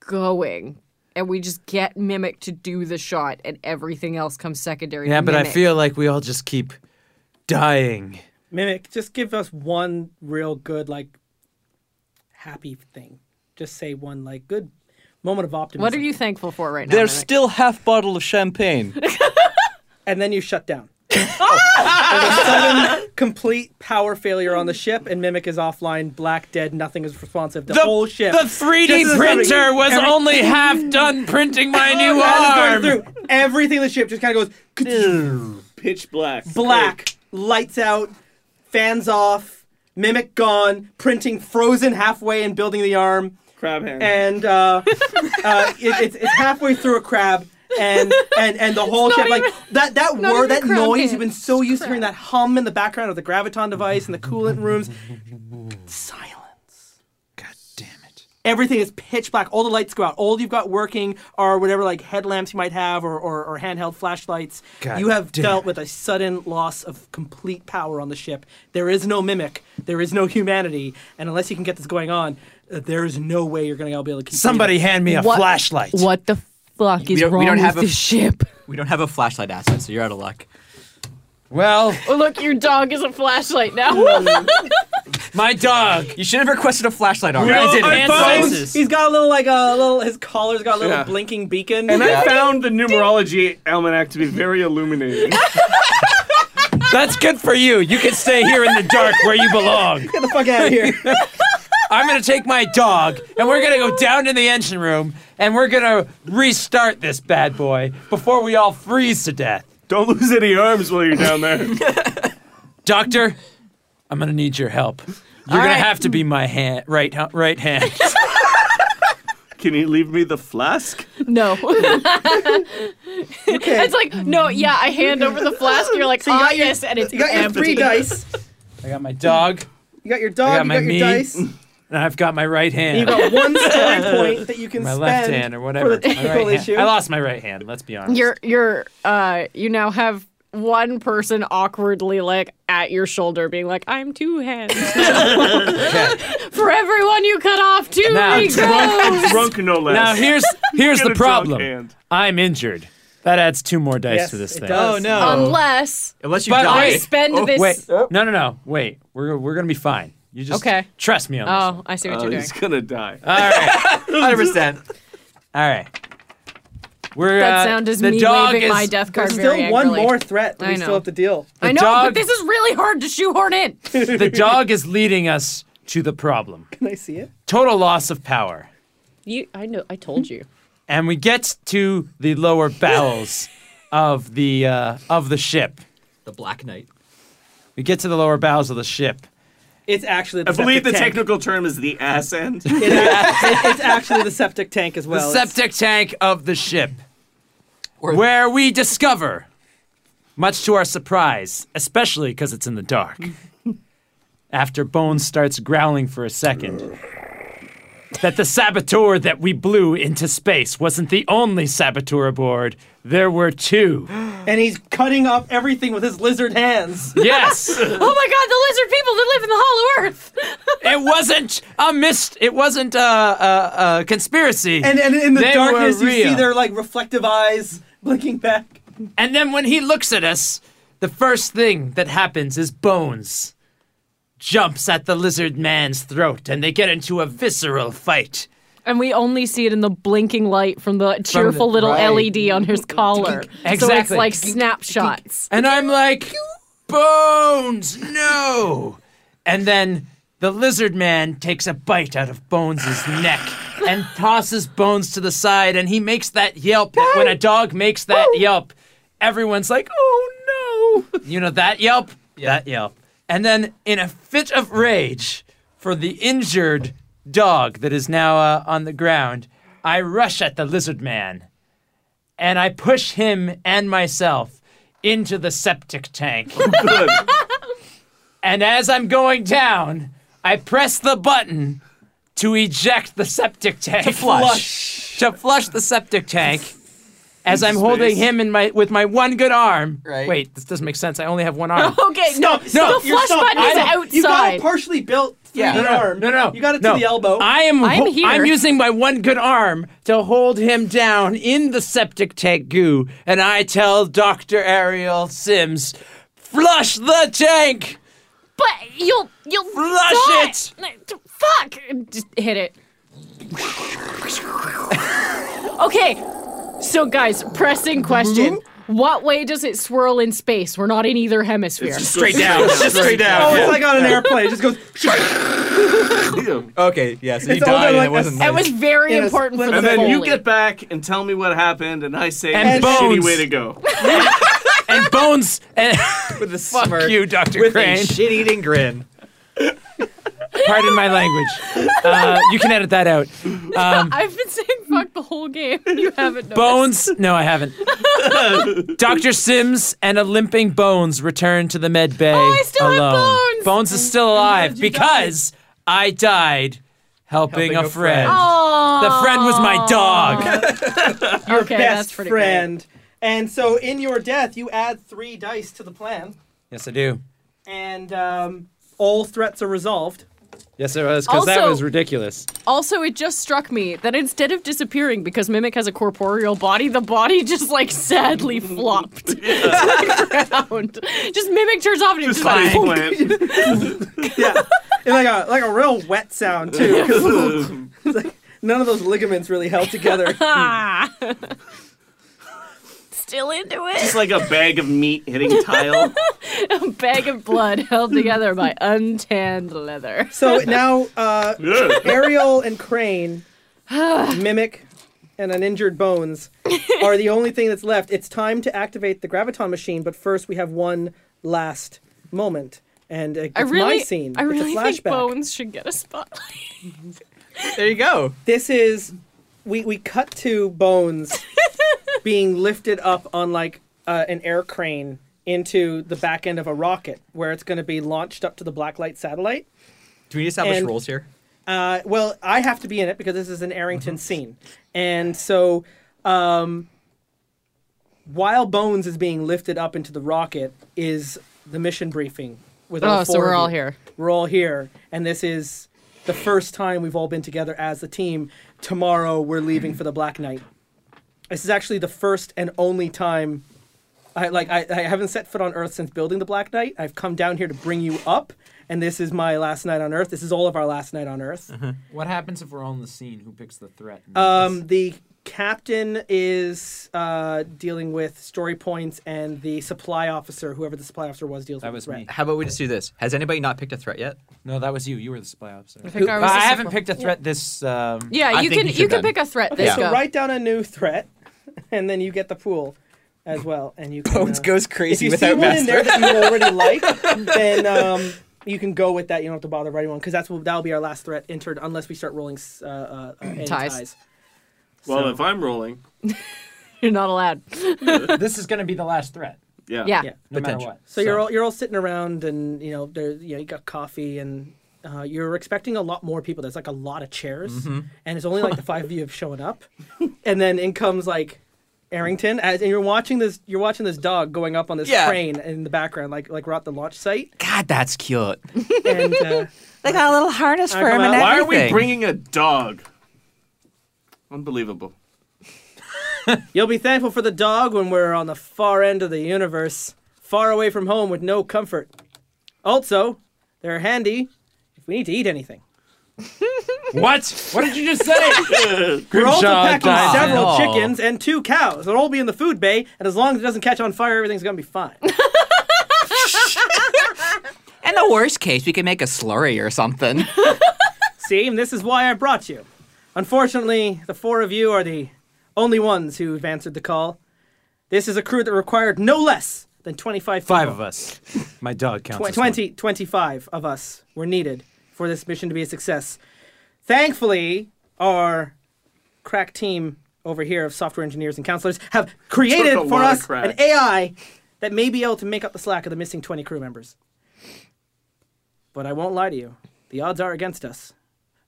S2: going, and we just get Mimic to do the shot, and everything else comes secondary.
S5: Yeah,
S2: to
S5: but I
S2: Mimic.
S5: feel like we all just keep dying.
S1: *laughs* Mimic, just give us one real good like happy thing. Just say one like good moment of optimism.
S2: What are you thankful for right now?
S7: There's
S2: Mimic?
S7: still half bottle of champagne.
S1: and then you shut down. There's a sudden complete power failure on the ship, and Mimic is offline, black, dead, nothing is responsive. The, whole ship.
S5: The 3D
S1: Just
S5: printer was
S1: every-
S5: only half done printing my
S2: *laughs*
S5: new
S1: As it's
S5: arm.
S1: going through, everything in the ship just kind of goes
S3: Pitch black.
S1: black, lights out, fans off, Mimic gone, printing frozen halfway and building the arm.
S3: Crab hand.
S1: and uh, uh, it, it's, it's halfway through a crab. And, and and the whole ship like that that
S2: not
S1: word
S2: even a
S1: that
S2: crab
S1: noise
S2: hand.
S1: you've been so used to hearing that hum in the background of the graviton device and the coolant rooms silence god damn
S5: it.
S1: everything is pitch black all the lights go out all you've got working are whatever like headlamps you might have or, or, or handheld flashlights
S5: God
S1: you have
S5: damn
S1: dealt with a sudden loss of complete power on the ship there is no mimic there is no humanity and unless you can get this going on uh, there is no way you're going to be able to keep
S5: Somebody hand me a
S2: What-
S5: flashlight.
S2: What the fuck
S7: We
S2: is
S7: don't- we
S2: wrong
S7: don't have
S2: with
S7: a-
S2: this ship?
S7: We don't have a flashlight asset, so you're out of luck.
S5: Well,
S2: Oh, look, your dog is a flashlight now.
S5: my dog.
S7: You should have requested a flashlight already.
S5: Well,
S7: didn't.
S5: I
S7: And
S5: found-
S7: so-
S5: This-
S12: He's got a little like a little. His collar's got a little
S3: Yeah.
S12: blinking beacon.
S3: And
S12: *laughs*
S3: I found the numerology almanac to be very *laughs* illuminating.
S5: That's good for you. You can stay here in the dark where you belong.
S12: Get the fuck out of here.
S5: I'm gonna take my dog and we're gonna go down to the engine room and we're gonna restart this bad boy before we all freeze to death.
S3: Don't lose any arms while you're down there.
S5: Doctor, I'm gonna need your help. You're gonna
S2: right.
S5: have to be my hand, right, ha- right hand.
S3: *laughs* Can you leave me the flask?
S2: no. *laughs* It's like, no, yeah, I hand over the flask, and you're like, ah,
S12: got your-
S2: yes, and it's
S12: You got your
S2: empty.
S12: three dice.
S5: I got my dog,
S12: You got your
S5: I
S12: dog.
S5: got
S12: you
S5: my
S12: got your
S5: meat.
S12: dice. and
S5: and I've got my right hand. *laughs*
S12: You got one story point that you can
S5: my
S12: spend
S5: left hand or whatever.
S12: for the
S5: My right
S12: technical
S5: hand.
S12: issue.
S5: I lost my right hand. Let's be honest.
S2: You're, you're, uh, you now have one person awkwardly like at your shoulder being like i'm two hands for everyone you cut off two
S5: Now,
S2: regrows.
S3: *laughs* Drunk, no less. *laughs*
S5: now here's here's
S3: Get
S5: the
S3: a drunk
S5: problem.
S3: hand.
S5: I'm injured. That adds two more dice
S12: Yes,
S5: to this
S12: it
S5: thing.
S12: does.
S7: Oh no.
S2: Um, unless
S7: Unless you
S5: But
S7: die.
S2: i spend this
S5: Wait, no, no, no. Wait, we're we're gonna be fine. You just
S2: Okay.
S5: Trust me on this.
S2: oh i see what
S3: Oh,
S2: you're doing
S3: he's gonna die.
S5: All right, *laughs*
S7: 100%.
S5: all right. We're
S2: That
S5: uh,
S2: sound is
S5: the
S2: me
S5: dog
S2: waving
S5: is, *laughs*
S2: my death card.
S12: There's still
S2: very
S12: one
S2: angrily.
S12: more threat that
S2: I
S12: we
S2: know.
S12: still have to deal. *laughs*
S2: I know,
S5: dog-
S2: but this is really hard to shoehorn in.
S5: The dog is leading us to the problem.
S12: Can I see it?
S5: Total loss of power,
S2: You, I know, I told you.
S5: and we get to the lower bowels of the uh, of the ship.
S7: The Black Knight.
S5: We get to the lower bowels of the ship.
S12: It's actually the
S3: I believe the
S12: septic tank.
S3: technical term is the ass end. *laughs*
S12: It act- it- it's actually the septic tank as well.
S5: the
S12: It's-
S5: septic tank of the ship, where we discover, much to our surprise, especially because it's in the
S7: *laughs*
S5: dark, after Bones starts growling for a second, that the saboteur that we blew into space wasn't the only saboteur aboard. There were
S7: *laughs*
S5: two.
S12: and he's cutting up everything with his lizard
S5: *laughs*
S12: hands.
S5: Yes,
S2: oh my god, the lizard people that live in the Hollow Earth.
S5: it wasn't a mist. It wasn't a, a, a conspiracy.
S12: And, and in the
S5: They were
S12: darkness, you see
S5: real.
S12: their like reflective eyes blinking back.
S5: And then when he looks at us, the first thing that happens is Bones jumps at the lizard man's throat and they get into a visceral fight.
S2: And we only see it in the blinking light from the cheerful little LED on his collar. So it's
S5: Exactly.
S2: like
S5: *laughs*
S2: snapshots.
S5: And I'm like, Bones, no! And then the lizard man takes a bite out of Bones' neck and tosses Bones to the side and he makes that yelp that when a dog makes that yelp, everyone's like, oh no! You know that yelp? That yelp. And then in a fit of rage for the injured dog that is now uh, on the ground, I rush at the lizard man and I push him and myself into the septic tank.
S3: Good.
S5: and as I'm going down, I press the button to eject the septic tank. To
S7: flush.
S5: to flush the septic tank. As I'm holding
S3: space.
S5: him in my with my one good arm.
S7: Right.
S5: Wait, this doesn't make sense. I only have
S2: *laughs*
S5: one arm.
S2: Okay, no,
S5: no,
S2: the
S12: You're
S2: flush
S12: stuck.
S2: button is
S12: I don't- You got
S2: outside.
S12: a partially built
S7: Yeah.
S12: three-arm.
S5: no, no, no,
S12: You got it
S5: no.
S12: to the elbow.
S5: I am.
S2: I'm
S5: ho-
S2: here.
S5: I'm using my one good arm to hold him down in the septic tank goo, and I tell Doctor Ariel Sims, "Flush the tank.
S2: but you'll you'll
S5: Flush
S2: die.
S5: it.
S2: Fuck! Just hit it. *laughs* okay, so guys, pressing question: What way does it swirl in space? We're not in either hemisphere.
S3: Straight down. Just straight down. Oh,
S12: oh, it's like
S5: *laughs*
S12: on an airplane. It just goes.
S7: Okay, yeah, so you
S12: all
S7: died
S12: done
S7: and
S12: like
S7: it wasn't
S2: that was very
S12: Yes,
S2: important for
S12: flip
S2: the
S3: And then you
S2: Foley.
S3: get back and tell me what happened, and I say,
S5: And
S3: shitty
S5: bones.
S3: way
S2: *laughs*
S3: to go.
S5: And bones and
S7: with a smirk,
S5: fuck you, Doctor
S7: with
S5: Crane.
S7: a shit-eating
S2: *laughs*
S7: grin.
S5: Pardon my language. Uh, you can edit that out.
S2: I've been saying fuck the whole game. You haven't noticed.
S5: Bones. No, I
S12: *laughs*
S5: haven't. Dr. Sims and a limping Bones return to the med bay.
S2: Oh, I still have
S5: alone.
S2: Bones.
S5: is still alive because I died helping,
S7: Helping
S5: a,
S7: a
S5: friend.
S7: friend.
S2: Aw.
S5: The friend was my dog.
S2: Okay, that's
S12: best
S2: pretty
S12: friend. And so in your death, you add three dice to the plan,
S5: *laughs* yes, I do.
S12: and um, all threats are resolved.
S13: Yes, it was because that
S2: Also-
S13: was ridiculous.
S2: Also, it just struck me that instead of disappearing because Mimic has a corporeal body, the body just like
S7: *laughs*
S2: sadly flopped *laughs* to the ground. Just Mimic turns off and it just, like,
S12: *laughs*
S1: And like a like a real wet sound too. 'cause
S2: *laughs*
S1: it's like none of those ligaments really held together.
S2: "Ah." *laughs* still into
S3: Just
S2: it.
S3: like a bag of meat hitting tile.
S2: a bag of blood *laughs* held together by untanned leather.
S1: So now uh,
S3: *laughs* Yeah.
S1: Ariel and
S2: *sighs*
S1: Crane, Mimic, and an injured Bones are the only thing that's left. It's time to activate the graviton machine, but first we have one last moment. And it- it's
S2: I really,
S1: my scene.
S2: I really
S1: it's a
S2: think
S1: flashback.
S2: Bones should get a spotlight.
S7: There you go.
S1: This is we we cut to
S2: *laughs*
S1: Bones being lifted up on like uh, an air crane into the back end of a rocket, where it's going to be launched up to the Blacklight satellite.
S7: Do we establish
S1: And-
S7: rules here?
S1: Uh, well, I have to be in it because this is an Arrington scene, and so um, while Bones is being lifted up into the rocket, is the mission briefing with all
S2: Oh, so
S1: four
S2: we're
S1: of
S2: all
S1: you.
S2: here.
S1: We're all here, and this is the first time we've all been together as the team. Tomorrow, we're leaving for the Black Knight. This is actually the first and only time. I like I, I haven't set foot on Earth since building the Black Knight. I've come down here to bring you up, and this is my last night on Earth. This is all of our last night on Earth.
S5: What happens if we're on the scene? Who picks the threat?
S1: Um, the captain is uh, dealing with story points, and the supply officer, whoever the supply officer was, deals
S5: That
S1: with
S5: was
S1: threat.
S5: me.
S7: How about we just do this? Has anybody not picked a threat yet?
S5: No, that was you. You were the supply officer. I,
S2: think I was the
S5: haven't
S2: supply-
S5: picked a threat this. Um,
S2: Yeah,
S7: I
S2: you
S7: think
S2: can
S7: you
S2: you,
S7: should
S2: can
S7: then.
S2: pick a threat.
S1: Okay,
S2: This
S1: so
S2: go.
S1: write down a new threat, and then you get the pool as well, and you can,
S7: Bones
S1: uh,
S7: goes
S1: If
S7: crazy
S1: you see
S7: without
S1: one in there
S7: master.
S1: that you already
S7: *laughs*
S1: like, then um, you can go with that. You don't have to bother writing one because that's that'll be our last threat entered unless we start rolling s- uh, uh, uh, any
S2: Ties.
S1: ties.
S3: well, if I'm rolling,
S2: You're not allowed.
S5: *laughs* this is going to be the last threat,
S3: yeah.
S2: Yeah.
S1: Yeah.
S5: no
S7: Potential.
S5: matter what.
S1: So, you're all you're all sitting around, and you know there you, know, you got coffee, and uh, you're expecting a lot more people. There's like a lot of chairs, and it's only like the five of you have shown up, and then in comes like Arrington, as, and you're watching this you're watching this dog going up on this
S7: Yeah.
S1: crane in the background, like like we're at the launch site,
S7: God, that's cute.
S1: and uh,
S7: They got a little harness
S1: for him and
S3: Why are we bringing a dog? Unbelievable.
S1: you'll be thankful for the dog when we're on the far end of the universe, far away from home with no comfort. Also, they're handy if we need to eat anything.
S5: What? What did you just say?
S1: We're also
S5: Grimshaw
S1: packing
S5: dies
S1: several
S7: in.
S1: chickens and two cows. They'll all be in the food bay, and as long as it doesn't catch on fire, everything's gonna be fine.
S7: *laughs* In the worst case, we can make a slurry or something. *laughs*
S1: See, and this is why I brought you. Unfortunately, the four of you are the only ones who've answered the call. This is a crew that required no less than 25 people.
S5: Five of us. My dog counts.
S1: Tw-
S5: as one.
S1: 20, 25 of us were needed for this mission to be a success. Thankfully, our crack team over here of software engineers and counselors have created
S3: Took a
S1: for
S3: lot of
S1: us
S3: crack.
S1: an AI that may be able to make up the slack of the missing 20 crew members. But I won't lie to you, the odds are against us.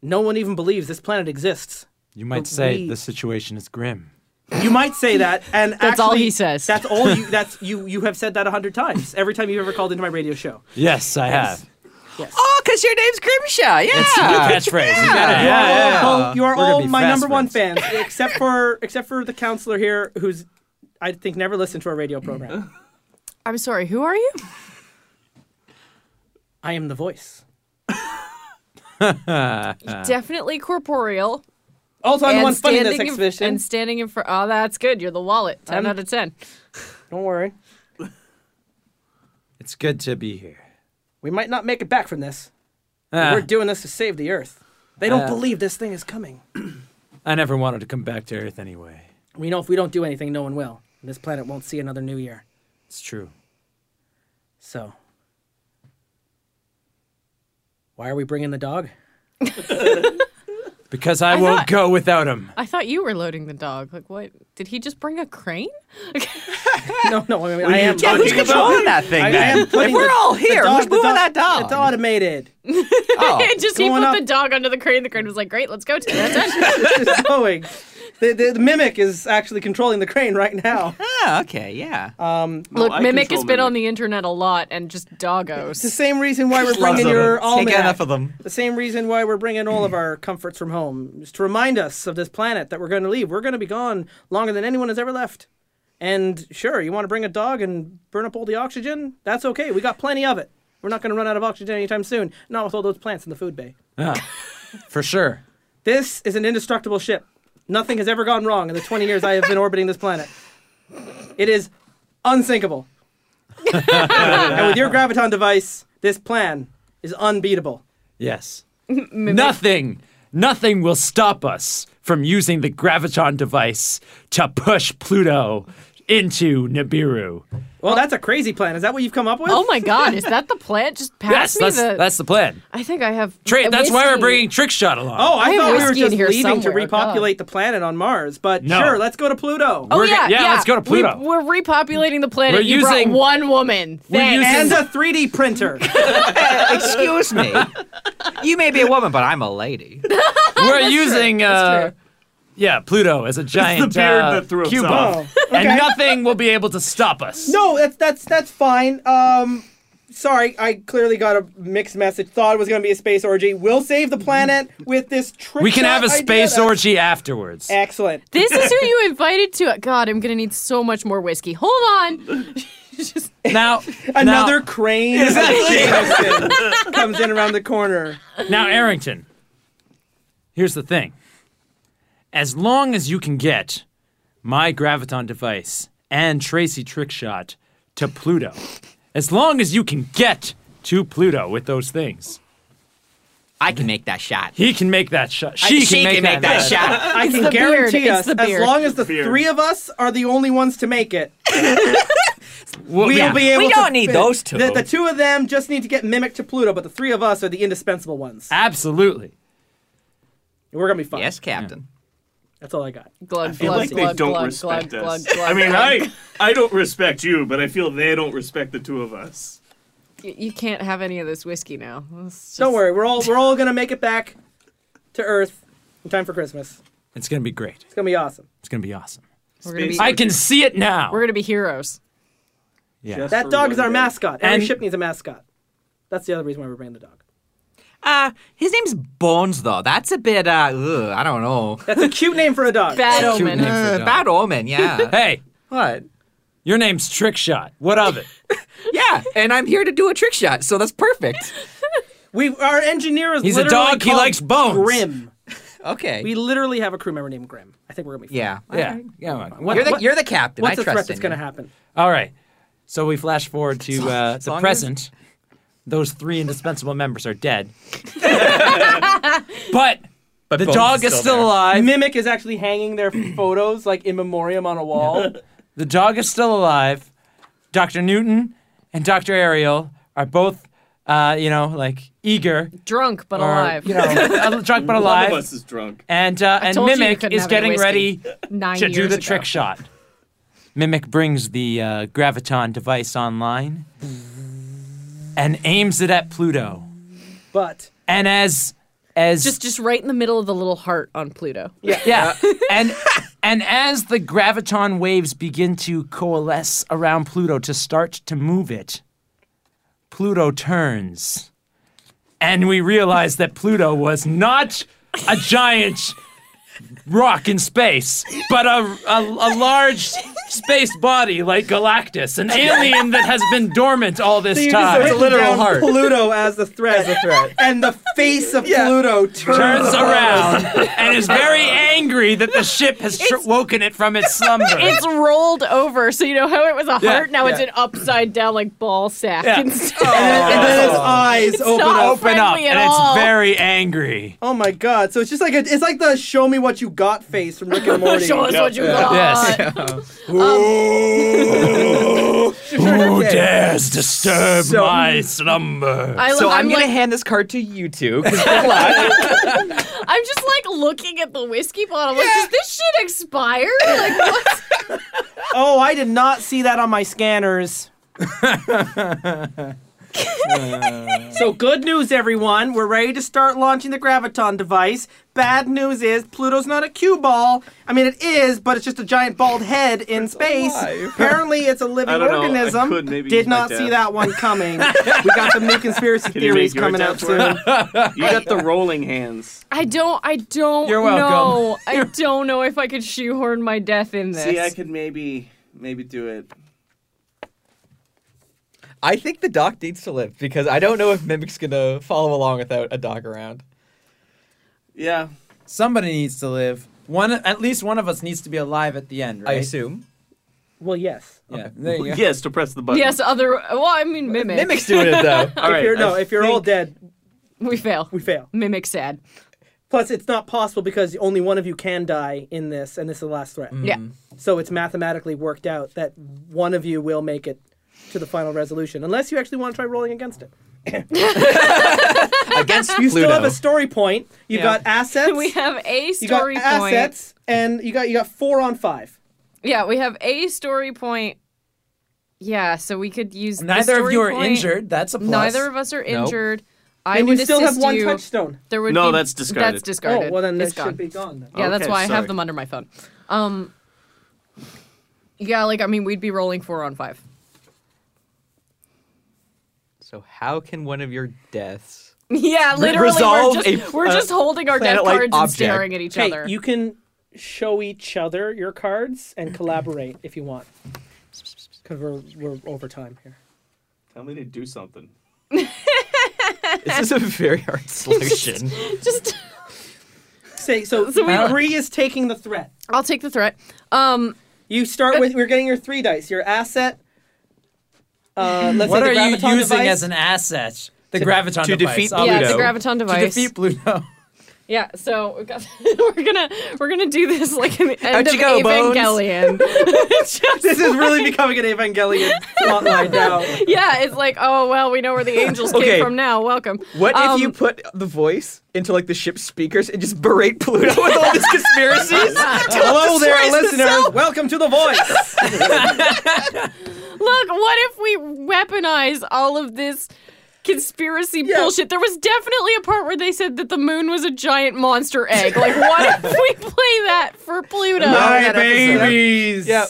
S1: No one even believes this planet exists.
S5: You might
S1: But
S5: say
S1: we-
S5: the situation is grim.
S1: You might say that, and
S2: That's all
S1: actually,
S2: he says.
S1: That's all
S2: *laughs*
S1: you. That's you. You have said that a hundred times. Every time you've ever called into my radio show.
S5: Yes, I have.
S1: Yes.
S7: oh, because your name's Grimshaw. Yeah.
S5: Catchphrase. You got it.
S1: You're all- all- you are
S5: We're gonna
S1: all
S5: be
S1: my
S5: fast
S1: number one fans, except
S5: *laughs*
S1: for except for the counselor here, who's I think never listened to our radio program.
S2: I'm sorry. Who are you?
S1: I am the voice.
S7: Uh.
S2: Definitely corporeal.
S1: Also, I'm the one funding this
S2: standing in-
S1: exhibition.
S2: and standing in front. Oh, that's good. You're the wallet. 10
S1: I'm-
S2: out of 10.
S1: Don't worry,
S5: It's good to be here.
S1: we might not make it back from this.
S5: Ah,
S1: We're doing this to save the Earth. They don't
S5: Uh.
S1: believe this thing is coming.
S5: I never wanted to come back to Earth anyway.
S1: We know if we don't do anything, no one will. And this planet won't see another New Year.
S5: It's true.
S1: So, why are we bringing the dog? *laughs*
S5: Because I,
S2: I
S5: won't
S2: thought-
S5: go without him.
S2: I thought you were loading the dog. Like, what? Did he just bring a crane? *laughs*
S1: No, no, I mean, I am.
S7: Yeah, who's controlling that thing
S1: I
S7: then?
S1: am
S7: If
S1: putting
S7: we're
S1: the-
S7: all
S1: the
S7: here,
S1: dog-
S7: who's
S1: the
S7: moving
S1: dog-
S7: that dog?
S1: It's automated.
S7: Oh.
S2: *laughs* just he
S1: going
S2: put
S1: up.
S5: *laughs*
S2: the dog under the crane. The crane was like, greate, let's go. 10 out of 10.
S1: It's *laughs* just going. the, the, the mimic is actually controlling the crane right now.
S7: Ah, okay, yeah.
S2: Look,
S3: I
S2: Mimic
S3: control
S2: has been
S3: Mimic.
S2: on the internet a lot and just
S1: It's the
S2: doggos.
S1: same reason why we're
S7: Loves
S1: bringing
S7: them.
S1: your
S7: Can't
S1: almanac.
S7: get enough of them.
S1: The same reason why we're bringing all of our comforts from home is to remind us of this planet that we're going to leave. We're going to be gone longer than anyone has ever left. And sure, you want to bring a dog and burn up all the oxygen? That's okay. We got plenty of it. We're not going to run out of oxygen anytime soon. Not with all those plants in the food bay.
S5: For sure.
S1: This is an indestructible ship. Nothing has ever gone wrong in the 20 years I have been orbiting this planet. It is unsinkable. *laughs* and with your graviton device, this plan is unbeatable.
S2: *laughs*
S5: Yes. Nothing, nothing will stop us from using the graviton device to push Pluto into Nibiru.
S1: Well, that's a crazy plan. Is that what you've come up with?
S2: Oh my god, is that the plant? Just
S5: Yes,
S2: pass me
S5: that's,
S2: the.
S5: that's the plan.
S2: I think I have.
S5: Tra-
S2: a
S5: that's why we're
S2: whiskey.
S5: bringing Trickshot along.
S2: *laughs*
S1: Oh,
S2: I
S1: I,
S2: have
S1: thought we were
S2: whiskey in
S1: just
S2: here
S1: leaving to
S2: somewhere.
S1: repopulate the planet on Mars, but
S5: No.
S1: sure, let's go to Pluto.
S2: Oh
S5: We're
S2: yeah,
S5: gonna- yeah, let's go to Pluto.
S2: We, are repopulating the planet.
S5: We're
S2: you brought
S5: using-
S2: one woman.
S5: we're
S2: Thanks.
S1: and a 3D printer.
S7: *laughs* Excuse me. You may be a woman, but I'm a lady.
S5: we're using uh,
S2: true.
S5: yeah Pluto as a giant
S3: beard
S5: uh,
S3: that threw us
S5: cue
S3: off.
S5: ball.
S2: Oh,
S5: and nothing will be able to stop
S1: *laughs*
S5: us.
S1: no, that's that's that's fine. Um, sorry, I clearly got a mixed message. Thought it was going to be a space orgy. We'll save the planet with this trick.
S5: we can
S1: shot
S5: have a
S1: idea
S5: space
S1: that-
S5: orgy afterwards.
S2: Eh.
S1: Excellent.
S2: This is who you invited to. God, I'm gonna need so much more whiskey. Hold on. Just- *laughs*
S5: Now,
S1: Another crane of Jameson comes in around the corner.
S5: Now, Arrington, here's the thing. As long as you can get my graviton device and Tracy Trickshot to Pluto, as long as you can get to Pluto with those things,
S7: I can make that shot.
S5: he can make that shot. She,
S7: she
S5: can make that, shot.
S7: shot.
S1: I can
S2: the beard,
S1: guarantee
S2: it's
S1: us,
S2: the
S1: as
S2: beard.
S1: long as the
S3: beard.
S1: three of us are the only ones to make it,
S5: Well,
S1: we'll
S5: yeah.
S1: be able
S7: We
S1: to
S7: don't need
S1: fit-
S7: those two.
S1: The, the two of them just need to get mimicked to Pluto, but the three of us are the indispensable ones.
S5: *laughs* Ah. Absolutely.
S1: We're going to be fine.
S7: Yes, Captain.
S1: That's all I got.
S2: glug, glug,
S3: I feel like they
S2: glug,
S3: don't
S2: glug,
S3: respect
S2: glug,
S3: us.
S2: glug, glug,
S3: I mean,
S2: glug.
S3: I I don't respect you, but I feel they don't respect the two of us.
S2: You, you can't have any of this whiskey now. It's just-
S1: Don't worry, we're all we're all going to make it back to Earth in time for Christmas.
S5: It's going to be great.
S1: It's going to be awesome.
S5: It's going to be awesome.
S2: We're gonna be.
S5: I can see it now.
S2: We're gonna be heroes.
S3: Just
S1: That
S3: for
S1: dog
S3: one
S1: is our
S3: day.
S1: mascot. Every
S5: And-
S1: ship needs a mascot. That's the other reason why we're bringing the dog.
S7: Uh, his name's Bones, though. That's a bit, uh, ugh, I don't know.
S1: That's a cute name for a dog.
S2: Bad omen.
S5: name.
S7: Uh, bad
S5: *laughs*
S7: omen, yeah.
S5: hey,
S7: what?
S5: your name's Trickshot. What of it?
S7: Yeah, and I'm here to do a trick shot, so that's perfect.
S1: We our engineer is
S5: He's a
S1: literally
S5: dog, he
S1: called
S5: likes bones.
S1: Grim.
S7: Okay.
S1: We literally have a crew member named Grim. I think we're gonna be fine.
S7: yeah.
S5: Yeah. yeah all right.
S7: you're, the, you're the captain.
S1: What's
S7: I
S1: the
S7: trust
S1: threat
S7: in
S1: that's
S7: you.
S1: gonna happen?
S5: All right. So we flash
S2: *laughs*
S5: forward to uh, the
S7: song is-
S5: present. Those three indispensable members are dead. *laughs* but,
S7: But
S5: the
S7: Bones
S5: dog is still,
S7: there.
S5: alive.
S1: Mimic is actually hanging *clears throat* their photos like in memoriam on a wall.
S5: The dog is still alive. Dr. Newton and Dr. Ariel are both, uh, you know, like eager.
S2: Drunk but
S5: or,
S2: alive.
S5: You *laughs* know, drunk but
S3: One of
S5: alive.
S3: us is drunk.
S1: *laughs*
S5: And, uh, and
S2: told you you
S5: Mimic
S2: couldn't
S5: is
S2: have any
S5: getting ready
S2: whiskey. *laughs* Nine
S5: to do
S2: years
S5: the
S2: ago.
S5: trick shot. Mimic brings the uh, graviton device online and aims it at Pluto.
S1: But
S5: And as as
S2: Just, just right in the middle of the little heart on Pluto.
S5: yeah, *laughs* and and as the graviton waves begin to coalesce around Pluto to start to move it, Pluto turns, and we realize that Pluto was not a giant rock in space, but a a, a large. Space body like Galactus, an alien that has been dormant all this
S1: you
S5: time.
S1: just literal down heart. Pluto as the threat. as a threat. And the face of Pluto turns,
S5: *laughs*
S1: upon
S5: turns
S1: us.
S5: around and is very angry that the ship has tr- woken it from its slumber.
S2: *laughs* It's rolled over, so you know how it was a
S5: Yeah,
S2: heart. Now it's an upside down like ball sack.
S5: Yeah.
S2: instead.
S1: And then his eyes open
S2: not
S1: up.
S2: friendly at
S5: and
S2: all.
S5: it's very *laughs* angry.
S1: Oh my god! So it's just like a, it's like the "show me what you got" face from *laughs* Rick and Morty.
S2: *laughs* Show us what you got.
S5: Yes. Who dares disturb my slumber?
S2: I,
S7: So I'm,
S2: I'm,
S7: gonna
S2: like,
S7: hand this card to you *laughs* two. 'cause good luck.
S2: I'm just like looking at the whiskey bottle. Like, does this shit expire? Like, what?
S3: *laughs*
S1: Oh, I did not see that on my scanners. So good news, everyone. We're ready to start launching the graviton device. Bad news is Pluto's not a cue ball. I mean, it is, but it's just a giant bald head in space.
S3: *laughs*
S1: Apparently, it's a living
S3: I don't know. I
S1: organism.
S3: could maybe use
S1: Did
S3: my
S1: not
S3: dad.
S1: see that one
S3: *laughs*
S1: coming. we got some new conspiracy
S3: you
S1: theories
S3: make your
S1: coming out
S3: dad's
S1: soon.
S3: *laughs* *laughs* You got the rolling hands.
S2: I don't. I don't
S5: You're welcome.
S2: know. I don't know if I could shoehorn my death in this.
S3: See, I could maybe maybe do it.
S7: I think the doc needs to live because I don't know if Mimic's gonna follow along without a doc around.
S3: Yeah.
S5: Somebody needs to live. One, at least one of us needs to be alive at the end,
S7: I
S5: right?
S7: assume.
S12: Well, yes.
S5: Yeah.
S3: *laughs*
S5: There you go.
S3: Yes, to press the button.
S2: Yes, other. Well, I mean, mimic.
S7: *laughs* Mimic's doing it though.
S3: All right.
S12: if you're, no,
S3: I
S12: if you're all
S3: think-
S12: dead,
S2: We fail.
S12: we fail.
S2: Mimic sad.
S12: Plus, it's not possible because only one of you can die in this, and this is the last threat.
S2: Yeah.
S12: So it's mathematically worked out that one of you will make it to the final resolution, unless you actually want to try rolling against it.
S7: Against
S12: You
S7: Pluto.
S12: still have a story point. You got assets.
S2: *laughs* We have a
S12: you got
S2: story point.
S12: assets, and you got you got four on five.
S2: Yeah, we have a story point. Yeah, so we could use. the
S5: Neither of
S2: story
S5: you are
S2: point.
S5: injured. That's a plus.
S2: Neither of us are injured. I
S12: and
S2: would
S12: you still have
S2: assist
S12: one
S2: you.
S12: touchstone.
S2: There would
S3: No,
S2: be-
S3: that's discarded.
S2: That's discarded.
S12: Oh, well then
S2: It's
S12: this
S2: gone.
S12: should be gone. Then.
S2: Yeah, that's
S3: Okay,
S2: why I
S3: sorry.
S2: have them under my phone. Um, yeah, like I mean, we'd be rolling four on five.
S7: *laughs*
S2: *laughs*
S7: So how can one of your deaths?
S2: Yeah, literally,
S7: resolve
S2: we're just,
S7: a-
S2: we're
S5: uh,
S7: a
S2: just holding our death
S7: planet-like
S2: cards and
S7: object.
S2: staring at each
S12: Hey,
S2: other.
S12: you can show each other your cards and collaborate if you want. Because we're we're over time here.
S3: Tell me to do something.
S7: *laughs* This is a very hard *laughs* solution.
S2: *laughs* just,
S12: Say so.
S2: *laughs* So we-
S12: three is taking the threat.
S2: I'll take the threat. Um,
S12: You start with we're getting your three dice. Your asset. Uh, let's
S5: What
S12: say
S5: are
S12: the
S5: you
S12: graviton
S5: using
S12: device.
S5: as an asset? The graviton
S7: to
S5: device.
S7: defeat
S5: I'll
S2: yeah,
S5: do
S2: it's a
S7: Pluto.
S2: graviton
S5: that.
S2: device.
S5: To defeat Pluto.
S2: Yeah, so we've got, *laughs* we're gonna we're gonna do this like an end
S7: Out
S2: of
S7: you go, Bones.
S2: Evangelion. *laughs*
S12: *laughs* This is really becoming an Evangelion plotline now.
S2: yeah, it's like oh well, we know where the angels
S7: Okay.
S2: came from now. Welcome.
S7: What
S2: Um,
S7: if you put the voice into like the ship's speakers and just berate Pluto with all these
S5: *laughs*
S7: conspiracies?
S12: Hello there,
S7: Christ,
S12: listeners. Welcome to the
S7: *laughs*
S12: voice.
S2: Look, what if we weaponize all of this conspiracy bullshit? There was definitely a part where they said that the moon was a giant monster egg. Like, what if we *laughs* play that for Pluto?
S5: babies.
S7: Yep.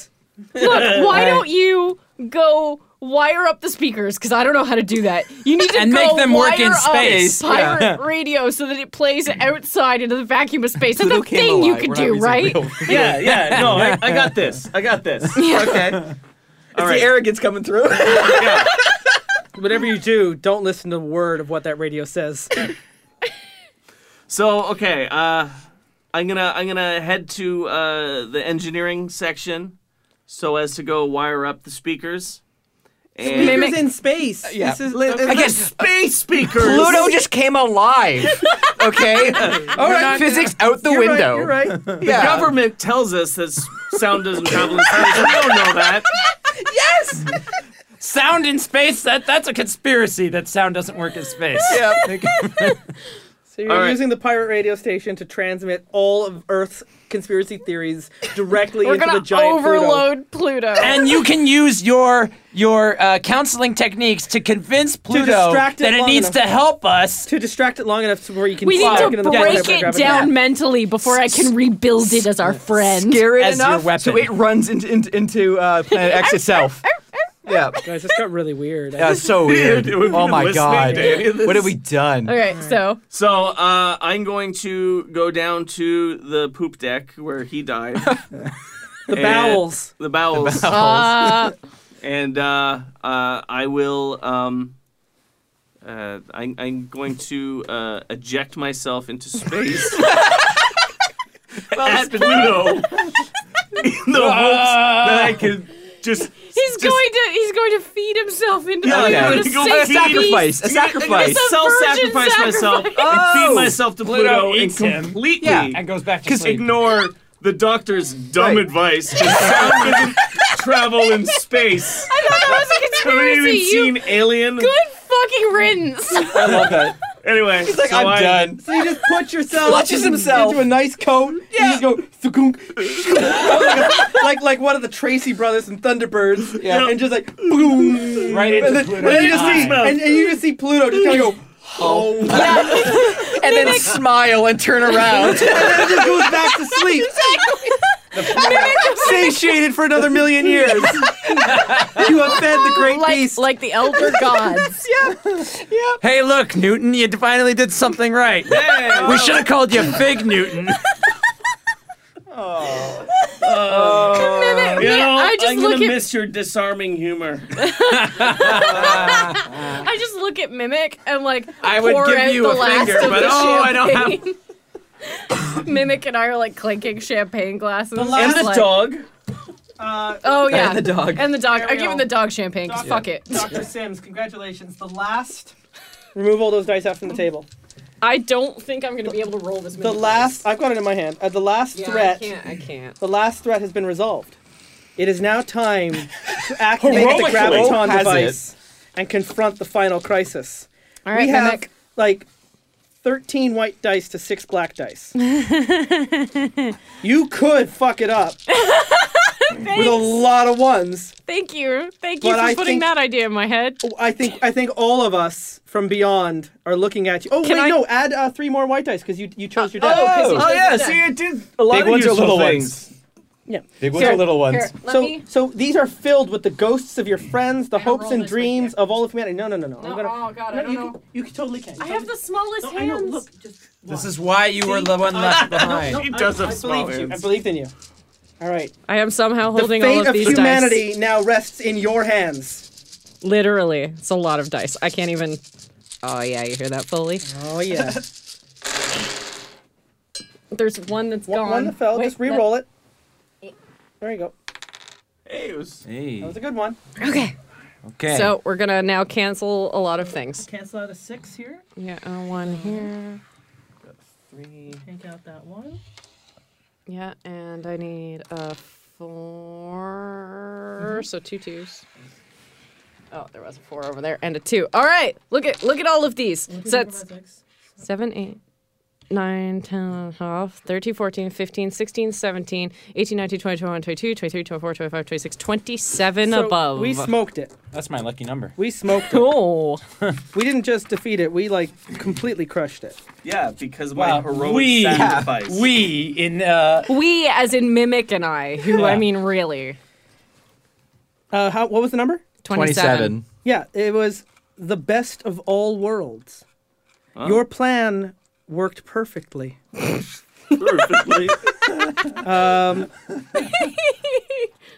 S2: Look,
S5: *laughs*
S2: why don't you go wire up the speakers? Because I don't know how to do that. You need to
S5: And
S2: go
S5: make them work in
S2: wire up
S5: space.
S2: pirate radio so that it plays outside into the vacuum of space. That's a
S7: Pluto came
S2: thing you
S7: alive.
S2: could
S7: We're not
S2: do,
S7: using
S2: right?
S7: *laughs* real-
S3: Yeah, yeah. No, I, I *laughs* got this. I got this.
S7: okay. It's
S3: right.
S7: the arrogance coming through. *laughs*
S12: Whatever you do, don't listen to a word of what that radio says.
S3: So okay, uh, I'm gonna I'm gonna head to uh, the engineering section, so as to go wire up the speakers. And
S12: Speakers in space.
S7: yeah.
S12: This is li-
S3: Again, space speakers.
S7: Pluto just
S1: *laughs*
S7: came alive. Okay. all right. Physics out the
S12: You're right,
S7: window.
S12: you're right.
S7: Yeah.
S3: Government tells us that s- sound doesn't travel in space. We don't know that.
S5: *laughs* Sound in space. That that's a conspiracy. That sound doesn't work in space.
S7: *laughs* Yeah.
S12: So you're
S3: All right.
S12: using the pirate radio station to transmit all of Earth's conspiracy theories directly
S2: We're
S1: *laughs*
S12: into the
S2: gonna
S12: giant Pluto.
S2: overload Pluto.
S5: And you can use your your uh, counseling techniques to convince Pluto
S12: distract it
S5: that it
S12: long
S5: needs
S12: enough.
S5: to help us.
S12: To distract it long enough so where you can
S2: we need
S12: slap
S2: to
S12: it in the
S2: break
S12: pocket of
S2: it
S12: gravity.
S2: down mentally before I can rebuild it as our friend.
S7: Scare it
S5: As your
S7: enough so
S5: weapon.
S7: it runs into into, into uh, Planet X itself. yeah.
S12: Guys, this got really weird. I-
S7: That's so weird.
S3: Dude, we've
S7: oh
S3: been
S7: my
S3: listening
S7: god.
S3: to any of this.
S7: What have we done?
S2: Okay, so
S3: So uh, I'm going to go down to the poop deck where he died.
S12: the bowels.
S3: The bowels.
S2: uh,
S3: *laughs* and uh, uh, I will. Um, uh, I'm, I'm going to uh, eject myself into space *laughs* at Pluto in the hopes that I can Ah. just.
S2: he's going to he's going to feed himself into
S3: Yeah,
S2: Pluto
S3: yeah.
S2: in a
S3: Go
S2: safe
S3: feed-
S7: Sacrifice. A sacrifice.
S2: It's a
S3: Self
S2: virgin
S3: sacrifice myself and feed myself to
S5: Pluto
S3: Pluto, and
S5: eats him.
S3: completely
S5: And goes back to
S3: just
S5: sleep.
S3: ignore the doctor's dumb *laughs* advice. The sound doesn't travel in space.
S2: *laughs* I thought that was a
S3: Haven't
S2: conspiracy.
S3: even
S2: You
S3: seen Alien.
S2: good fucking riddance.
S7: *laughs* I love that.
S3: Anyway, he's like,
S7: I'm
S3: I,
S7: done.
S1: So you just put yourself
S7: Clutches himself.
S1: into a nice coat. Yeah. And you just go thugunk, *laughs* like, a- like like one of the Tracy brothers in Thunderbirds.
S3: Yeah.
S1: And just like boom.
S5: Right into
S1: and then,
S5: Pluto's
S1: and then you just see
S3: eye.
S1: and, and you just see Pluto just kind of go.
S7: *laughs*
S1: Oh.
S7: and then smile and turn
S1: *laughs*
S7: around.
S1: and then it just goes back to sleep. *laughs* Satiated for another million years. you have fed the great
S2: Like,
S1: beast.
S2: like the
S5: *laughs*
S2: elder gods.
S5: Hey, look, Newton, you finally did something right. *laughs* we should have called you Fig Newton.
S2: *laughs* Mimic-
S3: you
S2: Mi-
S3: know,
S2: I just
S3: am
S2: look
S3: gonna
S2: at
S3: miss your disarming humor.
S2: I just look at Mimic and like
S5: I would
S2: pour
S5: give
S2: out
S5: you
S2: the
S5: a
S2: last
S5: finger,
S2: of
S5: but
S2: the
S5: oh, I don't have-
S2: champagne. *laughs* Mimic and I are like clinking champagne glasses.
S3: and
S2: Just
S3: the
S2: like-
S3: dog.
S2: Oh yeah,
S7: And the dog.
S2: And the dog.
S1: There we
S2: I'm giving
S1: go.
S2: the dog champagne. 'cause fuck it.
S1: Dr. Sims, congratulations. The last. Remove all those dice out from the table.
S2: I don't think I'm gonna be able to roll this.
S1: The last. I've got it in my hand. Uh, the last threat.
S2: I can't.
S1: The last threat has been resolved. It is now time
S2: *laughs*
S1: to activate the graviton device and confront the final crisis.
S2: All right,
S1: we have
S2: Mimic.
S1: like 13 white dice to 6 black
S2: *laughs*
S1: dice. you could fuck it
S2: *laughs*
S1: up with a lot of ones.
S2: Thank you. Thank you
S1: But
S2: for
S1: I
S2: putting
S1: think-
S2: that idea in my head.
S1: I think I think all of us from beyond are looking at you. Oh
S2: Can
S1: wait,
S2: I-
S1: no, add uh, 3 more white dice cuz you you chose your death.
S2: Oh,
S3: Oh yeah,
S2: see
S3: see, it did a lot
S7: Big
S3: of
S7: ones or
S3: useful
S7: little
S3: things.
S7: ones?
S1: Yeah.
S7: Big ones or little ones?
S2: Here, let
S1: so,
S2: me.
S1: so these are filled with the ghosts of your friends, the
S2: gotta
S1: hopes
S2: roll
S1: and
S2: this right
S1: dreams
S2: here.
S1: of all of humanity. No, no, no, no.
S2: No,
S1: I'm gonna,
S2: oh god, I don't
S1: you,
S2: know.
S1: Can, you can totally can.
S2: I have the smallest
S1: I know.
S2: hands.
S1: Look, just
S5: This is why you were the one left behind.
S3: *laughs* He does have
S1: I
S3: small
S1: believed you. I
S3: hands.
S1: believed in you. All right.
S2: I am somehow holding
S1: the fate
S2: all of, these
S1: humanity now rests in your hands.
S2: dice. Literally, it's a lot of dice. I can't even. Oh yeah, you hear that fully?
S1: Oh yeah.
S2: There's one that's
S1: *laughs* one,
S2: gone.
S1: one that fell.
S2: Wait,
S1: just re-roll it. There you go.
S3: Hey, it was-
S1: That
S5: Hey,
S1: was a good one.
S2: Okay.
S5: okay.
S2: So we're gonna now cancel a lot of things.
S1: Cancel out a six here.
S2: Yeah, uh, one here.
S1: Take out that one.
S2: Yeah, and I need a 4
S1: Mm-hmm.
S2: so two twos. Oh, there was a four over there and a two. All right, look at look at all of these. So it's seven, eight, nine, ten, half, 13, 14, 15, 16, 17, 18, 19, 20, 21, 22, 23, 24, 25, 26, 27 above.
S1: We smoked it.
S14: That's my lucky number.
S1: We smoked it.
S2: oh,
S1: We didn't just defeat it. We like completely crushed it.
S3: yeah, because of
S5: Wow.
S3: my heroic
S5: We-
S3: sacrifice.
S5: We in uh
S2: we as in Mimic and I, who I mean really.
S1: Uh, how? What was the number?
S2: 27.
S1: Yeah, it was the best of all worlds. Your plan worked perfectly. *laughs*
S3: Perfectly.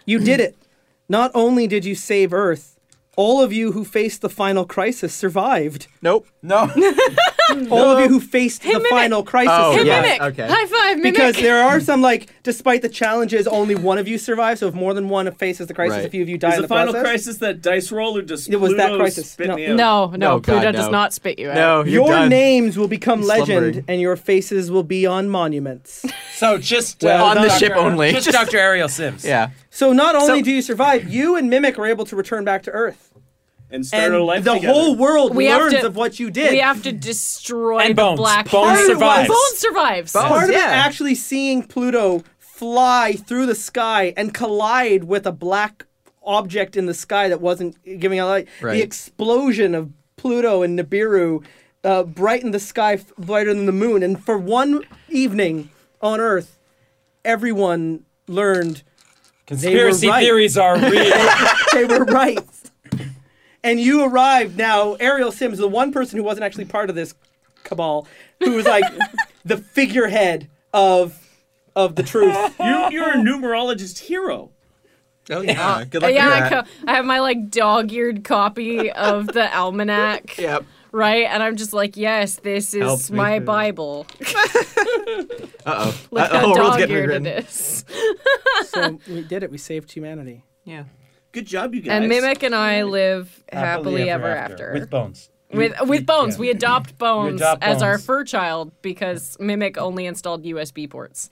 S1: You did it. Not only did you save Earth, all of you who faced the final crisis survived.
S7: Nope.
S14: no.
S1: All of you who faced the
S2: Mimic.
S1: final crisis
S7: Oh,
S2: Hey,
S1: survived.
S7: yeah.
S2: Mimic!
S7: okay.
S2: High five, Mimic!
S1: Because there are some like, despite the challenges, only one of you survived. So if more than one faces the crisis,
S7: Right.
S1: a few of you die
S3: Is
S1: in
S3: the,
S1: the
S3: final
S1: process.
S3: crisis that dice roll or just
S1: It was that
S3: Pluto
S1: crisis.
S3: spit
S1: No.
S3: me out?
S2: No, no,
S7: No, God,
S2: Pluto does
S7: no.
S2: not spit you out.
S7: *laughs* No, you're
S1: your
S7: done.
S1: names will become legend,
S7: slumbering.
S1: and your faces will be on monuments.
S5: So just
S1: Well,
S5: uh,
S7: on the
S5: Dr.
S7: ship only.
S5: Just Dr. Ariel *laughs* Sims.
S7: Yeah.
S1: So not only do you survive, you and Mimic are able to return back to Earth.
S3: And start
S1: and
S3: a life
S1: the
S3: together.
S1: whole world
S2: We have
S1: learns
S2: to-
S1: of what you did.
S2: We have to destroy
S5: And
S2: the
S5: bones.
S2: black
S5: Bones
S2: hole.
S5: survives.
S2: Bones survives.
S1: Part of it
S7: Yeah.
S1: actually seeing Pluto fly through the sky and collide with a black object in the sky that wasn't giving out light.
S7: Right.
S1: The explosion of Pluto and Nibiru uh, brightened the sky f- brighter than the moon. And for one evening on Earth, everyone learned
S5: Conspiracy
S1: right.
S5: theories
S1: *laughs*
S5: are real.
S1: they were right. And you arrived now, Ariel Sims, the one person who wasn't actually part of this cabal, who was like the figurehead of of the truth.
S3: You, you're a numerologist hero.
S1: *laughs*
S7: Oh yeah. Good
S2: Uh,
S7: luck
S2: yeah, I,
S7: with that.
S2: co- I have my like dog-eared copy of the almanac,
S7: Yep.
S2: right? And I'm just like, yes, this is
S7: Help me
S2: my
S7: through.
S2: Bible.
S7: Uh oh.
S2: Look
S7: the
S2: how
S7: whole world's getting
S2: dog-eared it
S7: rewritten.
S2: is.
S1: so we did it. We saved humanity.
S7: Yeah.
S3: Good job, you guys.
S2: And Mimic and I live happily, ever after.
S5: With bones.
S2: with with bones. We adopt bones
S5: adopt
S2: as our
S5: bones.
S2: fur child because Mimic only installed USB ports.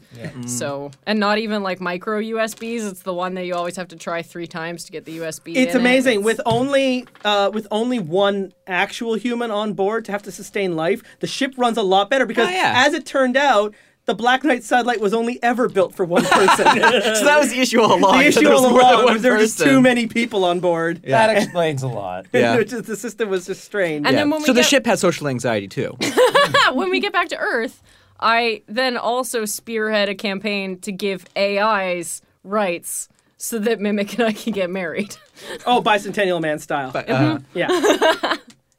S2: So and not even like micro USBs. It's the one that you always have to try three times to get the USB.
S1: It's
S2: in it.
S1: amazing
S2: It's-
S1: with only uh, with only one actual human on board to have to sustain life. The ship runs a lot better because,
S7: Oh, yeah.
S1: as it turned out, the Black Knight satellite was only ever built for one
S7: *laughs*
S1: person.
S7: So that was the issue all
S1: the
S7: along. *laughs* that
S1: issue
S7: Oh, there was
S1: all
S7: more than
S1: along
S7: one
S1: was there were just
S7: person.
S1: too many people on board.
S5: That explains a lot.
S7: Yeah.
S1: *laughs* Which is- the system was just strange.
S2: And then when we
S7: so the
S2: get-
S7: ship has social anxiety too.
S2: *laughs* when we get back to Earth, I then also spearhead a campaign to give AIs rights so that Mimic and I can get married. *laughs*
S1: oh, Bicentennial Man style.
S7: Uh,
S1: *laughs* yeah.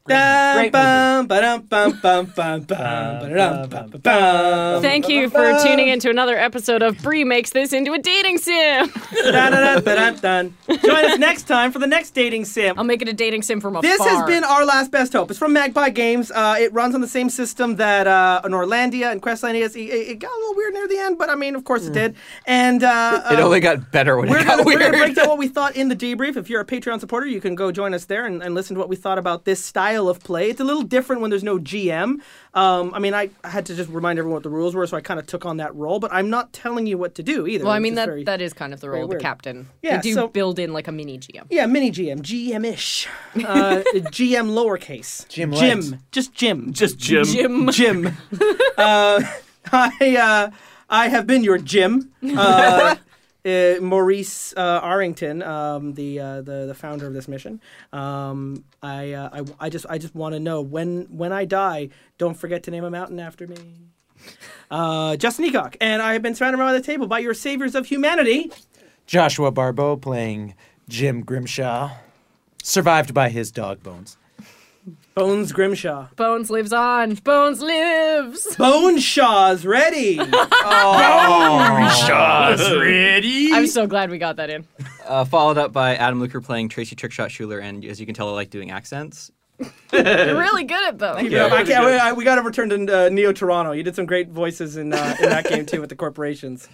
S1: Dum, bum, ba-dum, bum, bum, bum, bum, ba-dum, bum, bum, bum.
S2: Thank you for
S1: *laughs*
S2: tuning into another episode of Bree Makes This Into a Dating Sim. *laughs*
S1: Da-da-da-da-dun. Join us next time for the next dating sim.
S2: I'll make it a dating sim from afar.
S1: This has been our last best hope. It's from Magpie Games. Uh, it runs on the same system that uh, an Orlandia and Crestlandia is. It, it it got a little weird near the end, but I mean, of course it did. And uh,
S7: it
S1: uh,
S7: only got better when
S1: we're
S7: it got
S1: gonna, we're gonna break
S7: weird.
S1: down what we thought in the debrief. If you're a Patreon supporter, you can go join us there and, and listen to what we thought about this style of play. It's a little different when there's no GM. Um, I mean, I, I had to just remind everyone what the rules were, so I kind of took on that role. But I'm not telling you what to do either.
S2: Well, I
S1: which
S2: mean
S1: is
S2: that
S1: very-
S2: that is kind of the role of the
S1: weird.
S2: captain.
S1: Yeah,
S2: they do
S1: so-
S2: build in like a mini GM.
S1: Yeah, mini GM, GM ish.
S2: *laughs*
S1: Uh, GM lowercase. Jim. Jim. Just Jim.
S3: Just Jim.
S2: Jim,
S1: Jim. uh, *laughs* I uh, I have been your Jim, uh, uh, Maurice uh, Arrington, um, the, uh, the the founder of this mission. Um, I, uh, I I just I just want to know when when I die, don't forget to name a mountain after me. Uh, Justin Eacock, and I have been surrounded around the table by your saviors of humanity.
S5: Joshua Barbeau playing Jim Grimshaw, survived by his dog bones.
S1: Bones Grimshaw.
S2: Bones lives on. Bones lives.
S1: Boneshaw's ready.
S2: I'm so glad we got that in.
S7: Uh, followed up by Adam Luker playing Tracy Trickshot Schuler, and as you can tell, I like doing accents.
S2: You're really good at bones.
S1: Yeah, I can't, I, we got to return to uh, Neo Toronto. You did some great voices in, uh, in that game too with the corporations.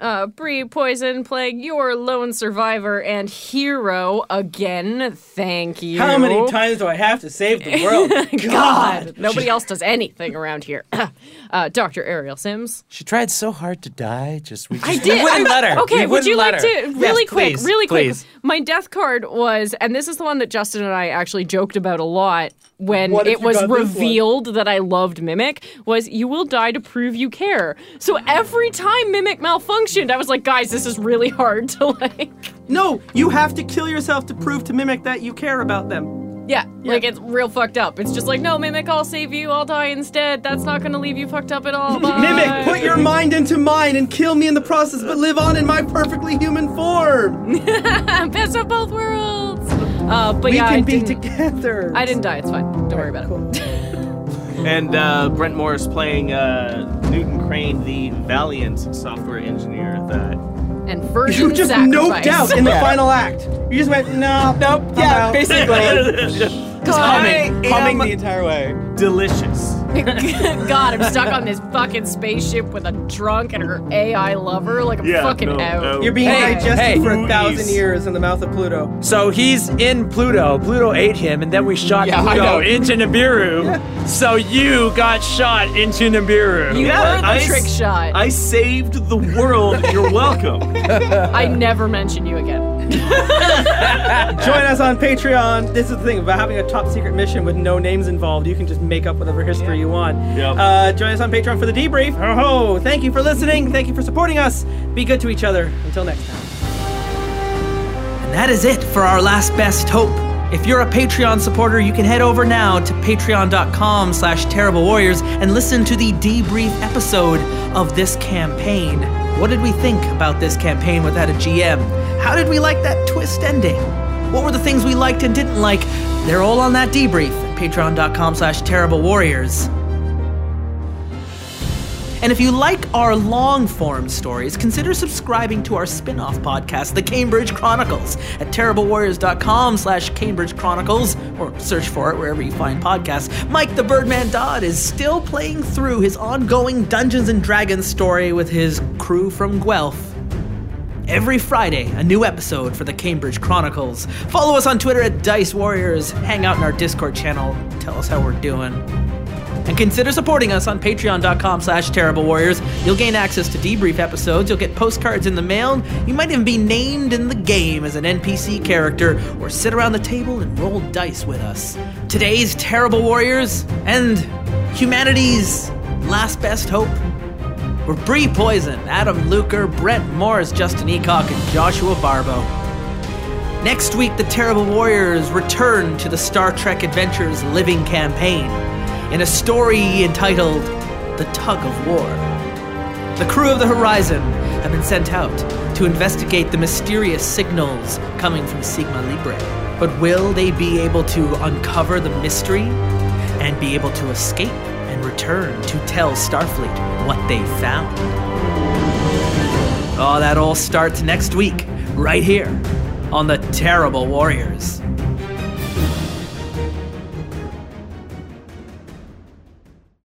S2: Uh, Bree Poison playing your lone survivor and hero again. Thank you.
S1: How many times do I have to save the world?
S2: *laughs* God, nobody else does anything around here. *clears throat* uh, Dr. Ariel Sims.
S5: She tried so hard to die, just we just
S2: I did.
S5: wouldn't
S2: I-
S5: let her.
S2: Okay,
S5: We
S2: would
S5: wouldn't
S2: you
S5: let
S2: like
S5: her.
S2: to really quick,
S7: please,
S2: really quick?
S7: please.
S2: My death card was, and this is the one that Justin and I actually joked about a lot when
S1: What if
S2: it
S1: you
S2: was
S1: got this one?
S2: revealed that I loved Mimic. Was you will die to prove you care? So every time Mimic malfunctioned, I was like, guys, this is really hard to *laughs* like.
S1: no, you have to kill yourself to prove to Mimic that you care about them.
S2: Yeah, like it's real fucked up. It's just like, no, Mimic, I'll save you. I'll die instead. That's not gonna leave you fucked up at all.
S1: *laughs*
S2: Bye.
S1: Mimic, put your mind into mine and kill me in the process, but live on in my perfectly human form.
S2: best of both worlds. Uh, but
S1: We
S2: yeah, I
S1: can be
S2: didn't,
S1: together.
S2: I didn't die. It's fine. Don't worry about it.
S3: And uh, Brent Morris playing uh, Newton Crane, the valiant software engineer that
S2: And virgin
S1: You just
S2: sacrifice.
S1: noped out in the final act. You just went, no, nope,
S2: *laughs*
S1: yeah, basically.
S2: God,
S7: Humming the entire way.
S3: delicious.
S2: *laughs* God, I'm stuck on this fucking spaceship with a drunk and her AI lover. Like I'm fucking out.
S1: You're being
S5: Hey,
S1: digested
S5: hey.
S1: for a thousand
S3: Movies.
S1: years in the mouth of Pluto.
S5: So he's in Pluto. Pluto ate him, and then we shot
S7: Yeah, I know.
S5: Pluto into Nibiru. So you got shot into Nibiru.
S2: You
S3: Yeah,
S2: were the
S3: I s-
S2: trick shot. I,
S3: I saved the world. You're welcome.
S2: never mention you again.
S1: Join us on Patreon. This is the thing about having a top secret mission with no names involved. You can just make up whatever history you want.
S3: Yep.
S1: Uh, join us on Patreon for the debrief. Ho ho! Thank you for listening. Thank you for supporting us. Be good to each other. Until next time.
S15: And that is it for our last best hope. If you're a Patreon supporter, you can head over now to patreon.com slash terrible warriors and listen to the debrief episode of this campaign. What did we think about this campaign without a GM? How did we like that twist ending? What were the things we liked and didn't like? They're all on that debrief at patreon.com slash terrible warriors. And if you like our long form stories, consider subscribing to our spin off podcast, The Cambridge Chronicles, at terriblewarriors.com slash Cambridge Chronicles, or search for it wherever you find podcasts. Mike the Birdman Dodd is still playing through his ongoing Dungeons and Dragons story with his crew from Guelph.
S1: Every Friday, a new episode for the Cambridge Chronicles. Follow us on Twitter at Dice Warriors, hang out in our Discord channel, tell us how we're doing. And consider supporting us on patreon.com slash terrible warriors. You'll gain access to debrief episodes, you'll get postcards in the mail, you might even be named in the game as an NPC character, or sit around the table and roll dice with us. Today's terrible warriors and humanity's last best hope were Bree Poison, Adam Luker, Brett Morris, Justin Eacock, and Joshua Barbo. Next week, the Terrible Warriors return to the Star Trek Adventures living campaign in a story entitled The Tug of War. The crew of the Horizon have been sent out to investigate the mysterious signals coming from Sigma Libre. But will they be able to uncover the mystery and be able to escape and return to tell Starfleet what they found? Oh, that all starts next week, right here on The Terrible Warriors.